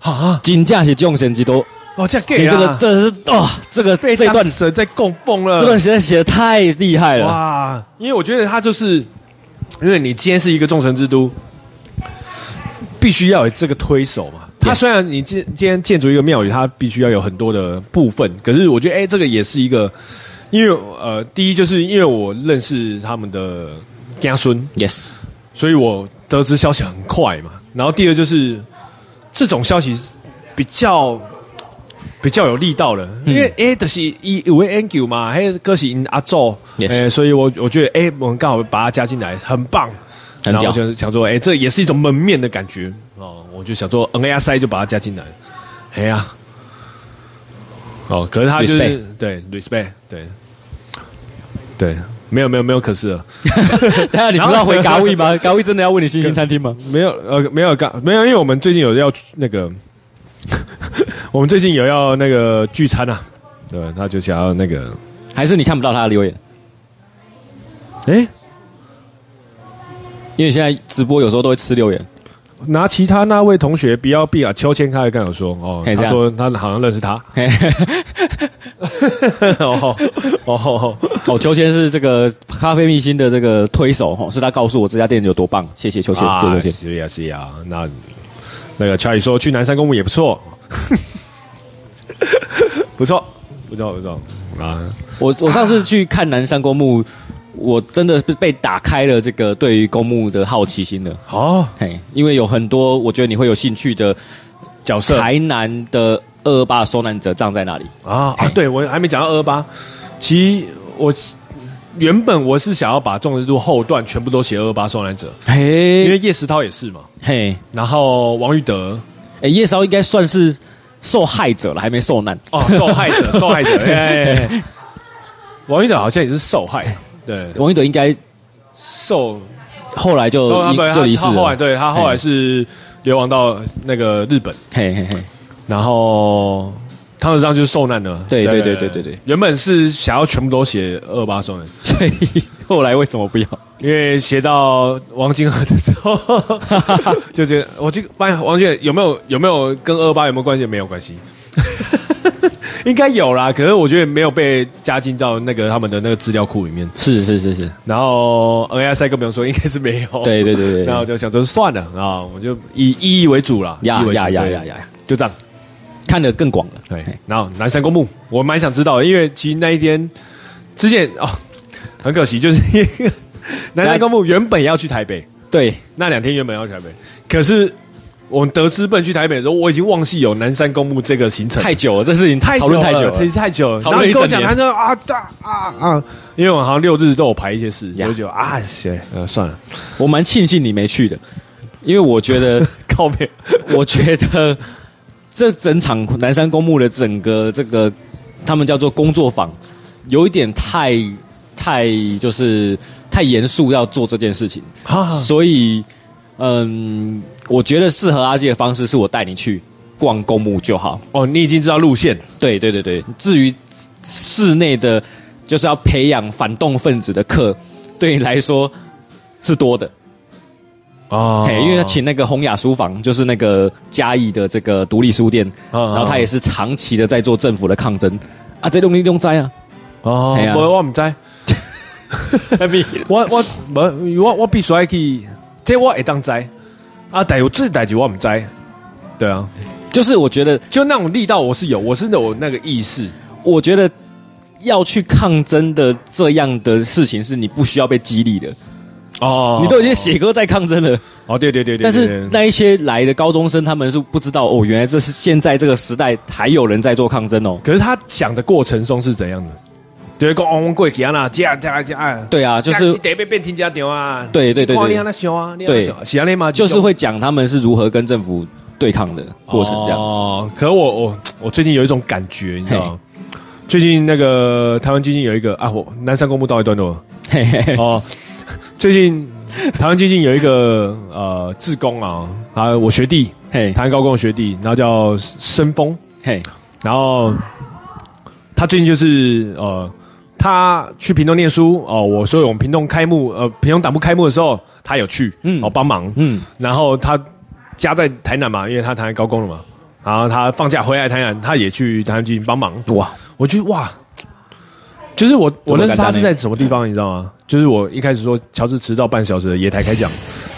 B: 啊，
A: 金价是众神之都。
B: 哦，这样
A: 你
B: 给
A: 这个这是哇、这个
B: 被
A: 这
B: 这
A: 段
B: 段神在供奉了，
A: 这段实在写的太厉害了。
B: 哇！因为我觉得他就是，因为你今天是一个众神之都，必须要有这个推手嘛。他
A: Yes
B: 虽然你今今天建筑一个庙宇，它必须要有很多的部分，可是我觉得，哎、这个也是一个，因为呃，第一就是因为我认识他们的家孙，
A: Yes，
B: 所以我得知消息很快嘛。然后第二就是这种消息比较比较有力道了，
A: 嗯
B: 因为诶，就是一有位 Angel 嘛，还有歌是因阿宙，诶
A: Yes
B: 所以我我觉得诶，我们刚好把它加进来，很棒。
A: 很
B: 然后
A: 屌
B: 我就想说，诶，哎这也是一种门面的感觉哦。我就想说，N A S I 就把它加进来，哎呀、哦，可是他就是
A: Respect
B: 对 respect 对对，没有没有没有，可是了。
A: 大家你不是要回嘎位 吗？嘎位真的要问你星星餐厅吗？
B: 没有呃没有刚没有，因为我们最近有要去那个， 我们最近有要那个聚餐啊，对，他就想要那个，
A: 还是你看不到他的留言？
B: 哎，
A: 因为现在直播有时候都会吃留言。
B: 拿其他那位同学不要避啊，秋千他还跟我说哦，
A: 嘿
B: 他
A: 这 样
B: 说他好像认识他，
A: 嘿
B: 哦哦，
A: 哦，秋千是这个咖啡秘辛的这个推手哦哈，是他告诉我这家店有多棒，谢谢秋千，谢谢秋千。
B: 啊是呀是呀，那那个查理说去南山公墓也不错， 不错不错不错啊，
A: 我我上次去看南山公墓，我真的是被打开了这个对于公墓的好奇心的，
B: 好
A: 嘿，因为有很多我觉得你会有兴趣的
B: 角色
A: 台南的二二八受难者葬在那里，
B: 啊啊！对我还没讲到二八，其实我是原本我是想要把众人路后段全部都写二八受难者，因
A: 嘿
B: 为叶石涛也是嘛，
A: 嘿，
B: 然后王玉德
A: 哎，叶少应该算是受害者了，还没受难。
B: 哦，受害者受害者，哎哎哎哎王玉德好像也是受害，对，
A: 王一德应该
B: 受
A: 后来就
B: 哦他本来
A: 就离
B: 他
A: 世
B: 他后来
A: 了，
B: 对他
A: 哎
B: 后来是流亡到那个日本，
A: 嘿嘿嘿，
B: 然后。汤德章就是受难了，
A: 对对对对对对，
B: 原本是想要全部都写二八受难，
A: 所以后来为什么不要？
B: 因为写到王金河的时候，就觉得我这个发现王金河有没有有没有跟二八有没有关系？没有关系， 应该有啦。可是我觉得没有被加进到那个他们的那个资料库里面。
A: 是是是是，
B: 然后 NAI 赛更不用说，应该是没有。
A: 对对对对
B: 然后我
A: 对，
B: 就想说算了啊，我就以意义为主啦，
A: 呀
B: 意义为主
A: 呀呀
B: 对
A: 呀呀，
B: 就这样。
A: 看得更广了。
B: 对
A: 嘿，
B: 然后南山公墓，我蛮想知道的，因为其实那一天之前哦，很可惜，就是 南山公墓原本要去台北。
A: 对，
B: 那两天原本要去台北，可是我们得知奔去台北的时候，我已经忘记有南山公墓这个行程，
A: 太久了，这事情
B: 太
A: 讨论太久
B: 了，其实太久了。
A: 讨
B: 然后
A: 论
B: 你
A: 一
B: 跟我
A: 整
B: 讲，
A: 年
B: 他说啊啊啊啊，因为我好像六日都有排一些事，
A: 呀
B: 就觉得啊，行，呃，算了，
A: 我蛮庆幸你没去的，因为我觉得，
B: 靠边。
A: 我觉得这整场南山公墓的整个这个他们叫做工作坊，有一点太太就是太严肃要做这件事情，
B: 哈哈
A: 所以嗯，我觉得适合阿基的方式是我带你去逛公墓就好。
B: 哦，你已经知道路线
A: 对对对对，至于室内的，就是要培养反动分子的课，对你来说是多的。
B: 哦
A: 嘿，因为他请那个洪雅书房，就是那个嘉义的这个独立书店，
B: 哦
A: 然后他也是长期的在做政府的抗争啊，这东西用在啊，
B: 哦
A: 嘿，啊
B: 我我唔 知，我我无我我必须要去，这我会当知啊，但有这代志我唔知，对啊，
A: 就是我觉得，
B: 就那种力道我是有，我是有那个意识。
A: 我觉得要去抗争的这样的事情，是你不需要被激励的，
B: 哦
A: 你都已经写歌在抗争了，
B: 哦，对对对对，
A: 但
B: 对
A: 是
B: 对
A: 那一些来的高中生，他们是不知道哦，原来这是现在这个时代还有人在做抗争哦。
B: 可是他想的过程中是怎样的？就是讲王贵吉安啦，这样这样这样，
A: 对啊，就
B: 这
A: 是
B: 样得被变天家丢啊，
A: 对对对
B: 看你
A: 对，
B: 安那想啊，你
A: 对
B: 安那想，是安嘛，
A: 就是会讲他们是如何跟政府对抗的过程这样子。
B: 哦，可我我我最近有一种感觉，你知道吗？最近那个台湾基金有一个啊，我南山公墓到一段落了
A: 嘿嘿嘿，
B: 哦。最近台湾基金有一个呃志工啊，啊我学弟，
A: 嘿
B: 台湾高工的学弟，然后叫申峰，
A: 嘿，
B: 然后他最近就是呃，他去屏东念书哦、我所以我们屏东开幕呃，屏东党部开幕的时候，他有去，
A: 嗯
B: 嗯，哦帮忙，
A: 嗯，
B: 然后他家在台南嘛，因为他台南高工了嘛，然后他放假回来台南，他也去台南进行帮忙，
A: 哇，
B: 我觉得哇，就是我我认识他
A: 这么简单呢欸
B: 是在什么地方，你知道吗？就是我一开始说乔治迟到半小时的野 台开讲，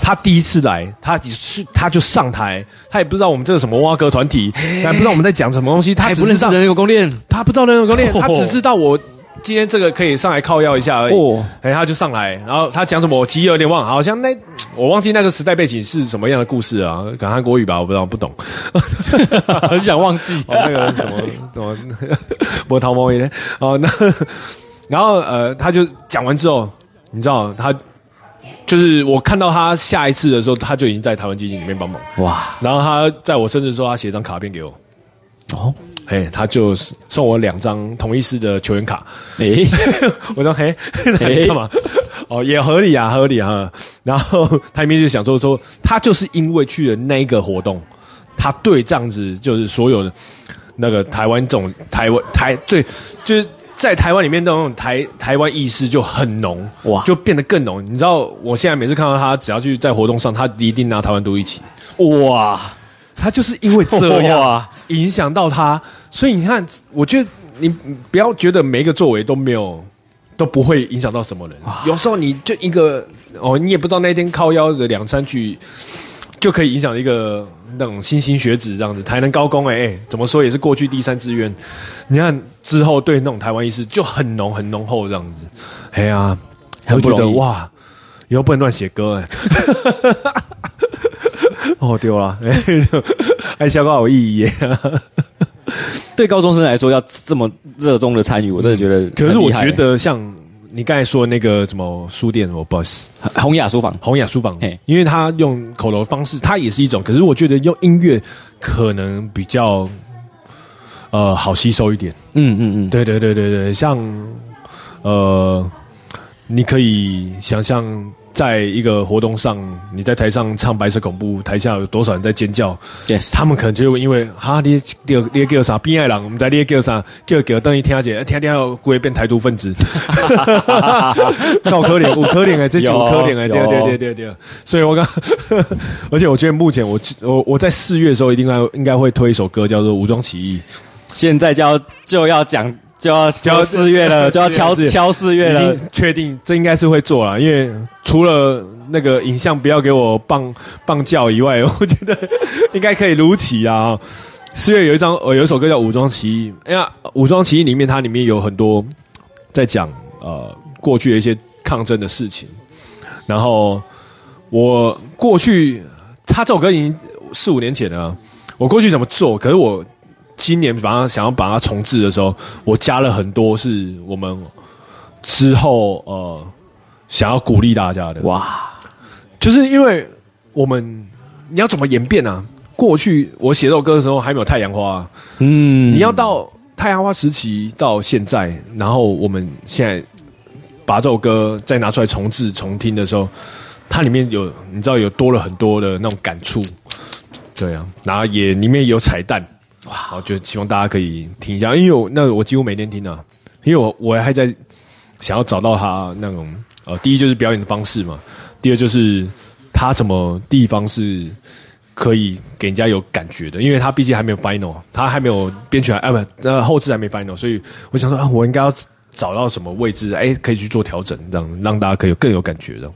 B: 他第一次来，他只是他就上台，他也不知道我们这个什么蛙哥团体，他也不知道我们在讲什么东西，他
A: 还
B: 只
A: 不认
B: 知
A: 识
B: 道
A: 人有攻略
B: 他不知道那种攻略，
A: 哦
B: 他只知道我今天这个可以上来靠腰一下而已。
A: 哦，
B: 哎，他就上来，然后他讲什么，我记忆有点忘，好像那我忘记那个时代背景是什么样的故事啊，可能韩国语吧，我不知道，不懂。
A: 很想忘记。
B: 哦，那个什么什么波涛猫耶，哦，那然后呃，他就讲完之后，你知道他就是我看到他下一次的时候，他就已经在台湾基金里面帮忙，
A: 哇，
B: 然后他在我生日的时候，他写一张卡片给我，
A: 哦，
B: 哎，他就送我两张同一师的球员卡，
A: 诶，
B: 我说嘿， 那你干嘛？哦，也合理啊，合理啊。然后 他一面就想说说，他就是因为去了那一个活动，他对这样子就是所有的那个台湾这种台湾台最就是在台湾里面那种台台湾意识就很浓
A: 哇
B: 就变得更浓。你知道，我现在每次看到他，只要去在活动上，他一定拿台湾独一起。
A: 哇，
B: 他就是因为这
A: 哇
B: 样影响到他，所以你看，我觉得你不要觉得每一个作为都没有都不会影响到什么人，有时候你就一个哦，你也不知道那天靠腰的两三句就可以影响一个那种新兴学子这样子。台南高工哎、哎怎么说也是过去第三志愿，你看之后对那种台湾意识就很浓很浓厚这样子，哎呀、
A: 很
B: 我
A: 不
B: 觉得
A: 容易
B: 哇，以后不能乱写歌哎、 哦丢了， 哎、爱笑话有意义耶。
A: 对高中生来说要这么热衷的参与，我真的觉得。
B: 嗯可是我觉得像你刚才说的那个什么书店，我不好意思，
A: 红雅书房
B: 红雅书房
A: 嘿，
B: 因为他用口头方式，它也是一种。可是我觉得用音乐可能比较呃好吸收一点。
A: 嗯嗯嗯，
B: 对对对对对，像呃，你可以想象。在一个活动上，你在台上唱《白色恐怖》，台下有多少人在尖叫？
A: ，yes，
B: 他们可能就会因为哈，你你你叫啥边爱人，我们在你叫啥，叫叫等一听者，听听后会变台独分子，够可怜，五可怜哎，这是
A: 有
B: 五可怜哎，对
A: 有
B: 对对对对，所以我刚，而且我觉得目前我我我在四月的时候，一定该应该会推一首歌叫做《武装起义
A: 现在就要就要讲就要就
B: 要
A: 要四月了，就要敲
B: 四月
A: 敲四》，月了
B: 已。经确定这应该是会做了，因为除了那个影像不要给我棒棒叫以外，我觉得应该可以如期啊。哦四月有一张呃有一首歌叫《武装起义》，哎呀，《武装起义》里面它里面有很多在讲呃过去的一些抗争的事情，然后我过去他这首歌已经四五年前了啊，我过去怎么做，可是我今年把它想要把它重置的时候，我加了很多是我们之后呃想要鼓励大家的，
A: 哇，
B: 就是因为我们你要怎么演变啊？过去我写这首歌的时候还没有太阳花啊、
A: 嗯，
B: 你要到太阳花时期到现在，然后我们现在把这首歌再拿出来重置重听的时候，它里面有你知道有多了很多的那种感触，对啊，然后也里面有彩蛋，哇，我觉得希望大家可以听一下，因为我那我几乎每天听啊，因为我我还在想要找到他那种呃，第一就是表演的方式嘛，第二就是他什么地方是可以给人家有感觉的，因为他毕竟还没有 final，他还没有编曲还啊不呃后置还没 final，所以我想说啊，我应该要找到什么位置，哎，可以去做调整，让让大家可以更有感觉的。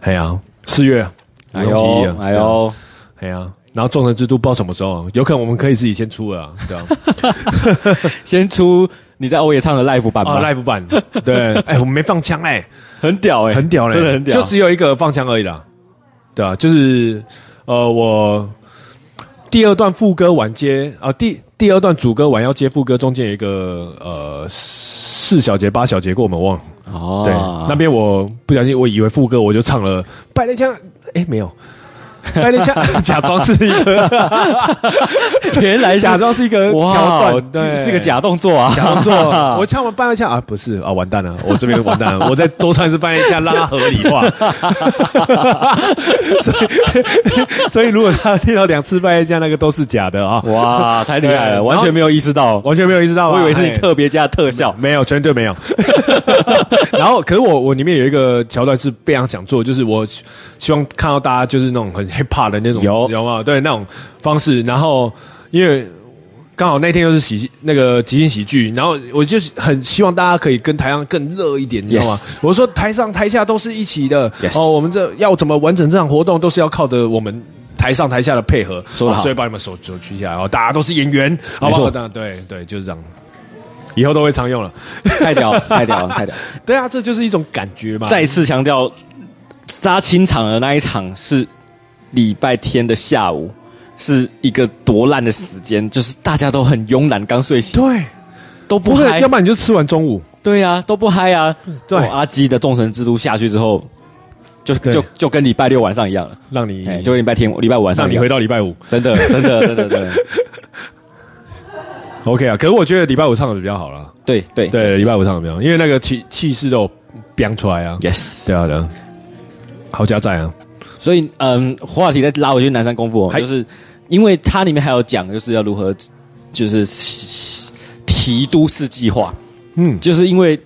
B: 哎呀，四月啊，
A: 哎
B: 不用急
A: 呦
B: 啊
A: 哎，呦，
B: 对啊哎呀。然后众人之都不知道什么时候，有可能我们可以自己先出了、啊，对吧、
A: 先出你在欧野唱的 live 版
B: 啊？
A: 吧
B: 哦，live 版，对，哎，我们没放枪哎、
A: 很屌哎，
B: 很屌嘞，
A: 真的很屌，
B: 就只有一个放枪而已啦。对啊，就是呃，我第二段副歌完接啊、第第二段主歌完要接副歌，中间有一个呃四小节八小节过，我们忘了。
A: 哦，
B: 对，那边我不小心，我以为副歌我就唱了《百雷枪》，哎，没有，《百雷枪》 假装是一个，
A: 原来是
B: 假装是一个桥
A: 哇
B: 段，，对
A: 这是个假动作啊，
B: 假 动作，我唱完半夜下啊，不是啊，完蛋了，我这边 完蛋了，我再多唱一次半夜下，让它合理化。 所以， 所以如果他听到两次半夜下，那个都是假的啊，
A: 哇，太厉害
B: 对
A: 了，完全没有意识到，
B: 完全没有意识到
A: 我
B: 啊，
A: 以为是你
B: 哎
A: 特别加的特效，
B: 没有，绝 对没有。然后，可是我我里面有一个桥段是非常想做，就是我希希望看到大家就是那种很 hip hop 的那种，
A: 有
B: 有吗？对，那种方式。然后，因为刚好那天又是喜那个即兴喜剧，然后我就是很希望大家可以跟台上更热一点，你知道吗
A: Yes
B: 我说台上台下都是一起的
A: Yes
B: 哦，我们这要怎么完整这场活动，都是要靠的我们。台上台下的配合，哦
A: 说得好
B: 所以把你们手手举起来，然后大家都是演员，好不
A: 没错
B: 好？那对对，就是这样，以后都会常用了。
A: 太屌了，太屌 了，太屌了！
B: 对啊，这就是一种感觉嘛。
A: 啊再次强调，杀青场的那一场是礼拜天的下午，是一个多烂的时间，就是大家都很慵懒，刚睡醒
B: 对，
A: 都不
B: 不是，
A: 嗨
B: 要，不然你就吃完中午，
A: 对呀、都不嗨啊！
B: 嗯对
A: 哦阿基的众神之都下去之后，就
B: 对
A: 就就跟礼拜六晚上一样了，
B: 让你、
A: 哎、就跟礼拜天、礼拜五晚上
B: 让
A: 一
B: 你
A: 样
B: 回到礼拜五。
A: 真的，真的， 真的，真的，
B: OK 啊，可是我觉得礼拜五唱的比较好了。
A: 对哎对
B: 对，礼拜五唱的比较好，因为那个气气势都有飙出来啊。
A: ，yes。
B: 对啊，对啊，好加在啊。
A: 所以，嗯，话题再拉回去南山功夫、哦，
B: 嗨
A: 就是因为它里面还有讲，就是要如何，就是提都市计划，
B: 嗯，
A: 就是因为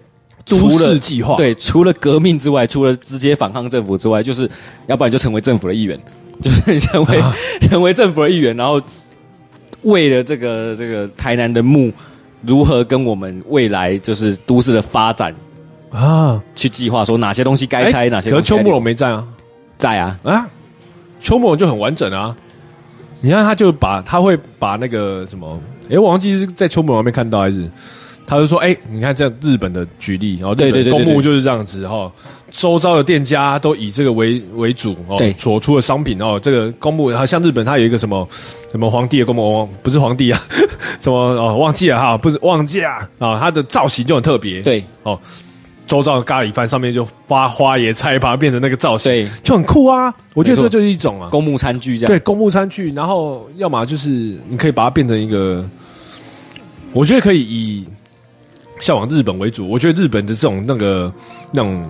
B: 都
A: 除了
B: 市计划
A: 对，除了革命之外，除了直接反抗政府之外，就是要不然就成为政府的一员， 就是你 成为、成为政府的一员，然后为了这个这个台南的墓如何跟我们未来就是都市的发展
B: 啊，
A: 去计划，说哪些东西该
B: 哎
A: 拆，哪些
B: 可
A: 东
B: 是
A: 西该
B: 秋
A: 留
B: 木龙没在啊
A: 在啊，
B: 啊，秋木龙就很完整啊。你看，他就把他会把那个什么，哎，我忘记是在秋木龙那边看到还是，他就说，哎，你看这样日本的举例，然后
A: 对
B: 日
A: 对
B: 本
A: 对
B: 公
A: 对
B: 墓
A: 对
B: 就是这样子哈，周遭的店家都以这个为为主哦
A: 对，
B: 所出的商品哦，这个公墓，然后像日本它有一个什么什么皇帝的公墓，不是皇帝啊， 什么哦忘记了哈，不是忘记啊啊，它的造型就很特别，
A: 对
B: 哦，周遭的咖喱饭上面就发花椰菜，把它变成那个造型，
A: 对，
B: 就很酷啊！我觉得
A: 没错
B: 这就是一种啊，
A: 公墓餐具这样，
B: 对公墓餐具，然后要么就是你可以把它变成一个，我觉得可以以向往日本为主。我觉得日本的这种那个那种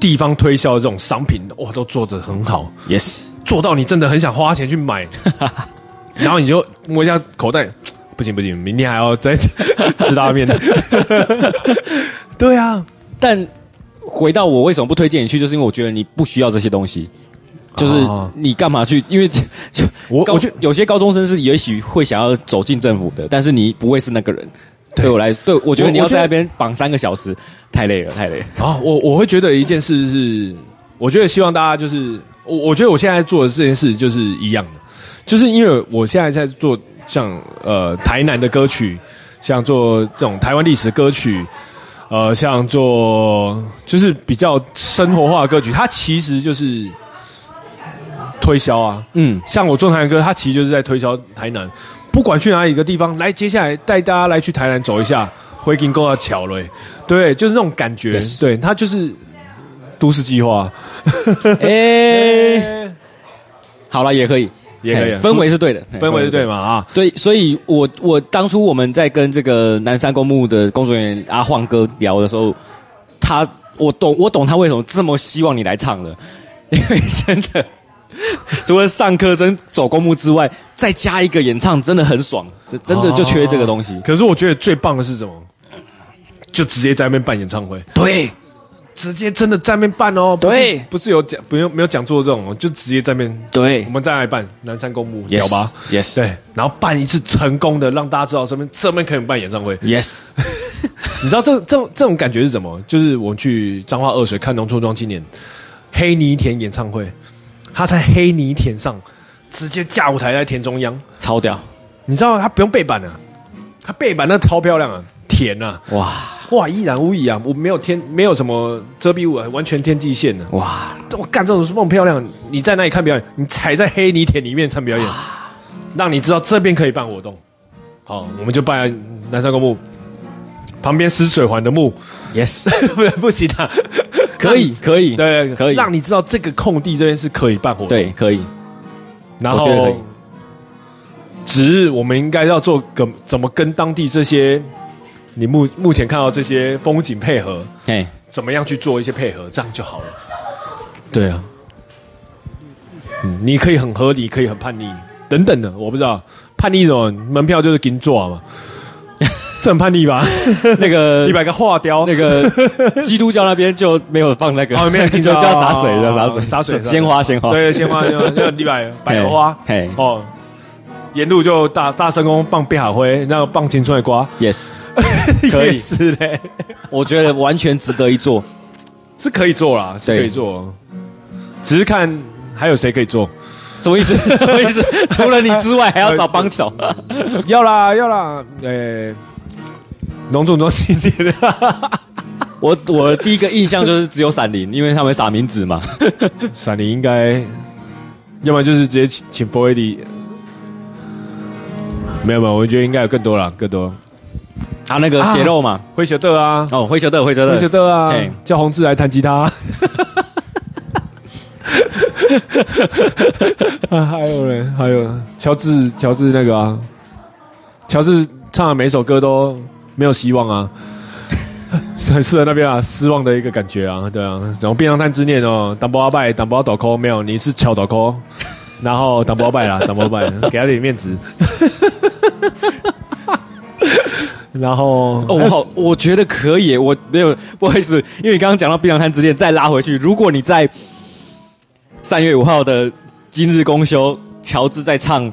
B: 地方推销的这种商品，哇，都做得很好，
A: 对，yes，
B: 做到你真的很想花钱去买， 然后你就摸一下口袋，不行不行，明天还要再吃拉面。对啊，
A: 但回到我为什么不推荐你去，就是因为我觉得你不需要这些东西。就是
B: 哦
A: 你干嘛去？因为 就
B: 我
A: 高
B: 我觉得
A: 有些高中生是也许会想要走进政府的，但是你不会是那个人。
B: 对
A: 对我来，对我觉得
B: 我
A: 你要
B: 我觉
A: 在
B: 得
A: 那边绑三个小时，太累了，太累了。
B: 啊，我我会觉得一件事是，我觉得希望大家就是，我我觉得我现在做的这件事就是一样的，就是因为我现在在做像呃台南的歌曲，像做这种台湾历史歌曲，呃，像做就是比较生活化的歌曲，它其实就是推销啊，
A: 嗯，
B: 像我做台南歌，它其实就是在推销台南，不管去哪里一个地方，来，接下来带大家来去台南走一下，回金沟要巧了，对，就是那种感觉
A: Yes
B: 对，它就是都市计划，
A: 哎、好了，也可以，
B: 也可以啊
A: 嘿氛围是对的，嘿
B: 氛围对？嘛啊，
A: 对，所以我我当初我们在跟这个南山公墓的工作人员阿晃哥聊的时候，他我懂我懂他为什么这么希望你来唱了，因为真的除了上课真走公墓之外，再加一个演唱真的很爽，真真的就缺这个东西。
B: 哦可是我觉得最棒的是什么？就直接在那边办演唱会，
A: 对，
B: 直接真的在那边办哦，不是
A: 对
B: 不是有讲不用没有讲座这种哦，就直接在那边，
A: 对
B: 我们再来办南山公墓，
A: Yes，
B: 屌吧
A: yes
B: 对，然后办一次成功的，让大家知道这边这边可以办演唱会，
A: ，yes，
B: 你知道这这这种感觉是什么？就是我们去彰化二水看农村庄青年黑泥田演唱会，他在黑泥田上直接架舞台在田中央，
A: 超屌，
B: 你知道他不用背板啊，他背板那超漂亮啊，田啊，
A: 哇
B: 哇依然无遗啊，我没有天没有什么遮蔽物啊，完全天际线的、啊。
A: 哇，
B: 我干这种是梦漂亮，啊你在那里看表演，你踩在黑泥田里面看表演，让你知道这边可以办活动。好，我们就办南山公墓旁边湿水环的墓。
A: Yes，
B: 不不行的，
A: 可以，可以，
B: 对，
A: 可以
B: 让你知道这个空地这边是可以办活动。，
A: 对， 可以，
B: 然后
A: 我觉得可以
B: 只是我们应该要做跟怎么跟当地这些你目目前看到这些风景配合，
A: 哎，
B: 怎么样去做一些配合，这样就好了。对啊，嗯，你可以很合理，可以很叛逆，等等的，我不知道叛逆什么，门票就是金 做嘛，这很叛逆吧？
A: 那个
B: 你把个画雕，
A: 那个基督教那边就没有放那个，
B: 哦没有
A: 就
B: 听
A: 叫
B: 到哦
A: 洒水的洒水，
B: 洒 水
A: 鲜花鲜花，
B: 对，鲜花，鲜花那个李白百合花
A: 哦嘿嘿，
B: 哦，沿路就大大声公放贝好灰，那个放青春 的瓜，
A: ，yes，可以
B: 是嘞，
A: 我觉得完全值得一做。
B: 是可以做啦，是
A: 对
B: 可以做，只是看还有谁可以做，
A: 什么意思？ 什么意思？除了你之外，还要找帮手？
B: 要啦要啦，呃，农种中心的，
A: 我我的第一个印象就是只有闪灵，因为他们撒名字嘛。
B: 闪灵应该，要不然就是直接请请 b o y d 没有没有，我觉得应该有更多啦，更多
A: 他那个血肉嘛，
B: 灰熊豆啊，
A: 哦，灰球的灰球
B: 灰熊
A: 的，
B: 豆啊
A: 嘿，
B: 叫洪志来弹 吉他。啊，还有嘞，还有乔治，乔治那个啊，乔治唱的每首歌都没有希望啊， 很适合那边啊，失望的一个感觉啊，对啊。然后《变相探之念》哦，《挡不阿拜》，《挡不阿倒扣》没有，你是乔倒扣，然后《挡不阿 拜》啦，《挡不阿拜》给他点面子。然后
A: 哦，我好，我觉得可以。我没有，不好意思，因为你刚刚讲到碧蓝滩之恋，再拉回去。如果你在三月五号的今日公休，乔治在唱《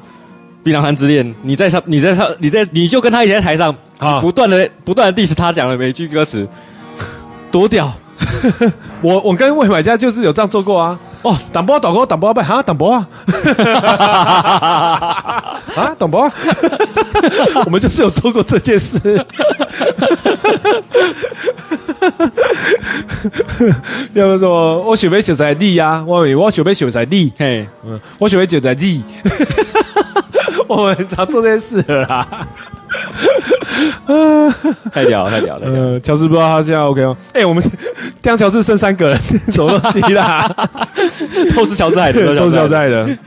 A: 槟榔摊之恋》，你在上，你在上，你在，你就跟他一起在台上，
B: 啊
A: 不断的不断的 diss 他讲的每一句歌词，多屌
B: 我我跟魏买家就是有这样做过啊。
A: 哦！
B: 淡薄啊，淡薄啊，淡薄啊，拜哈，淡薄 啊，啊，淡薄 啊，我们就是有做过这件事。要不说我想要小在你啊，我我想要小在你，
A: 嘿，
B: 嗯，我想要小在 你，我们常做这件事了啦。
A: 太屌了，太屌了！太屌了
B: 呃，乔治不知道他现在 OK 吗？哎、我 们江乔治剩三个人，什么东西啦？
A: 都是乔治海的，
B: 都是要
A: 海
B: 在的。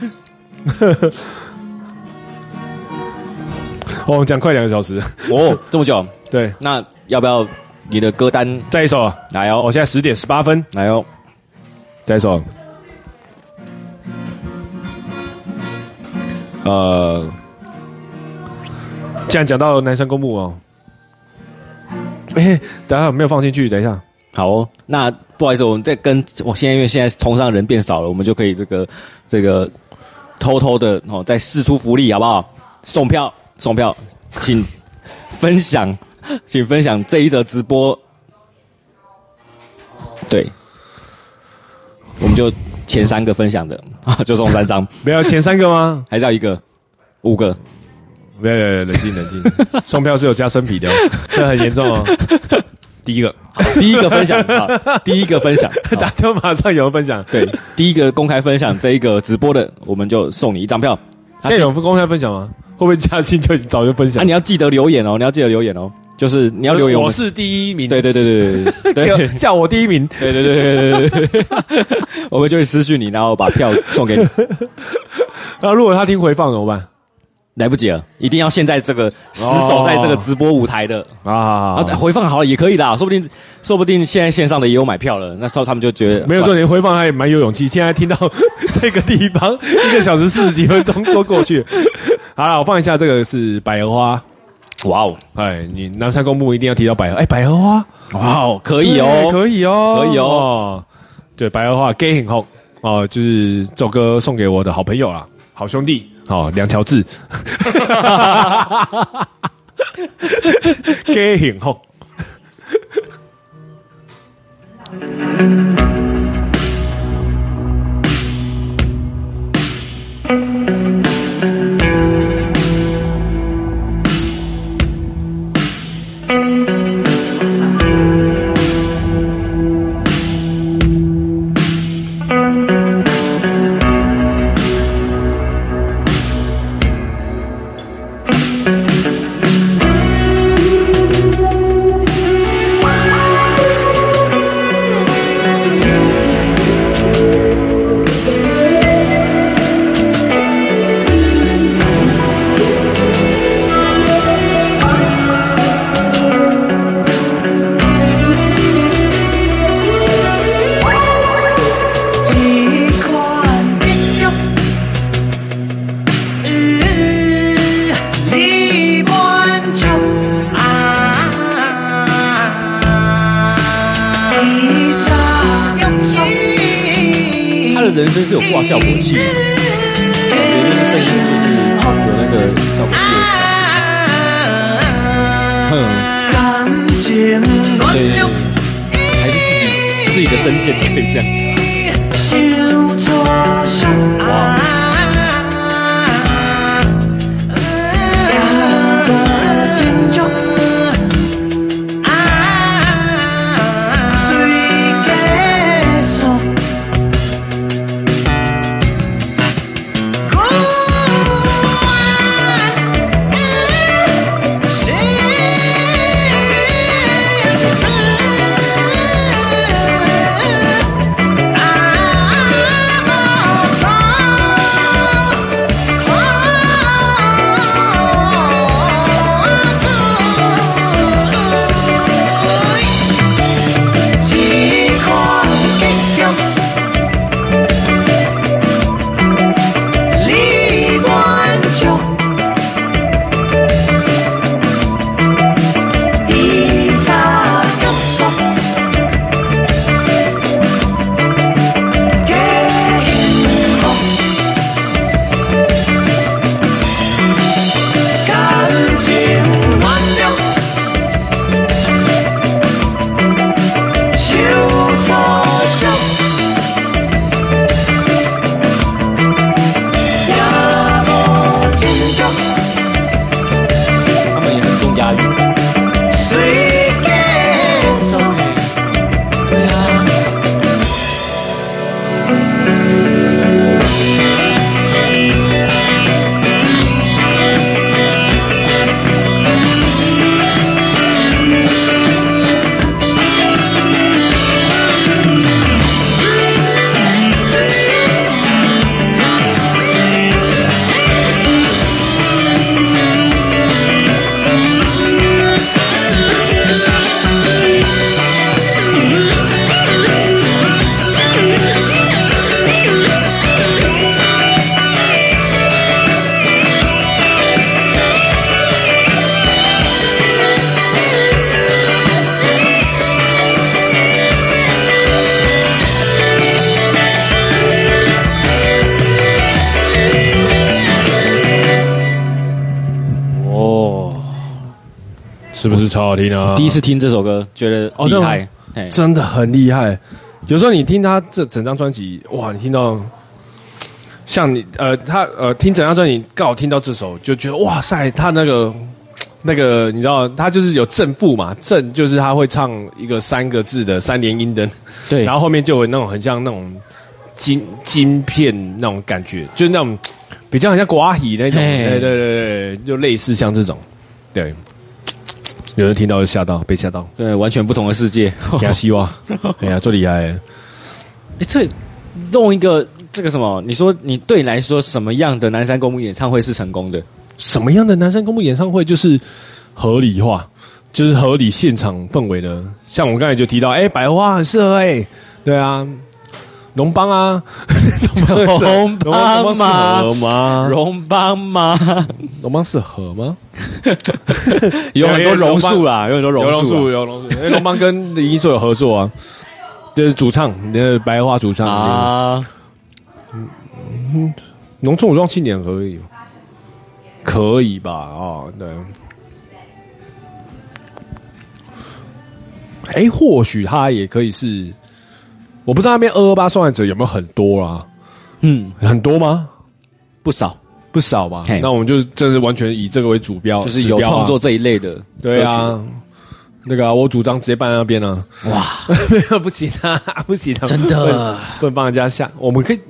B: 哦，我们讲快两个小时，
A: 的。哦，这么久，
B: 对，
A: 那要不要你的歌单
B: 再一首啊，
A: 来
B: 我、
A: 哦，
B: 现在十点十八分，
A: 来哦，
B: 再一首。呃，既然讲到南山公墓哦，哎、等一下没有放进去，等一下，
A: 好哦。那不好意思，我们再跟我现在因为现在通上人变少了，我们就可以这个这个偷偷的哦，再试出福利好不好？送票，送票，请分享，请分享这一则直播。对，我们就前三个分享的 啊，就送三张，
B: 没有前三个 吗？
A: 还是要一个，五个。
B: 没有，没有没有冷静冷静，送票是有加生皮的哦，这很严重 哦。第一个，
A: 第一个分享，好，第一个分享，好
B: 大家马上有人分享，
A: 对，第一个公开分享这一个直播的，我们就送你一张票。
B: 现在有啊公开分享吗？会不会嘉欣就已经早就分
A: 啊，
B: 享？
A: 你要记得留言哦，你要记得留言哦，就是你要留言。
B: 我
A: 们
B: 是第一名，
A: 对对对对对对对
B: 叫，叫我第一名。
A: 对对对对对对，我们就会私讯你，然后把票送给你。
B: 那如果他听回放怎么办？
A: 来不及了，一定要现在这个死守在这个直播舞台的
B: 啊
A: 啊，，回放好了也可以啦，说不定说不定现在线上的也有买票了，那时候他们就觉得
B: 没有做，你回放还蛮有勇气。现在听到这个地方，一个小时四十几分钟都过 去了。好了，我放一下，这个是百合花。
A: 哇哦
B: 哎，你南山公墓一定要提到百合。哎，百合花
A: 哇哦，可以
B: 对
A: 哦，
B: 可以哦，
A: 可以哦
B: 哦。对，白话 gay 很红哦，就是这首歌送给我的好朋友啦，好兄弟哦，梁乔 治 gay 很红。
E: 一款冰玉，日里满足啊！一扎玉枝，
A: 他的人声是有挂效果器的，也就是声音就是有那个效果器的。哼，
E: 感情暖
A: 对
E: 玉，
A: 还是自己自己的声线可以这样。
E: 烧作香啊！啊，莫说。
B: 是不是超好听啊？
A: 哦第一次听这首歌，觉得
B: 哦
A: 厉
B: 真的吗
A: 害，哎
B: 真的很厉害。有时候你听他这整张专辑，哇，你听到像你呃，他呃听整张专辑，刚好听到这首，就觉得哇塞，他那个那个你知道，他就是有正负嘛，正就是他会唱一个三个字的三连音的，
A: 对，
B: 然后后面就有那种很像那种金金片那种感觉，就是那种比较很像国阿喜那种，
A: 嘿
B: 对对对对，就类似像这种，对，有人听到就吓到，被吓到。
A: 对，完全不同的世界。
B: 给他 希望。哎呀，最厉害耶！
A: 哎，这弄一个这个什么？你说你对你来说什么样的南山公墓演唱会是成功的？
B: 什么样的男生公布演唱会就是合理化，就是合理现场氛围的？像我刚才就提到，哎、百花很适合哎、对啊，龙邦啊，
A: 龙 邦吗荣
B: 龙适合吗？
A: 邦吗？
B: 龙邦适合吗？
A: 有很多榕树 啦，有很多
B: 有
A: 榕
B: 龙
A: 树
B: 树，
A: 啊。
B: 有龙树，哎，龙邦跟林一硕有合作啊，就是主唱，那个白花主唱啊，
A: 啊，
B: 农村武装青年可以，可以吧？哦，对。哎，或许他也可以是，我不知道那边二二八受害者有没有很多啊？
A: 嗯，
B: 很多吗？
A: 不少，
B: 不少吧
A: 嘿。
B: 那我们就真是完全以这个为主标，
A: 就是
B: 指
A: 有
B: 标啊
A: 创作这一类的。
B: 对啊。那个啊、我主张直接办那边啊！
A: 哇，
B: 没有 不行啊，不行啊，
A: 真的
B: 不能不能帮人家下。我们可以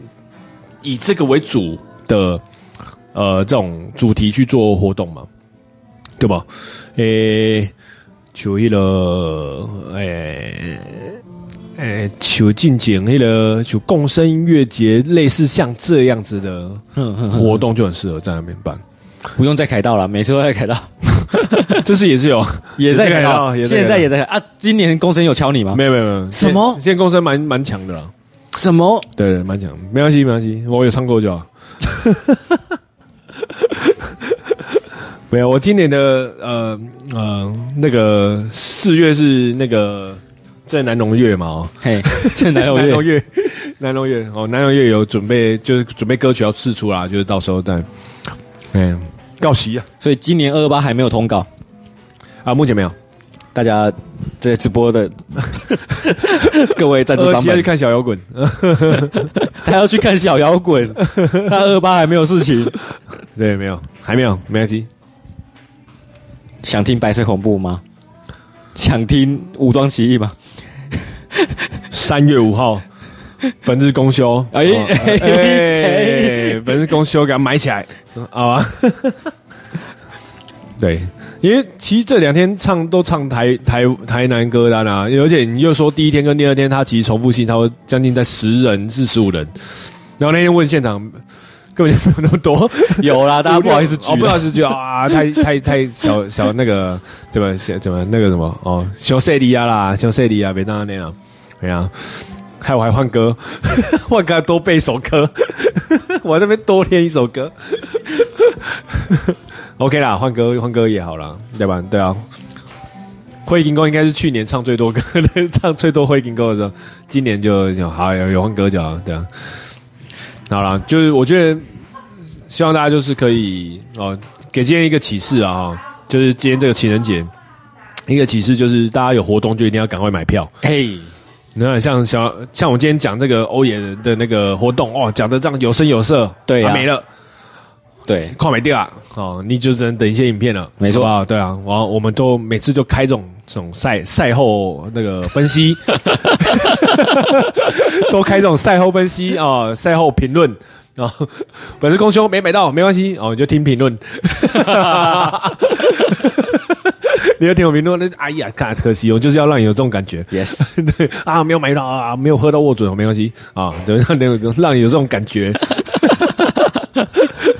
B: 以这个为主的呃这种主题去做活动嘛，对吧？诶、求一个诶诶，求进前那个求共生音乐节，类似像这样子的
A: 哼哼哼
B: 活动就很适合在那边 办。
A: 嗯不用再凯道了，每次都在凯道，
B: 这次也是有，
A: 也在凯
B: 看
A: 道，
B: 到，
A: 现在
B: 也
A: 也在凯道啊。今年工程有敲你吗？
B: 没有没有没有
A: 什么
B: 现现在共生蛮蛮强的啦，
A: 什么
B: 对对，蛮强，没关系没关系，我有唱过就好。 没有，我今年的呃呃那个四月是那个在南农月嘛 哦，
A: 嘿， 这哪有
B: 南农
A: 乐？
B: 月， 南农月哦，南农月有准备，就是准备歌曲要试出啦，就是到时候再，嗯，告席啊
A: 所以今年二二八还没有通告，
B: 啊，目前没有，
A: 大家在直播 的各位赞助
B: 呃
A: 商
B: 现在去
A: 们，
B: 看小摇滚，呃
A: 他要去看小摇 滚，他二二八还没有事情，
B: 对，没有，还没有，没关系，
A: 想听白色恐怖吗？想听武装起义吗？
B: 三月五号，本日公休。
A: 哎
B: 哎
A: 哎
B: 哎，本日公休，给它买起来，好啊。对，因为其实这两天唱都唱台台台南歌单啊，而且你又说第一天跟第二天，它其实重复性，它会将近在十人至十五人。然后那天问现场，根本就没有那么多，
A: 有啦，大家不好意思举
B: 哦，不好
A: 啦
B: 意思举啊，太太太小小那个怎么小怎么那个什么哦，小塞利亚啦，小塞利亚，别当那样，哎呀，害我还换歌， 换歌多背一首歌， 我还在那边多练一首歌，OK 啦，换歌换歌也好啦，对吧？对啊。灰金歌应该是去年唱最多歌的， 唱最多灰金歌的时候，今年就就好有有换歌就好，对啊。好啦，就是我觉得希望大家就是可以哦，给今天一个启示啊，哈就是今天这个情人节，一个启示就是大家有活动就一定要赶快买票。
A: 嘿，
B: 你看，像小像我今天讲这个欧野的那个活动哦，讲的这样有声有色，
A: 对啊
B: 没了，
A: 对，
B: 快没掉啊！哦，你就只能等一些影片了，
A: 没错
B: 啊，对啊，然后我们都每次就开这种这种赛赛后那个分 析，都开这种赛后分析啊、哦赛后评论啊、哦本次公休没买到没关系哦，你就 听评论， 你就听我评论，那哎呀，看可惜，我就是要让你有这种感觉
A: yes，
B: 对啊，没有买到啊，没有喝到握准，没关系啊，对， 让你有让你有这种感觉。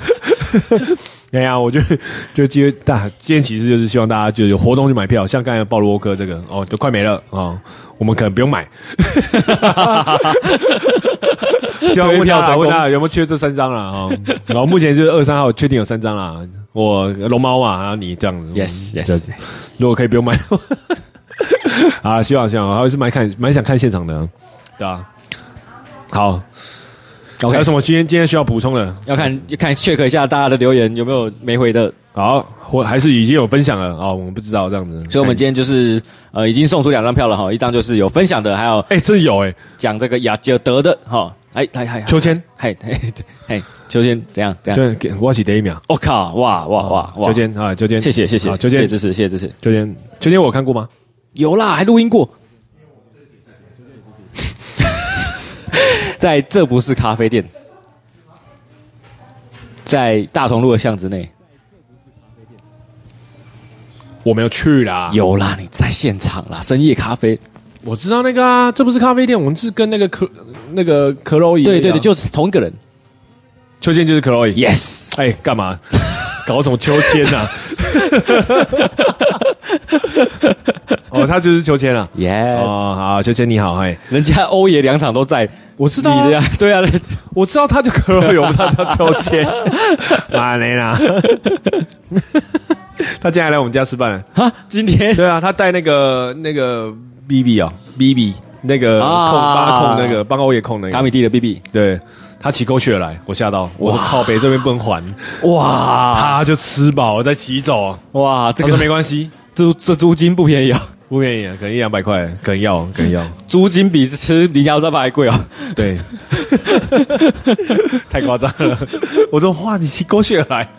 B: 哎呀，我觉得就今天大今天其实就是希望大家就有活动去买票，像刚才鲍罗沃克这个哦，都快没了啊、哦，我们可能不用买。 希望问
A: 票
B: 他
A: 成
B: 啦
A: 功
B: 问他有没有缺这三张啦啊、哦，然后目前就是二三号确定有三张啦，我龙猫嘛，然后你这样子
A: Yes, yes.
B: 这嗯如果可以不用买， 啊，希望希望，还是蛮看蛮想看现场的，对啊。好，
A: 啊 OK
B: 还有什么今天今天需要补充的？
A: 要看要看 check 一下大家的留言有没有没回的。
B: 好，或还是已经有分享了哦，我们不知道这样子。
A: 所以我们今天就是呃已经送出两张票了哈，一张就是有分享的，还有
B: 哎、这有哎、
A: 讲这个雅吉尔德的哈。哎，还还
B: 秋千，
A: 嘿嘿嘿，秋千怎样怎样？
B: 就给我起得一秒，
A: 我靠，哇哇啊哦哇哇！
B: 秋，千啊，秋千，
A: 谢谢谢谢，
B: 好
A: 谢
B: 秋
A: 谢
B: 千，
A: 支持，谢谢支持。
B: 秋千，秋千，我有看过吗？
A: 有啦，还录音过。 在这不是咖啡店，在大同路的巷子内
B: 我没有去啦，
A: 有啦，你在现场啦，深夜咖啡。
B: 我知道那个啊，这不是咖啡店，我们是跟那个可那个可洛伊一样，
A: 对对对，就是同一个人。
B: 秋千就是可洛伊。
A: Yes，
B: 哎，干嘛 搞什么秋千呐、 啊？哦，他就是秋千啊。
A: 耶，
B: 哦，好，秋千你好，哎，
A: 人家欧爷两场都在，
B: 我知
A: 你
B: 道、啊，
A: 的呀， 对啊，
B: 我知道他就可乐有，我不知道他叫秋 千，马雷啦。啊 他今天还来我们家吃饭，
A: 哈，今天
B: 对啊，他带那个那个 B B 哦，B B 那个控
A: 啊
B: 八控那个帮欧也控那
A: 卡
B: 个，
A: 米蒂的 BB，
B: 对他骑狗血来，我吓到，我说靠北这边不能还，
A: 哇
B: 他就吃饱再骑走，
A: 哇，这
B: 这个
A: 个
B: 啊没关系，
A: 租这租金不便宜啊，
B: 不便宜啊，可能一两百块，可能要可能要，
A: 租金比吃林家招牌还贵哦。
B: 对，太夸张了，我说哇，你骑狗血来，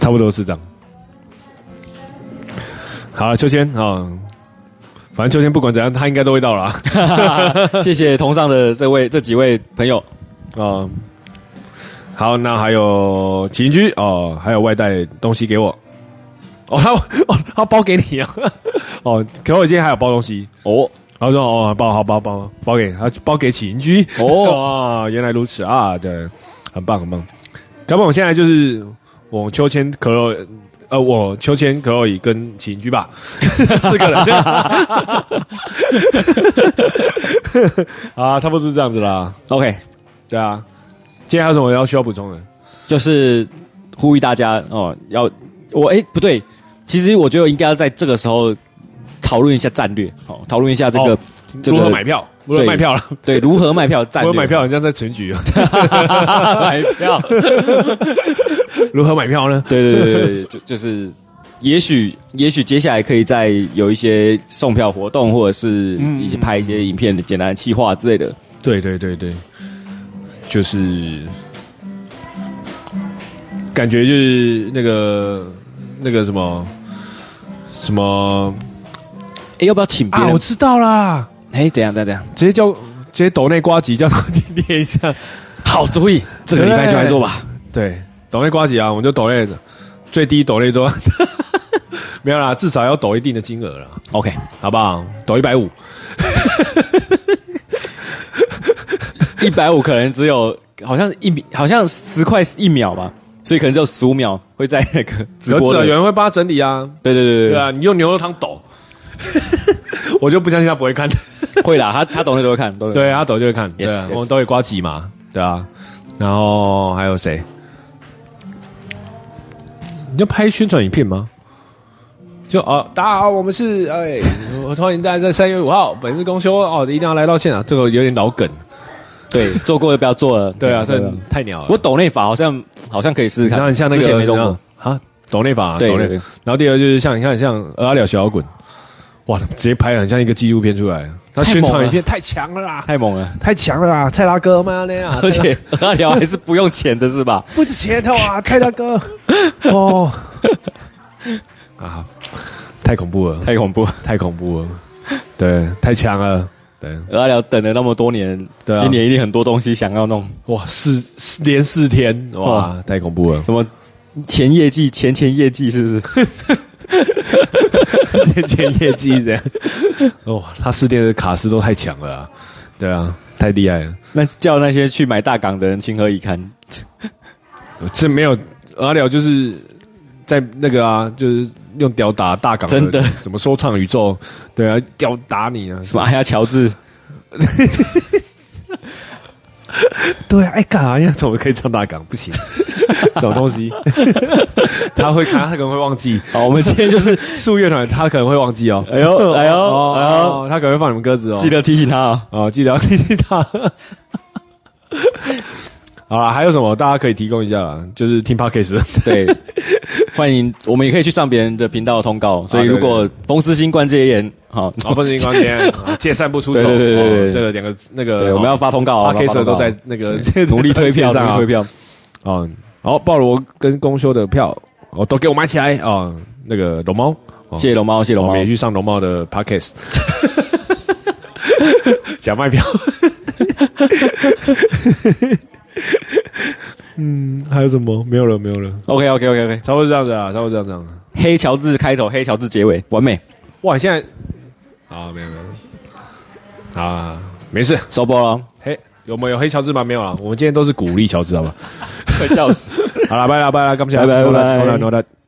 B: 差不多是这样。好了，秋千啊、反正秋千不管怎样，他应该都会到了啊、
A: 谢谢同上的这位这几位朋友，
B: 哦好，那还有起居哦，还有外带东西给我。哦，他哦他包给你啊。 哦，可我今天还有包东西哦。然后说哦，包好包包包给他包给起居
A: 哦
B: 哦，原来如此 啊，对，很棒很棒。要不然我现在就是我秋千可乐，呃，我秋千可乐椅跟起居吧， 四个人。 啊，差不多是这样子啦。
A: OK，
B: 对啊，今天还有什么要需要补充的？
A: 就是呼吁大家哦，要我哎、不对，其实我觉得应该要在这个时候讨论一下战略，哦，讨论一下这个、
B: 哦
A: 这个
B: 如何买票？如何卖票了？
A: 对如何卖票战
B: 如
A: 略，
B: 何买票？好像在选举啊。
A: 买票，
B: 如何买票呢？
A: 对对对对对，就就是。也许，也许接下来可以再有一些送票活动，或者是一些拍一些影片的简单的企划之类的。
B: 对对对对，就是感觉就是那个那个什么什么
A: 哎、要不要请别
B: 啊，
A: 人
B: 我？知道啦，
A: 哎、等一下，等一下，等一下，
B: 直接叫直接抖内瓜吉叫 他去练一下。
A: 好主意，这个礼拜就来做吧。
B: 对，抖内瓜吉啊，我们就抖内最低抖内多， 没有啦，至少要抖一定的金额啦。
A: OK，
B: 好不好？抖一百五，
A: 一百五可能只有好像一秒，好像十块一秒吧，所以可能只有十五秒会在那个直
B: 有
A: 播
B: 有
A: 的。
B: 人会帮他整理啊。
A: 对对对
B: 对啊，你用牛肉汤抖， 我就不相信他不会看。
A: 对，会啦，他他懂的都会看，懂的。
B: 对，他抖就会看。对
A: Yes,
B: 啊，
A: yes.
B: 我们都会瓜几嘛，对啊。然后还有谁？你就拍宣传影片吗？就哦，大家好，我们是哎，我欢迎大家在三月五号本日公休哦，一定要来到现场。这个有点老梗，
A: 对，做过就不要做了。
B: 对啊，这
A: 对
B: 太鸟了。
A: 我抖内法好像好像可以试试
B: 然后
A: 看，
B: 你像那
A: 之前
B: 个
A: 没动过。
B: 啊，抖内法，
A: 对
B: 抖内
A: 对对。
B: 然后第二就是像你看像阿了小摇滚，哇，直接拍得很像一个纪录片出来。他
A: 太
B: 宣
A: 猛
B: 传
A: 了
B: 影片太强了啦，
A: 太猛了，
B: 太强了啦，蔡大哥妈的呀！
A: 而且阿聊还是不用钱的是 吧？
B: 不止前头啊，蔡大哥，哦，啊，太恐怖了，
A: 太恐怖！
B: 太恐怖了，对，太强了，对，
A: 阿聊等了那么多年，
B: 对啊
A: 今年一定很多东西想要弄，
B: 哇，四四连四天，哇，太恐怖了，
A: 什么前业绩、前前业绩是不是？
B: 天天业绩 这样，哦，他四天的卡斯都太强了、啊，对啊，太厉害了，
A: 那叫那些去买大港的人情何以堪？
B: 这没有阿廖就是在那个啊，就是用屌打大港，
A: 真的
B: 怎么说唱宇宙，对啊，屌打你啊，
A: 什么哎呀乔治，
B: 对啊，哎、干啥呀？怎么可以唱大港？不行，这种东西，他会看，他可能会忘记。
A: 好，我们今天就是，
B: 树乐团他可能会忘记哦。
A: 哎 呦，哎呦，哎
B: 哦
A: 呦，，
B: 他可能会放你们鸽子哦。
A: 记得提醒他哦。
B: 哦，记得要提醒他。好啦，还有什么大家可以提供一下啦？就是听 podcast 的
A: 对，欢迎，我们也可以去上别人的频道通告。所以，
B: 啊对
A: 如果冯思欣关戒烟，好，
B: 哦，不是荧光天，啊借散不出手。
A: 对对对对
B: 哦
A: 对
B: 这个两个 那
A: 对，
B: 个，
A: 我们要发通告哦，我们要
B: podcast
A: 发
B: 的
A: 通告
B: 都在那个
A: 努力推票，
B: 上
A: 努力
B: 啊
A: 推。票。
B: 哦，好，鲍罗跟公休的票哦，都给我买起来啊！哦那个龙猫，哦
A: 谢谢龙猫，谢谢龙
B: 我
A: 猫
B: 们也。去上龙猫的 podcast，假卖票。 嗯，还有什么？没有了，没有了，
A: OK OK OK OK，
B: 差不多是这样子啊，差不多是这样子啊。
A: 黑乔治开头，黑乔治结尾，完美，
B: 哇，你现在啊，没有没有啊，没事。
A: 收播了，
B: 嘿，有没有黑乔治吗？没有啊，我们今天都是鼓励乔治，好吧？
A: 快笑死。
B: 好了，拜了拜了，感谢，
A: 拜拜
B: 拜
A: 拜拜
B: 拜拜。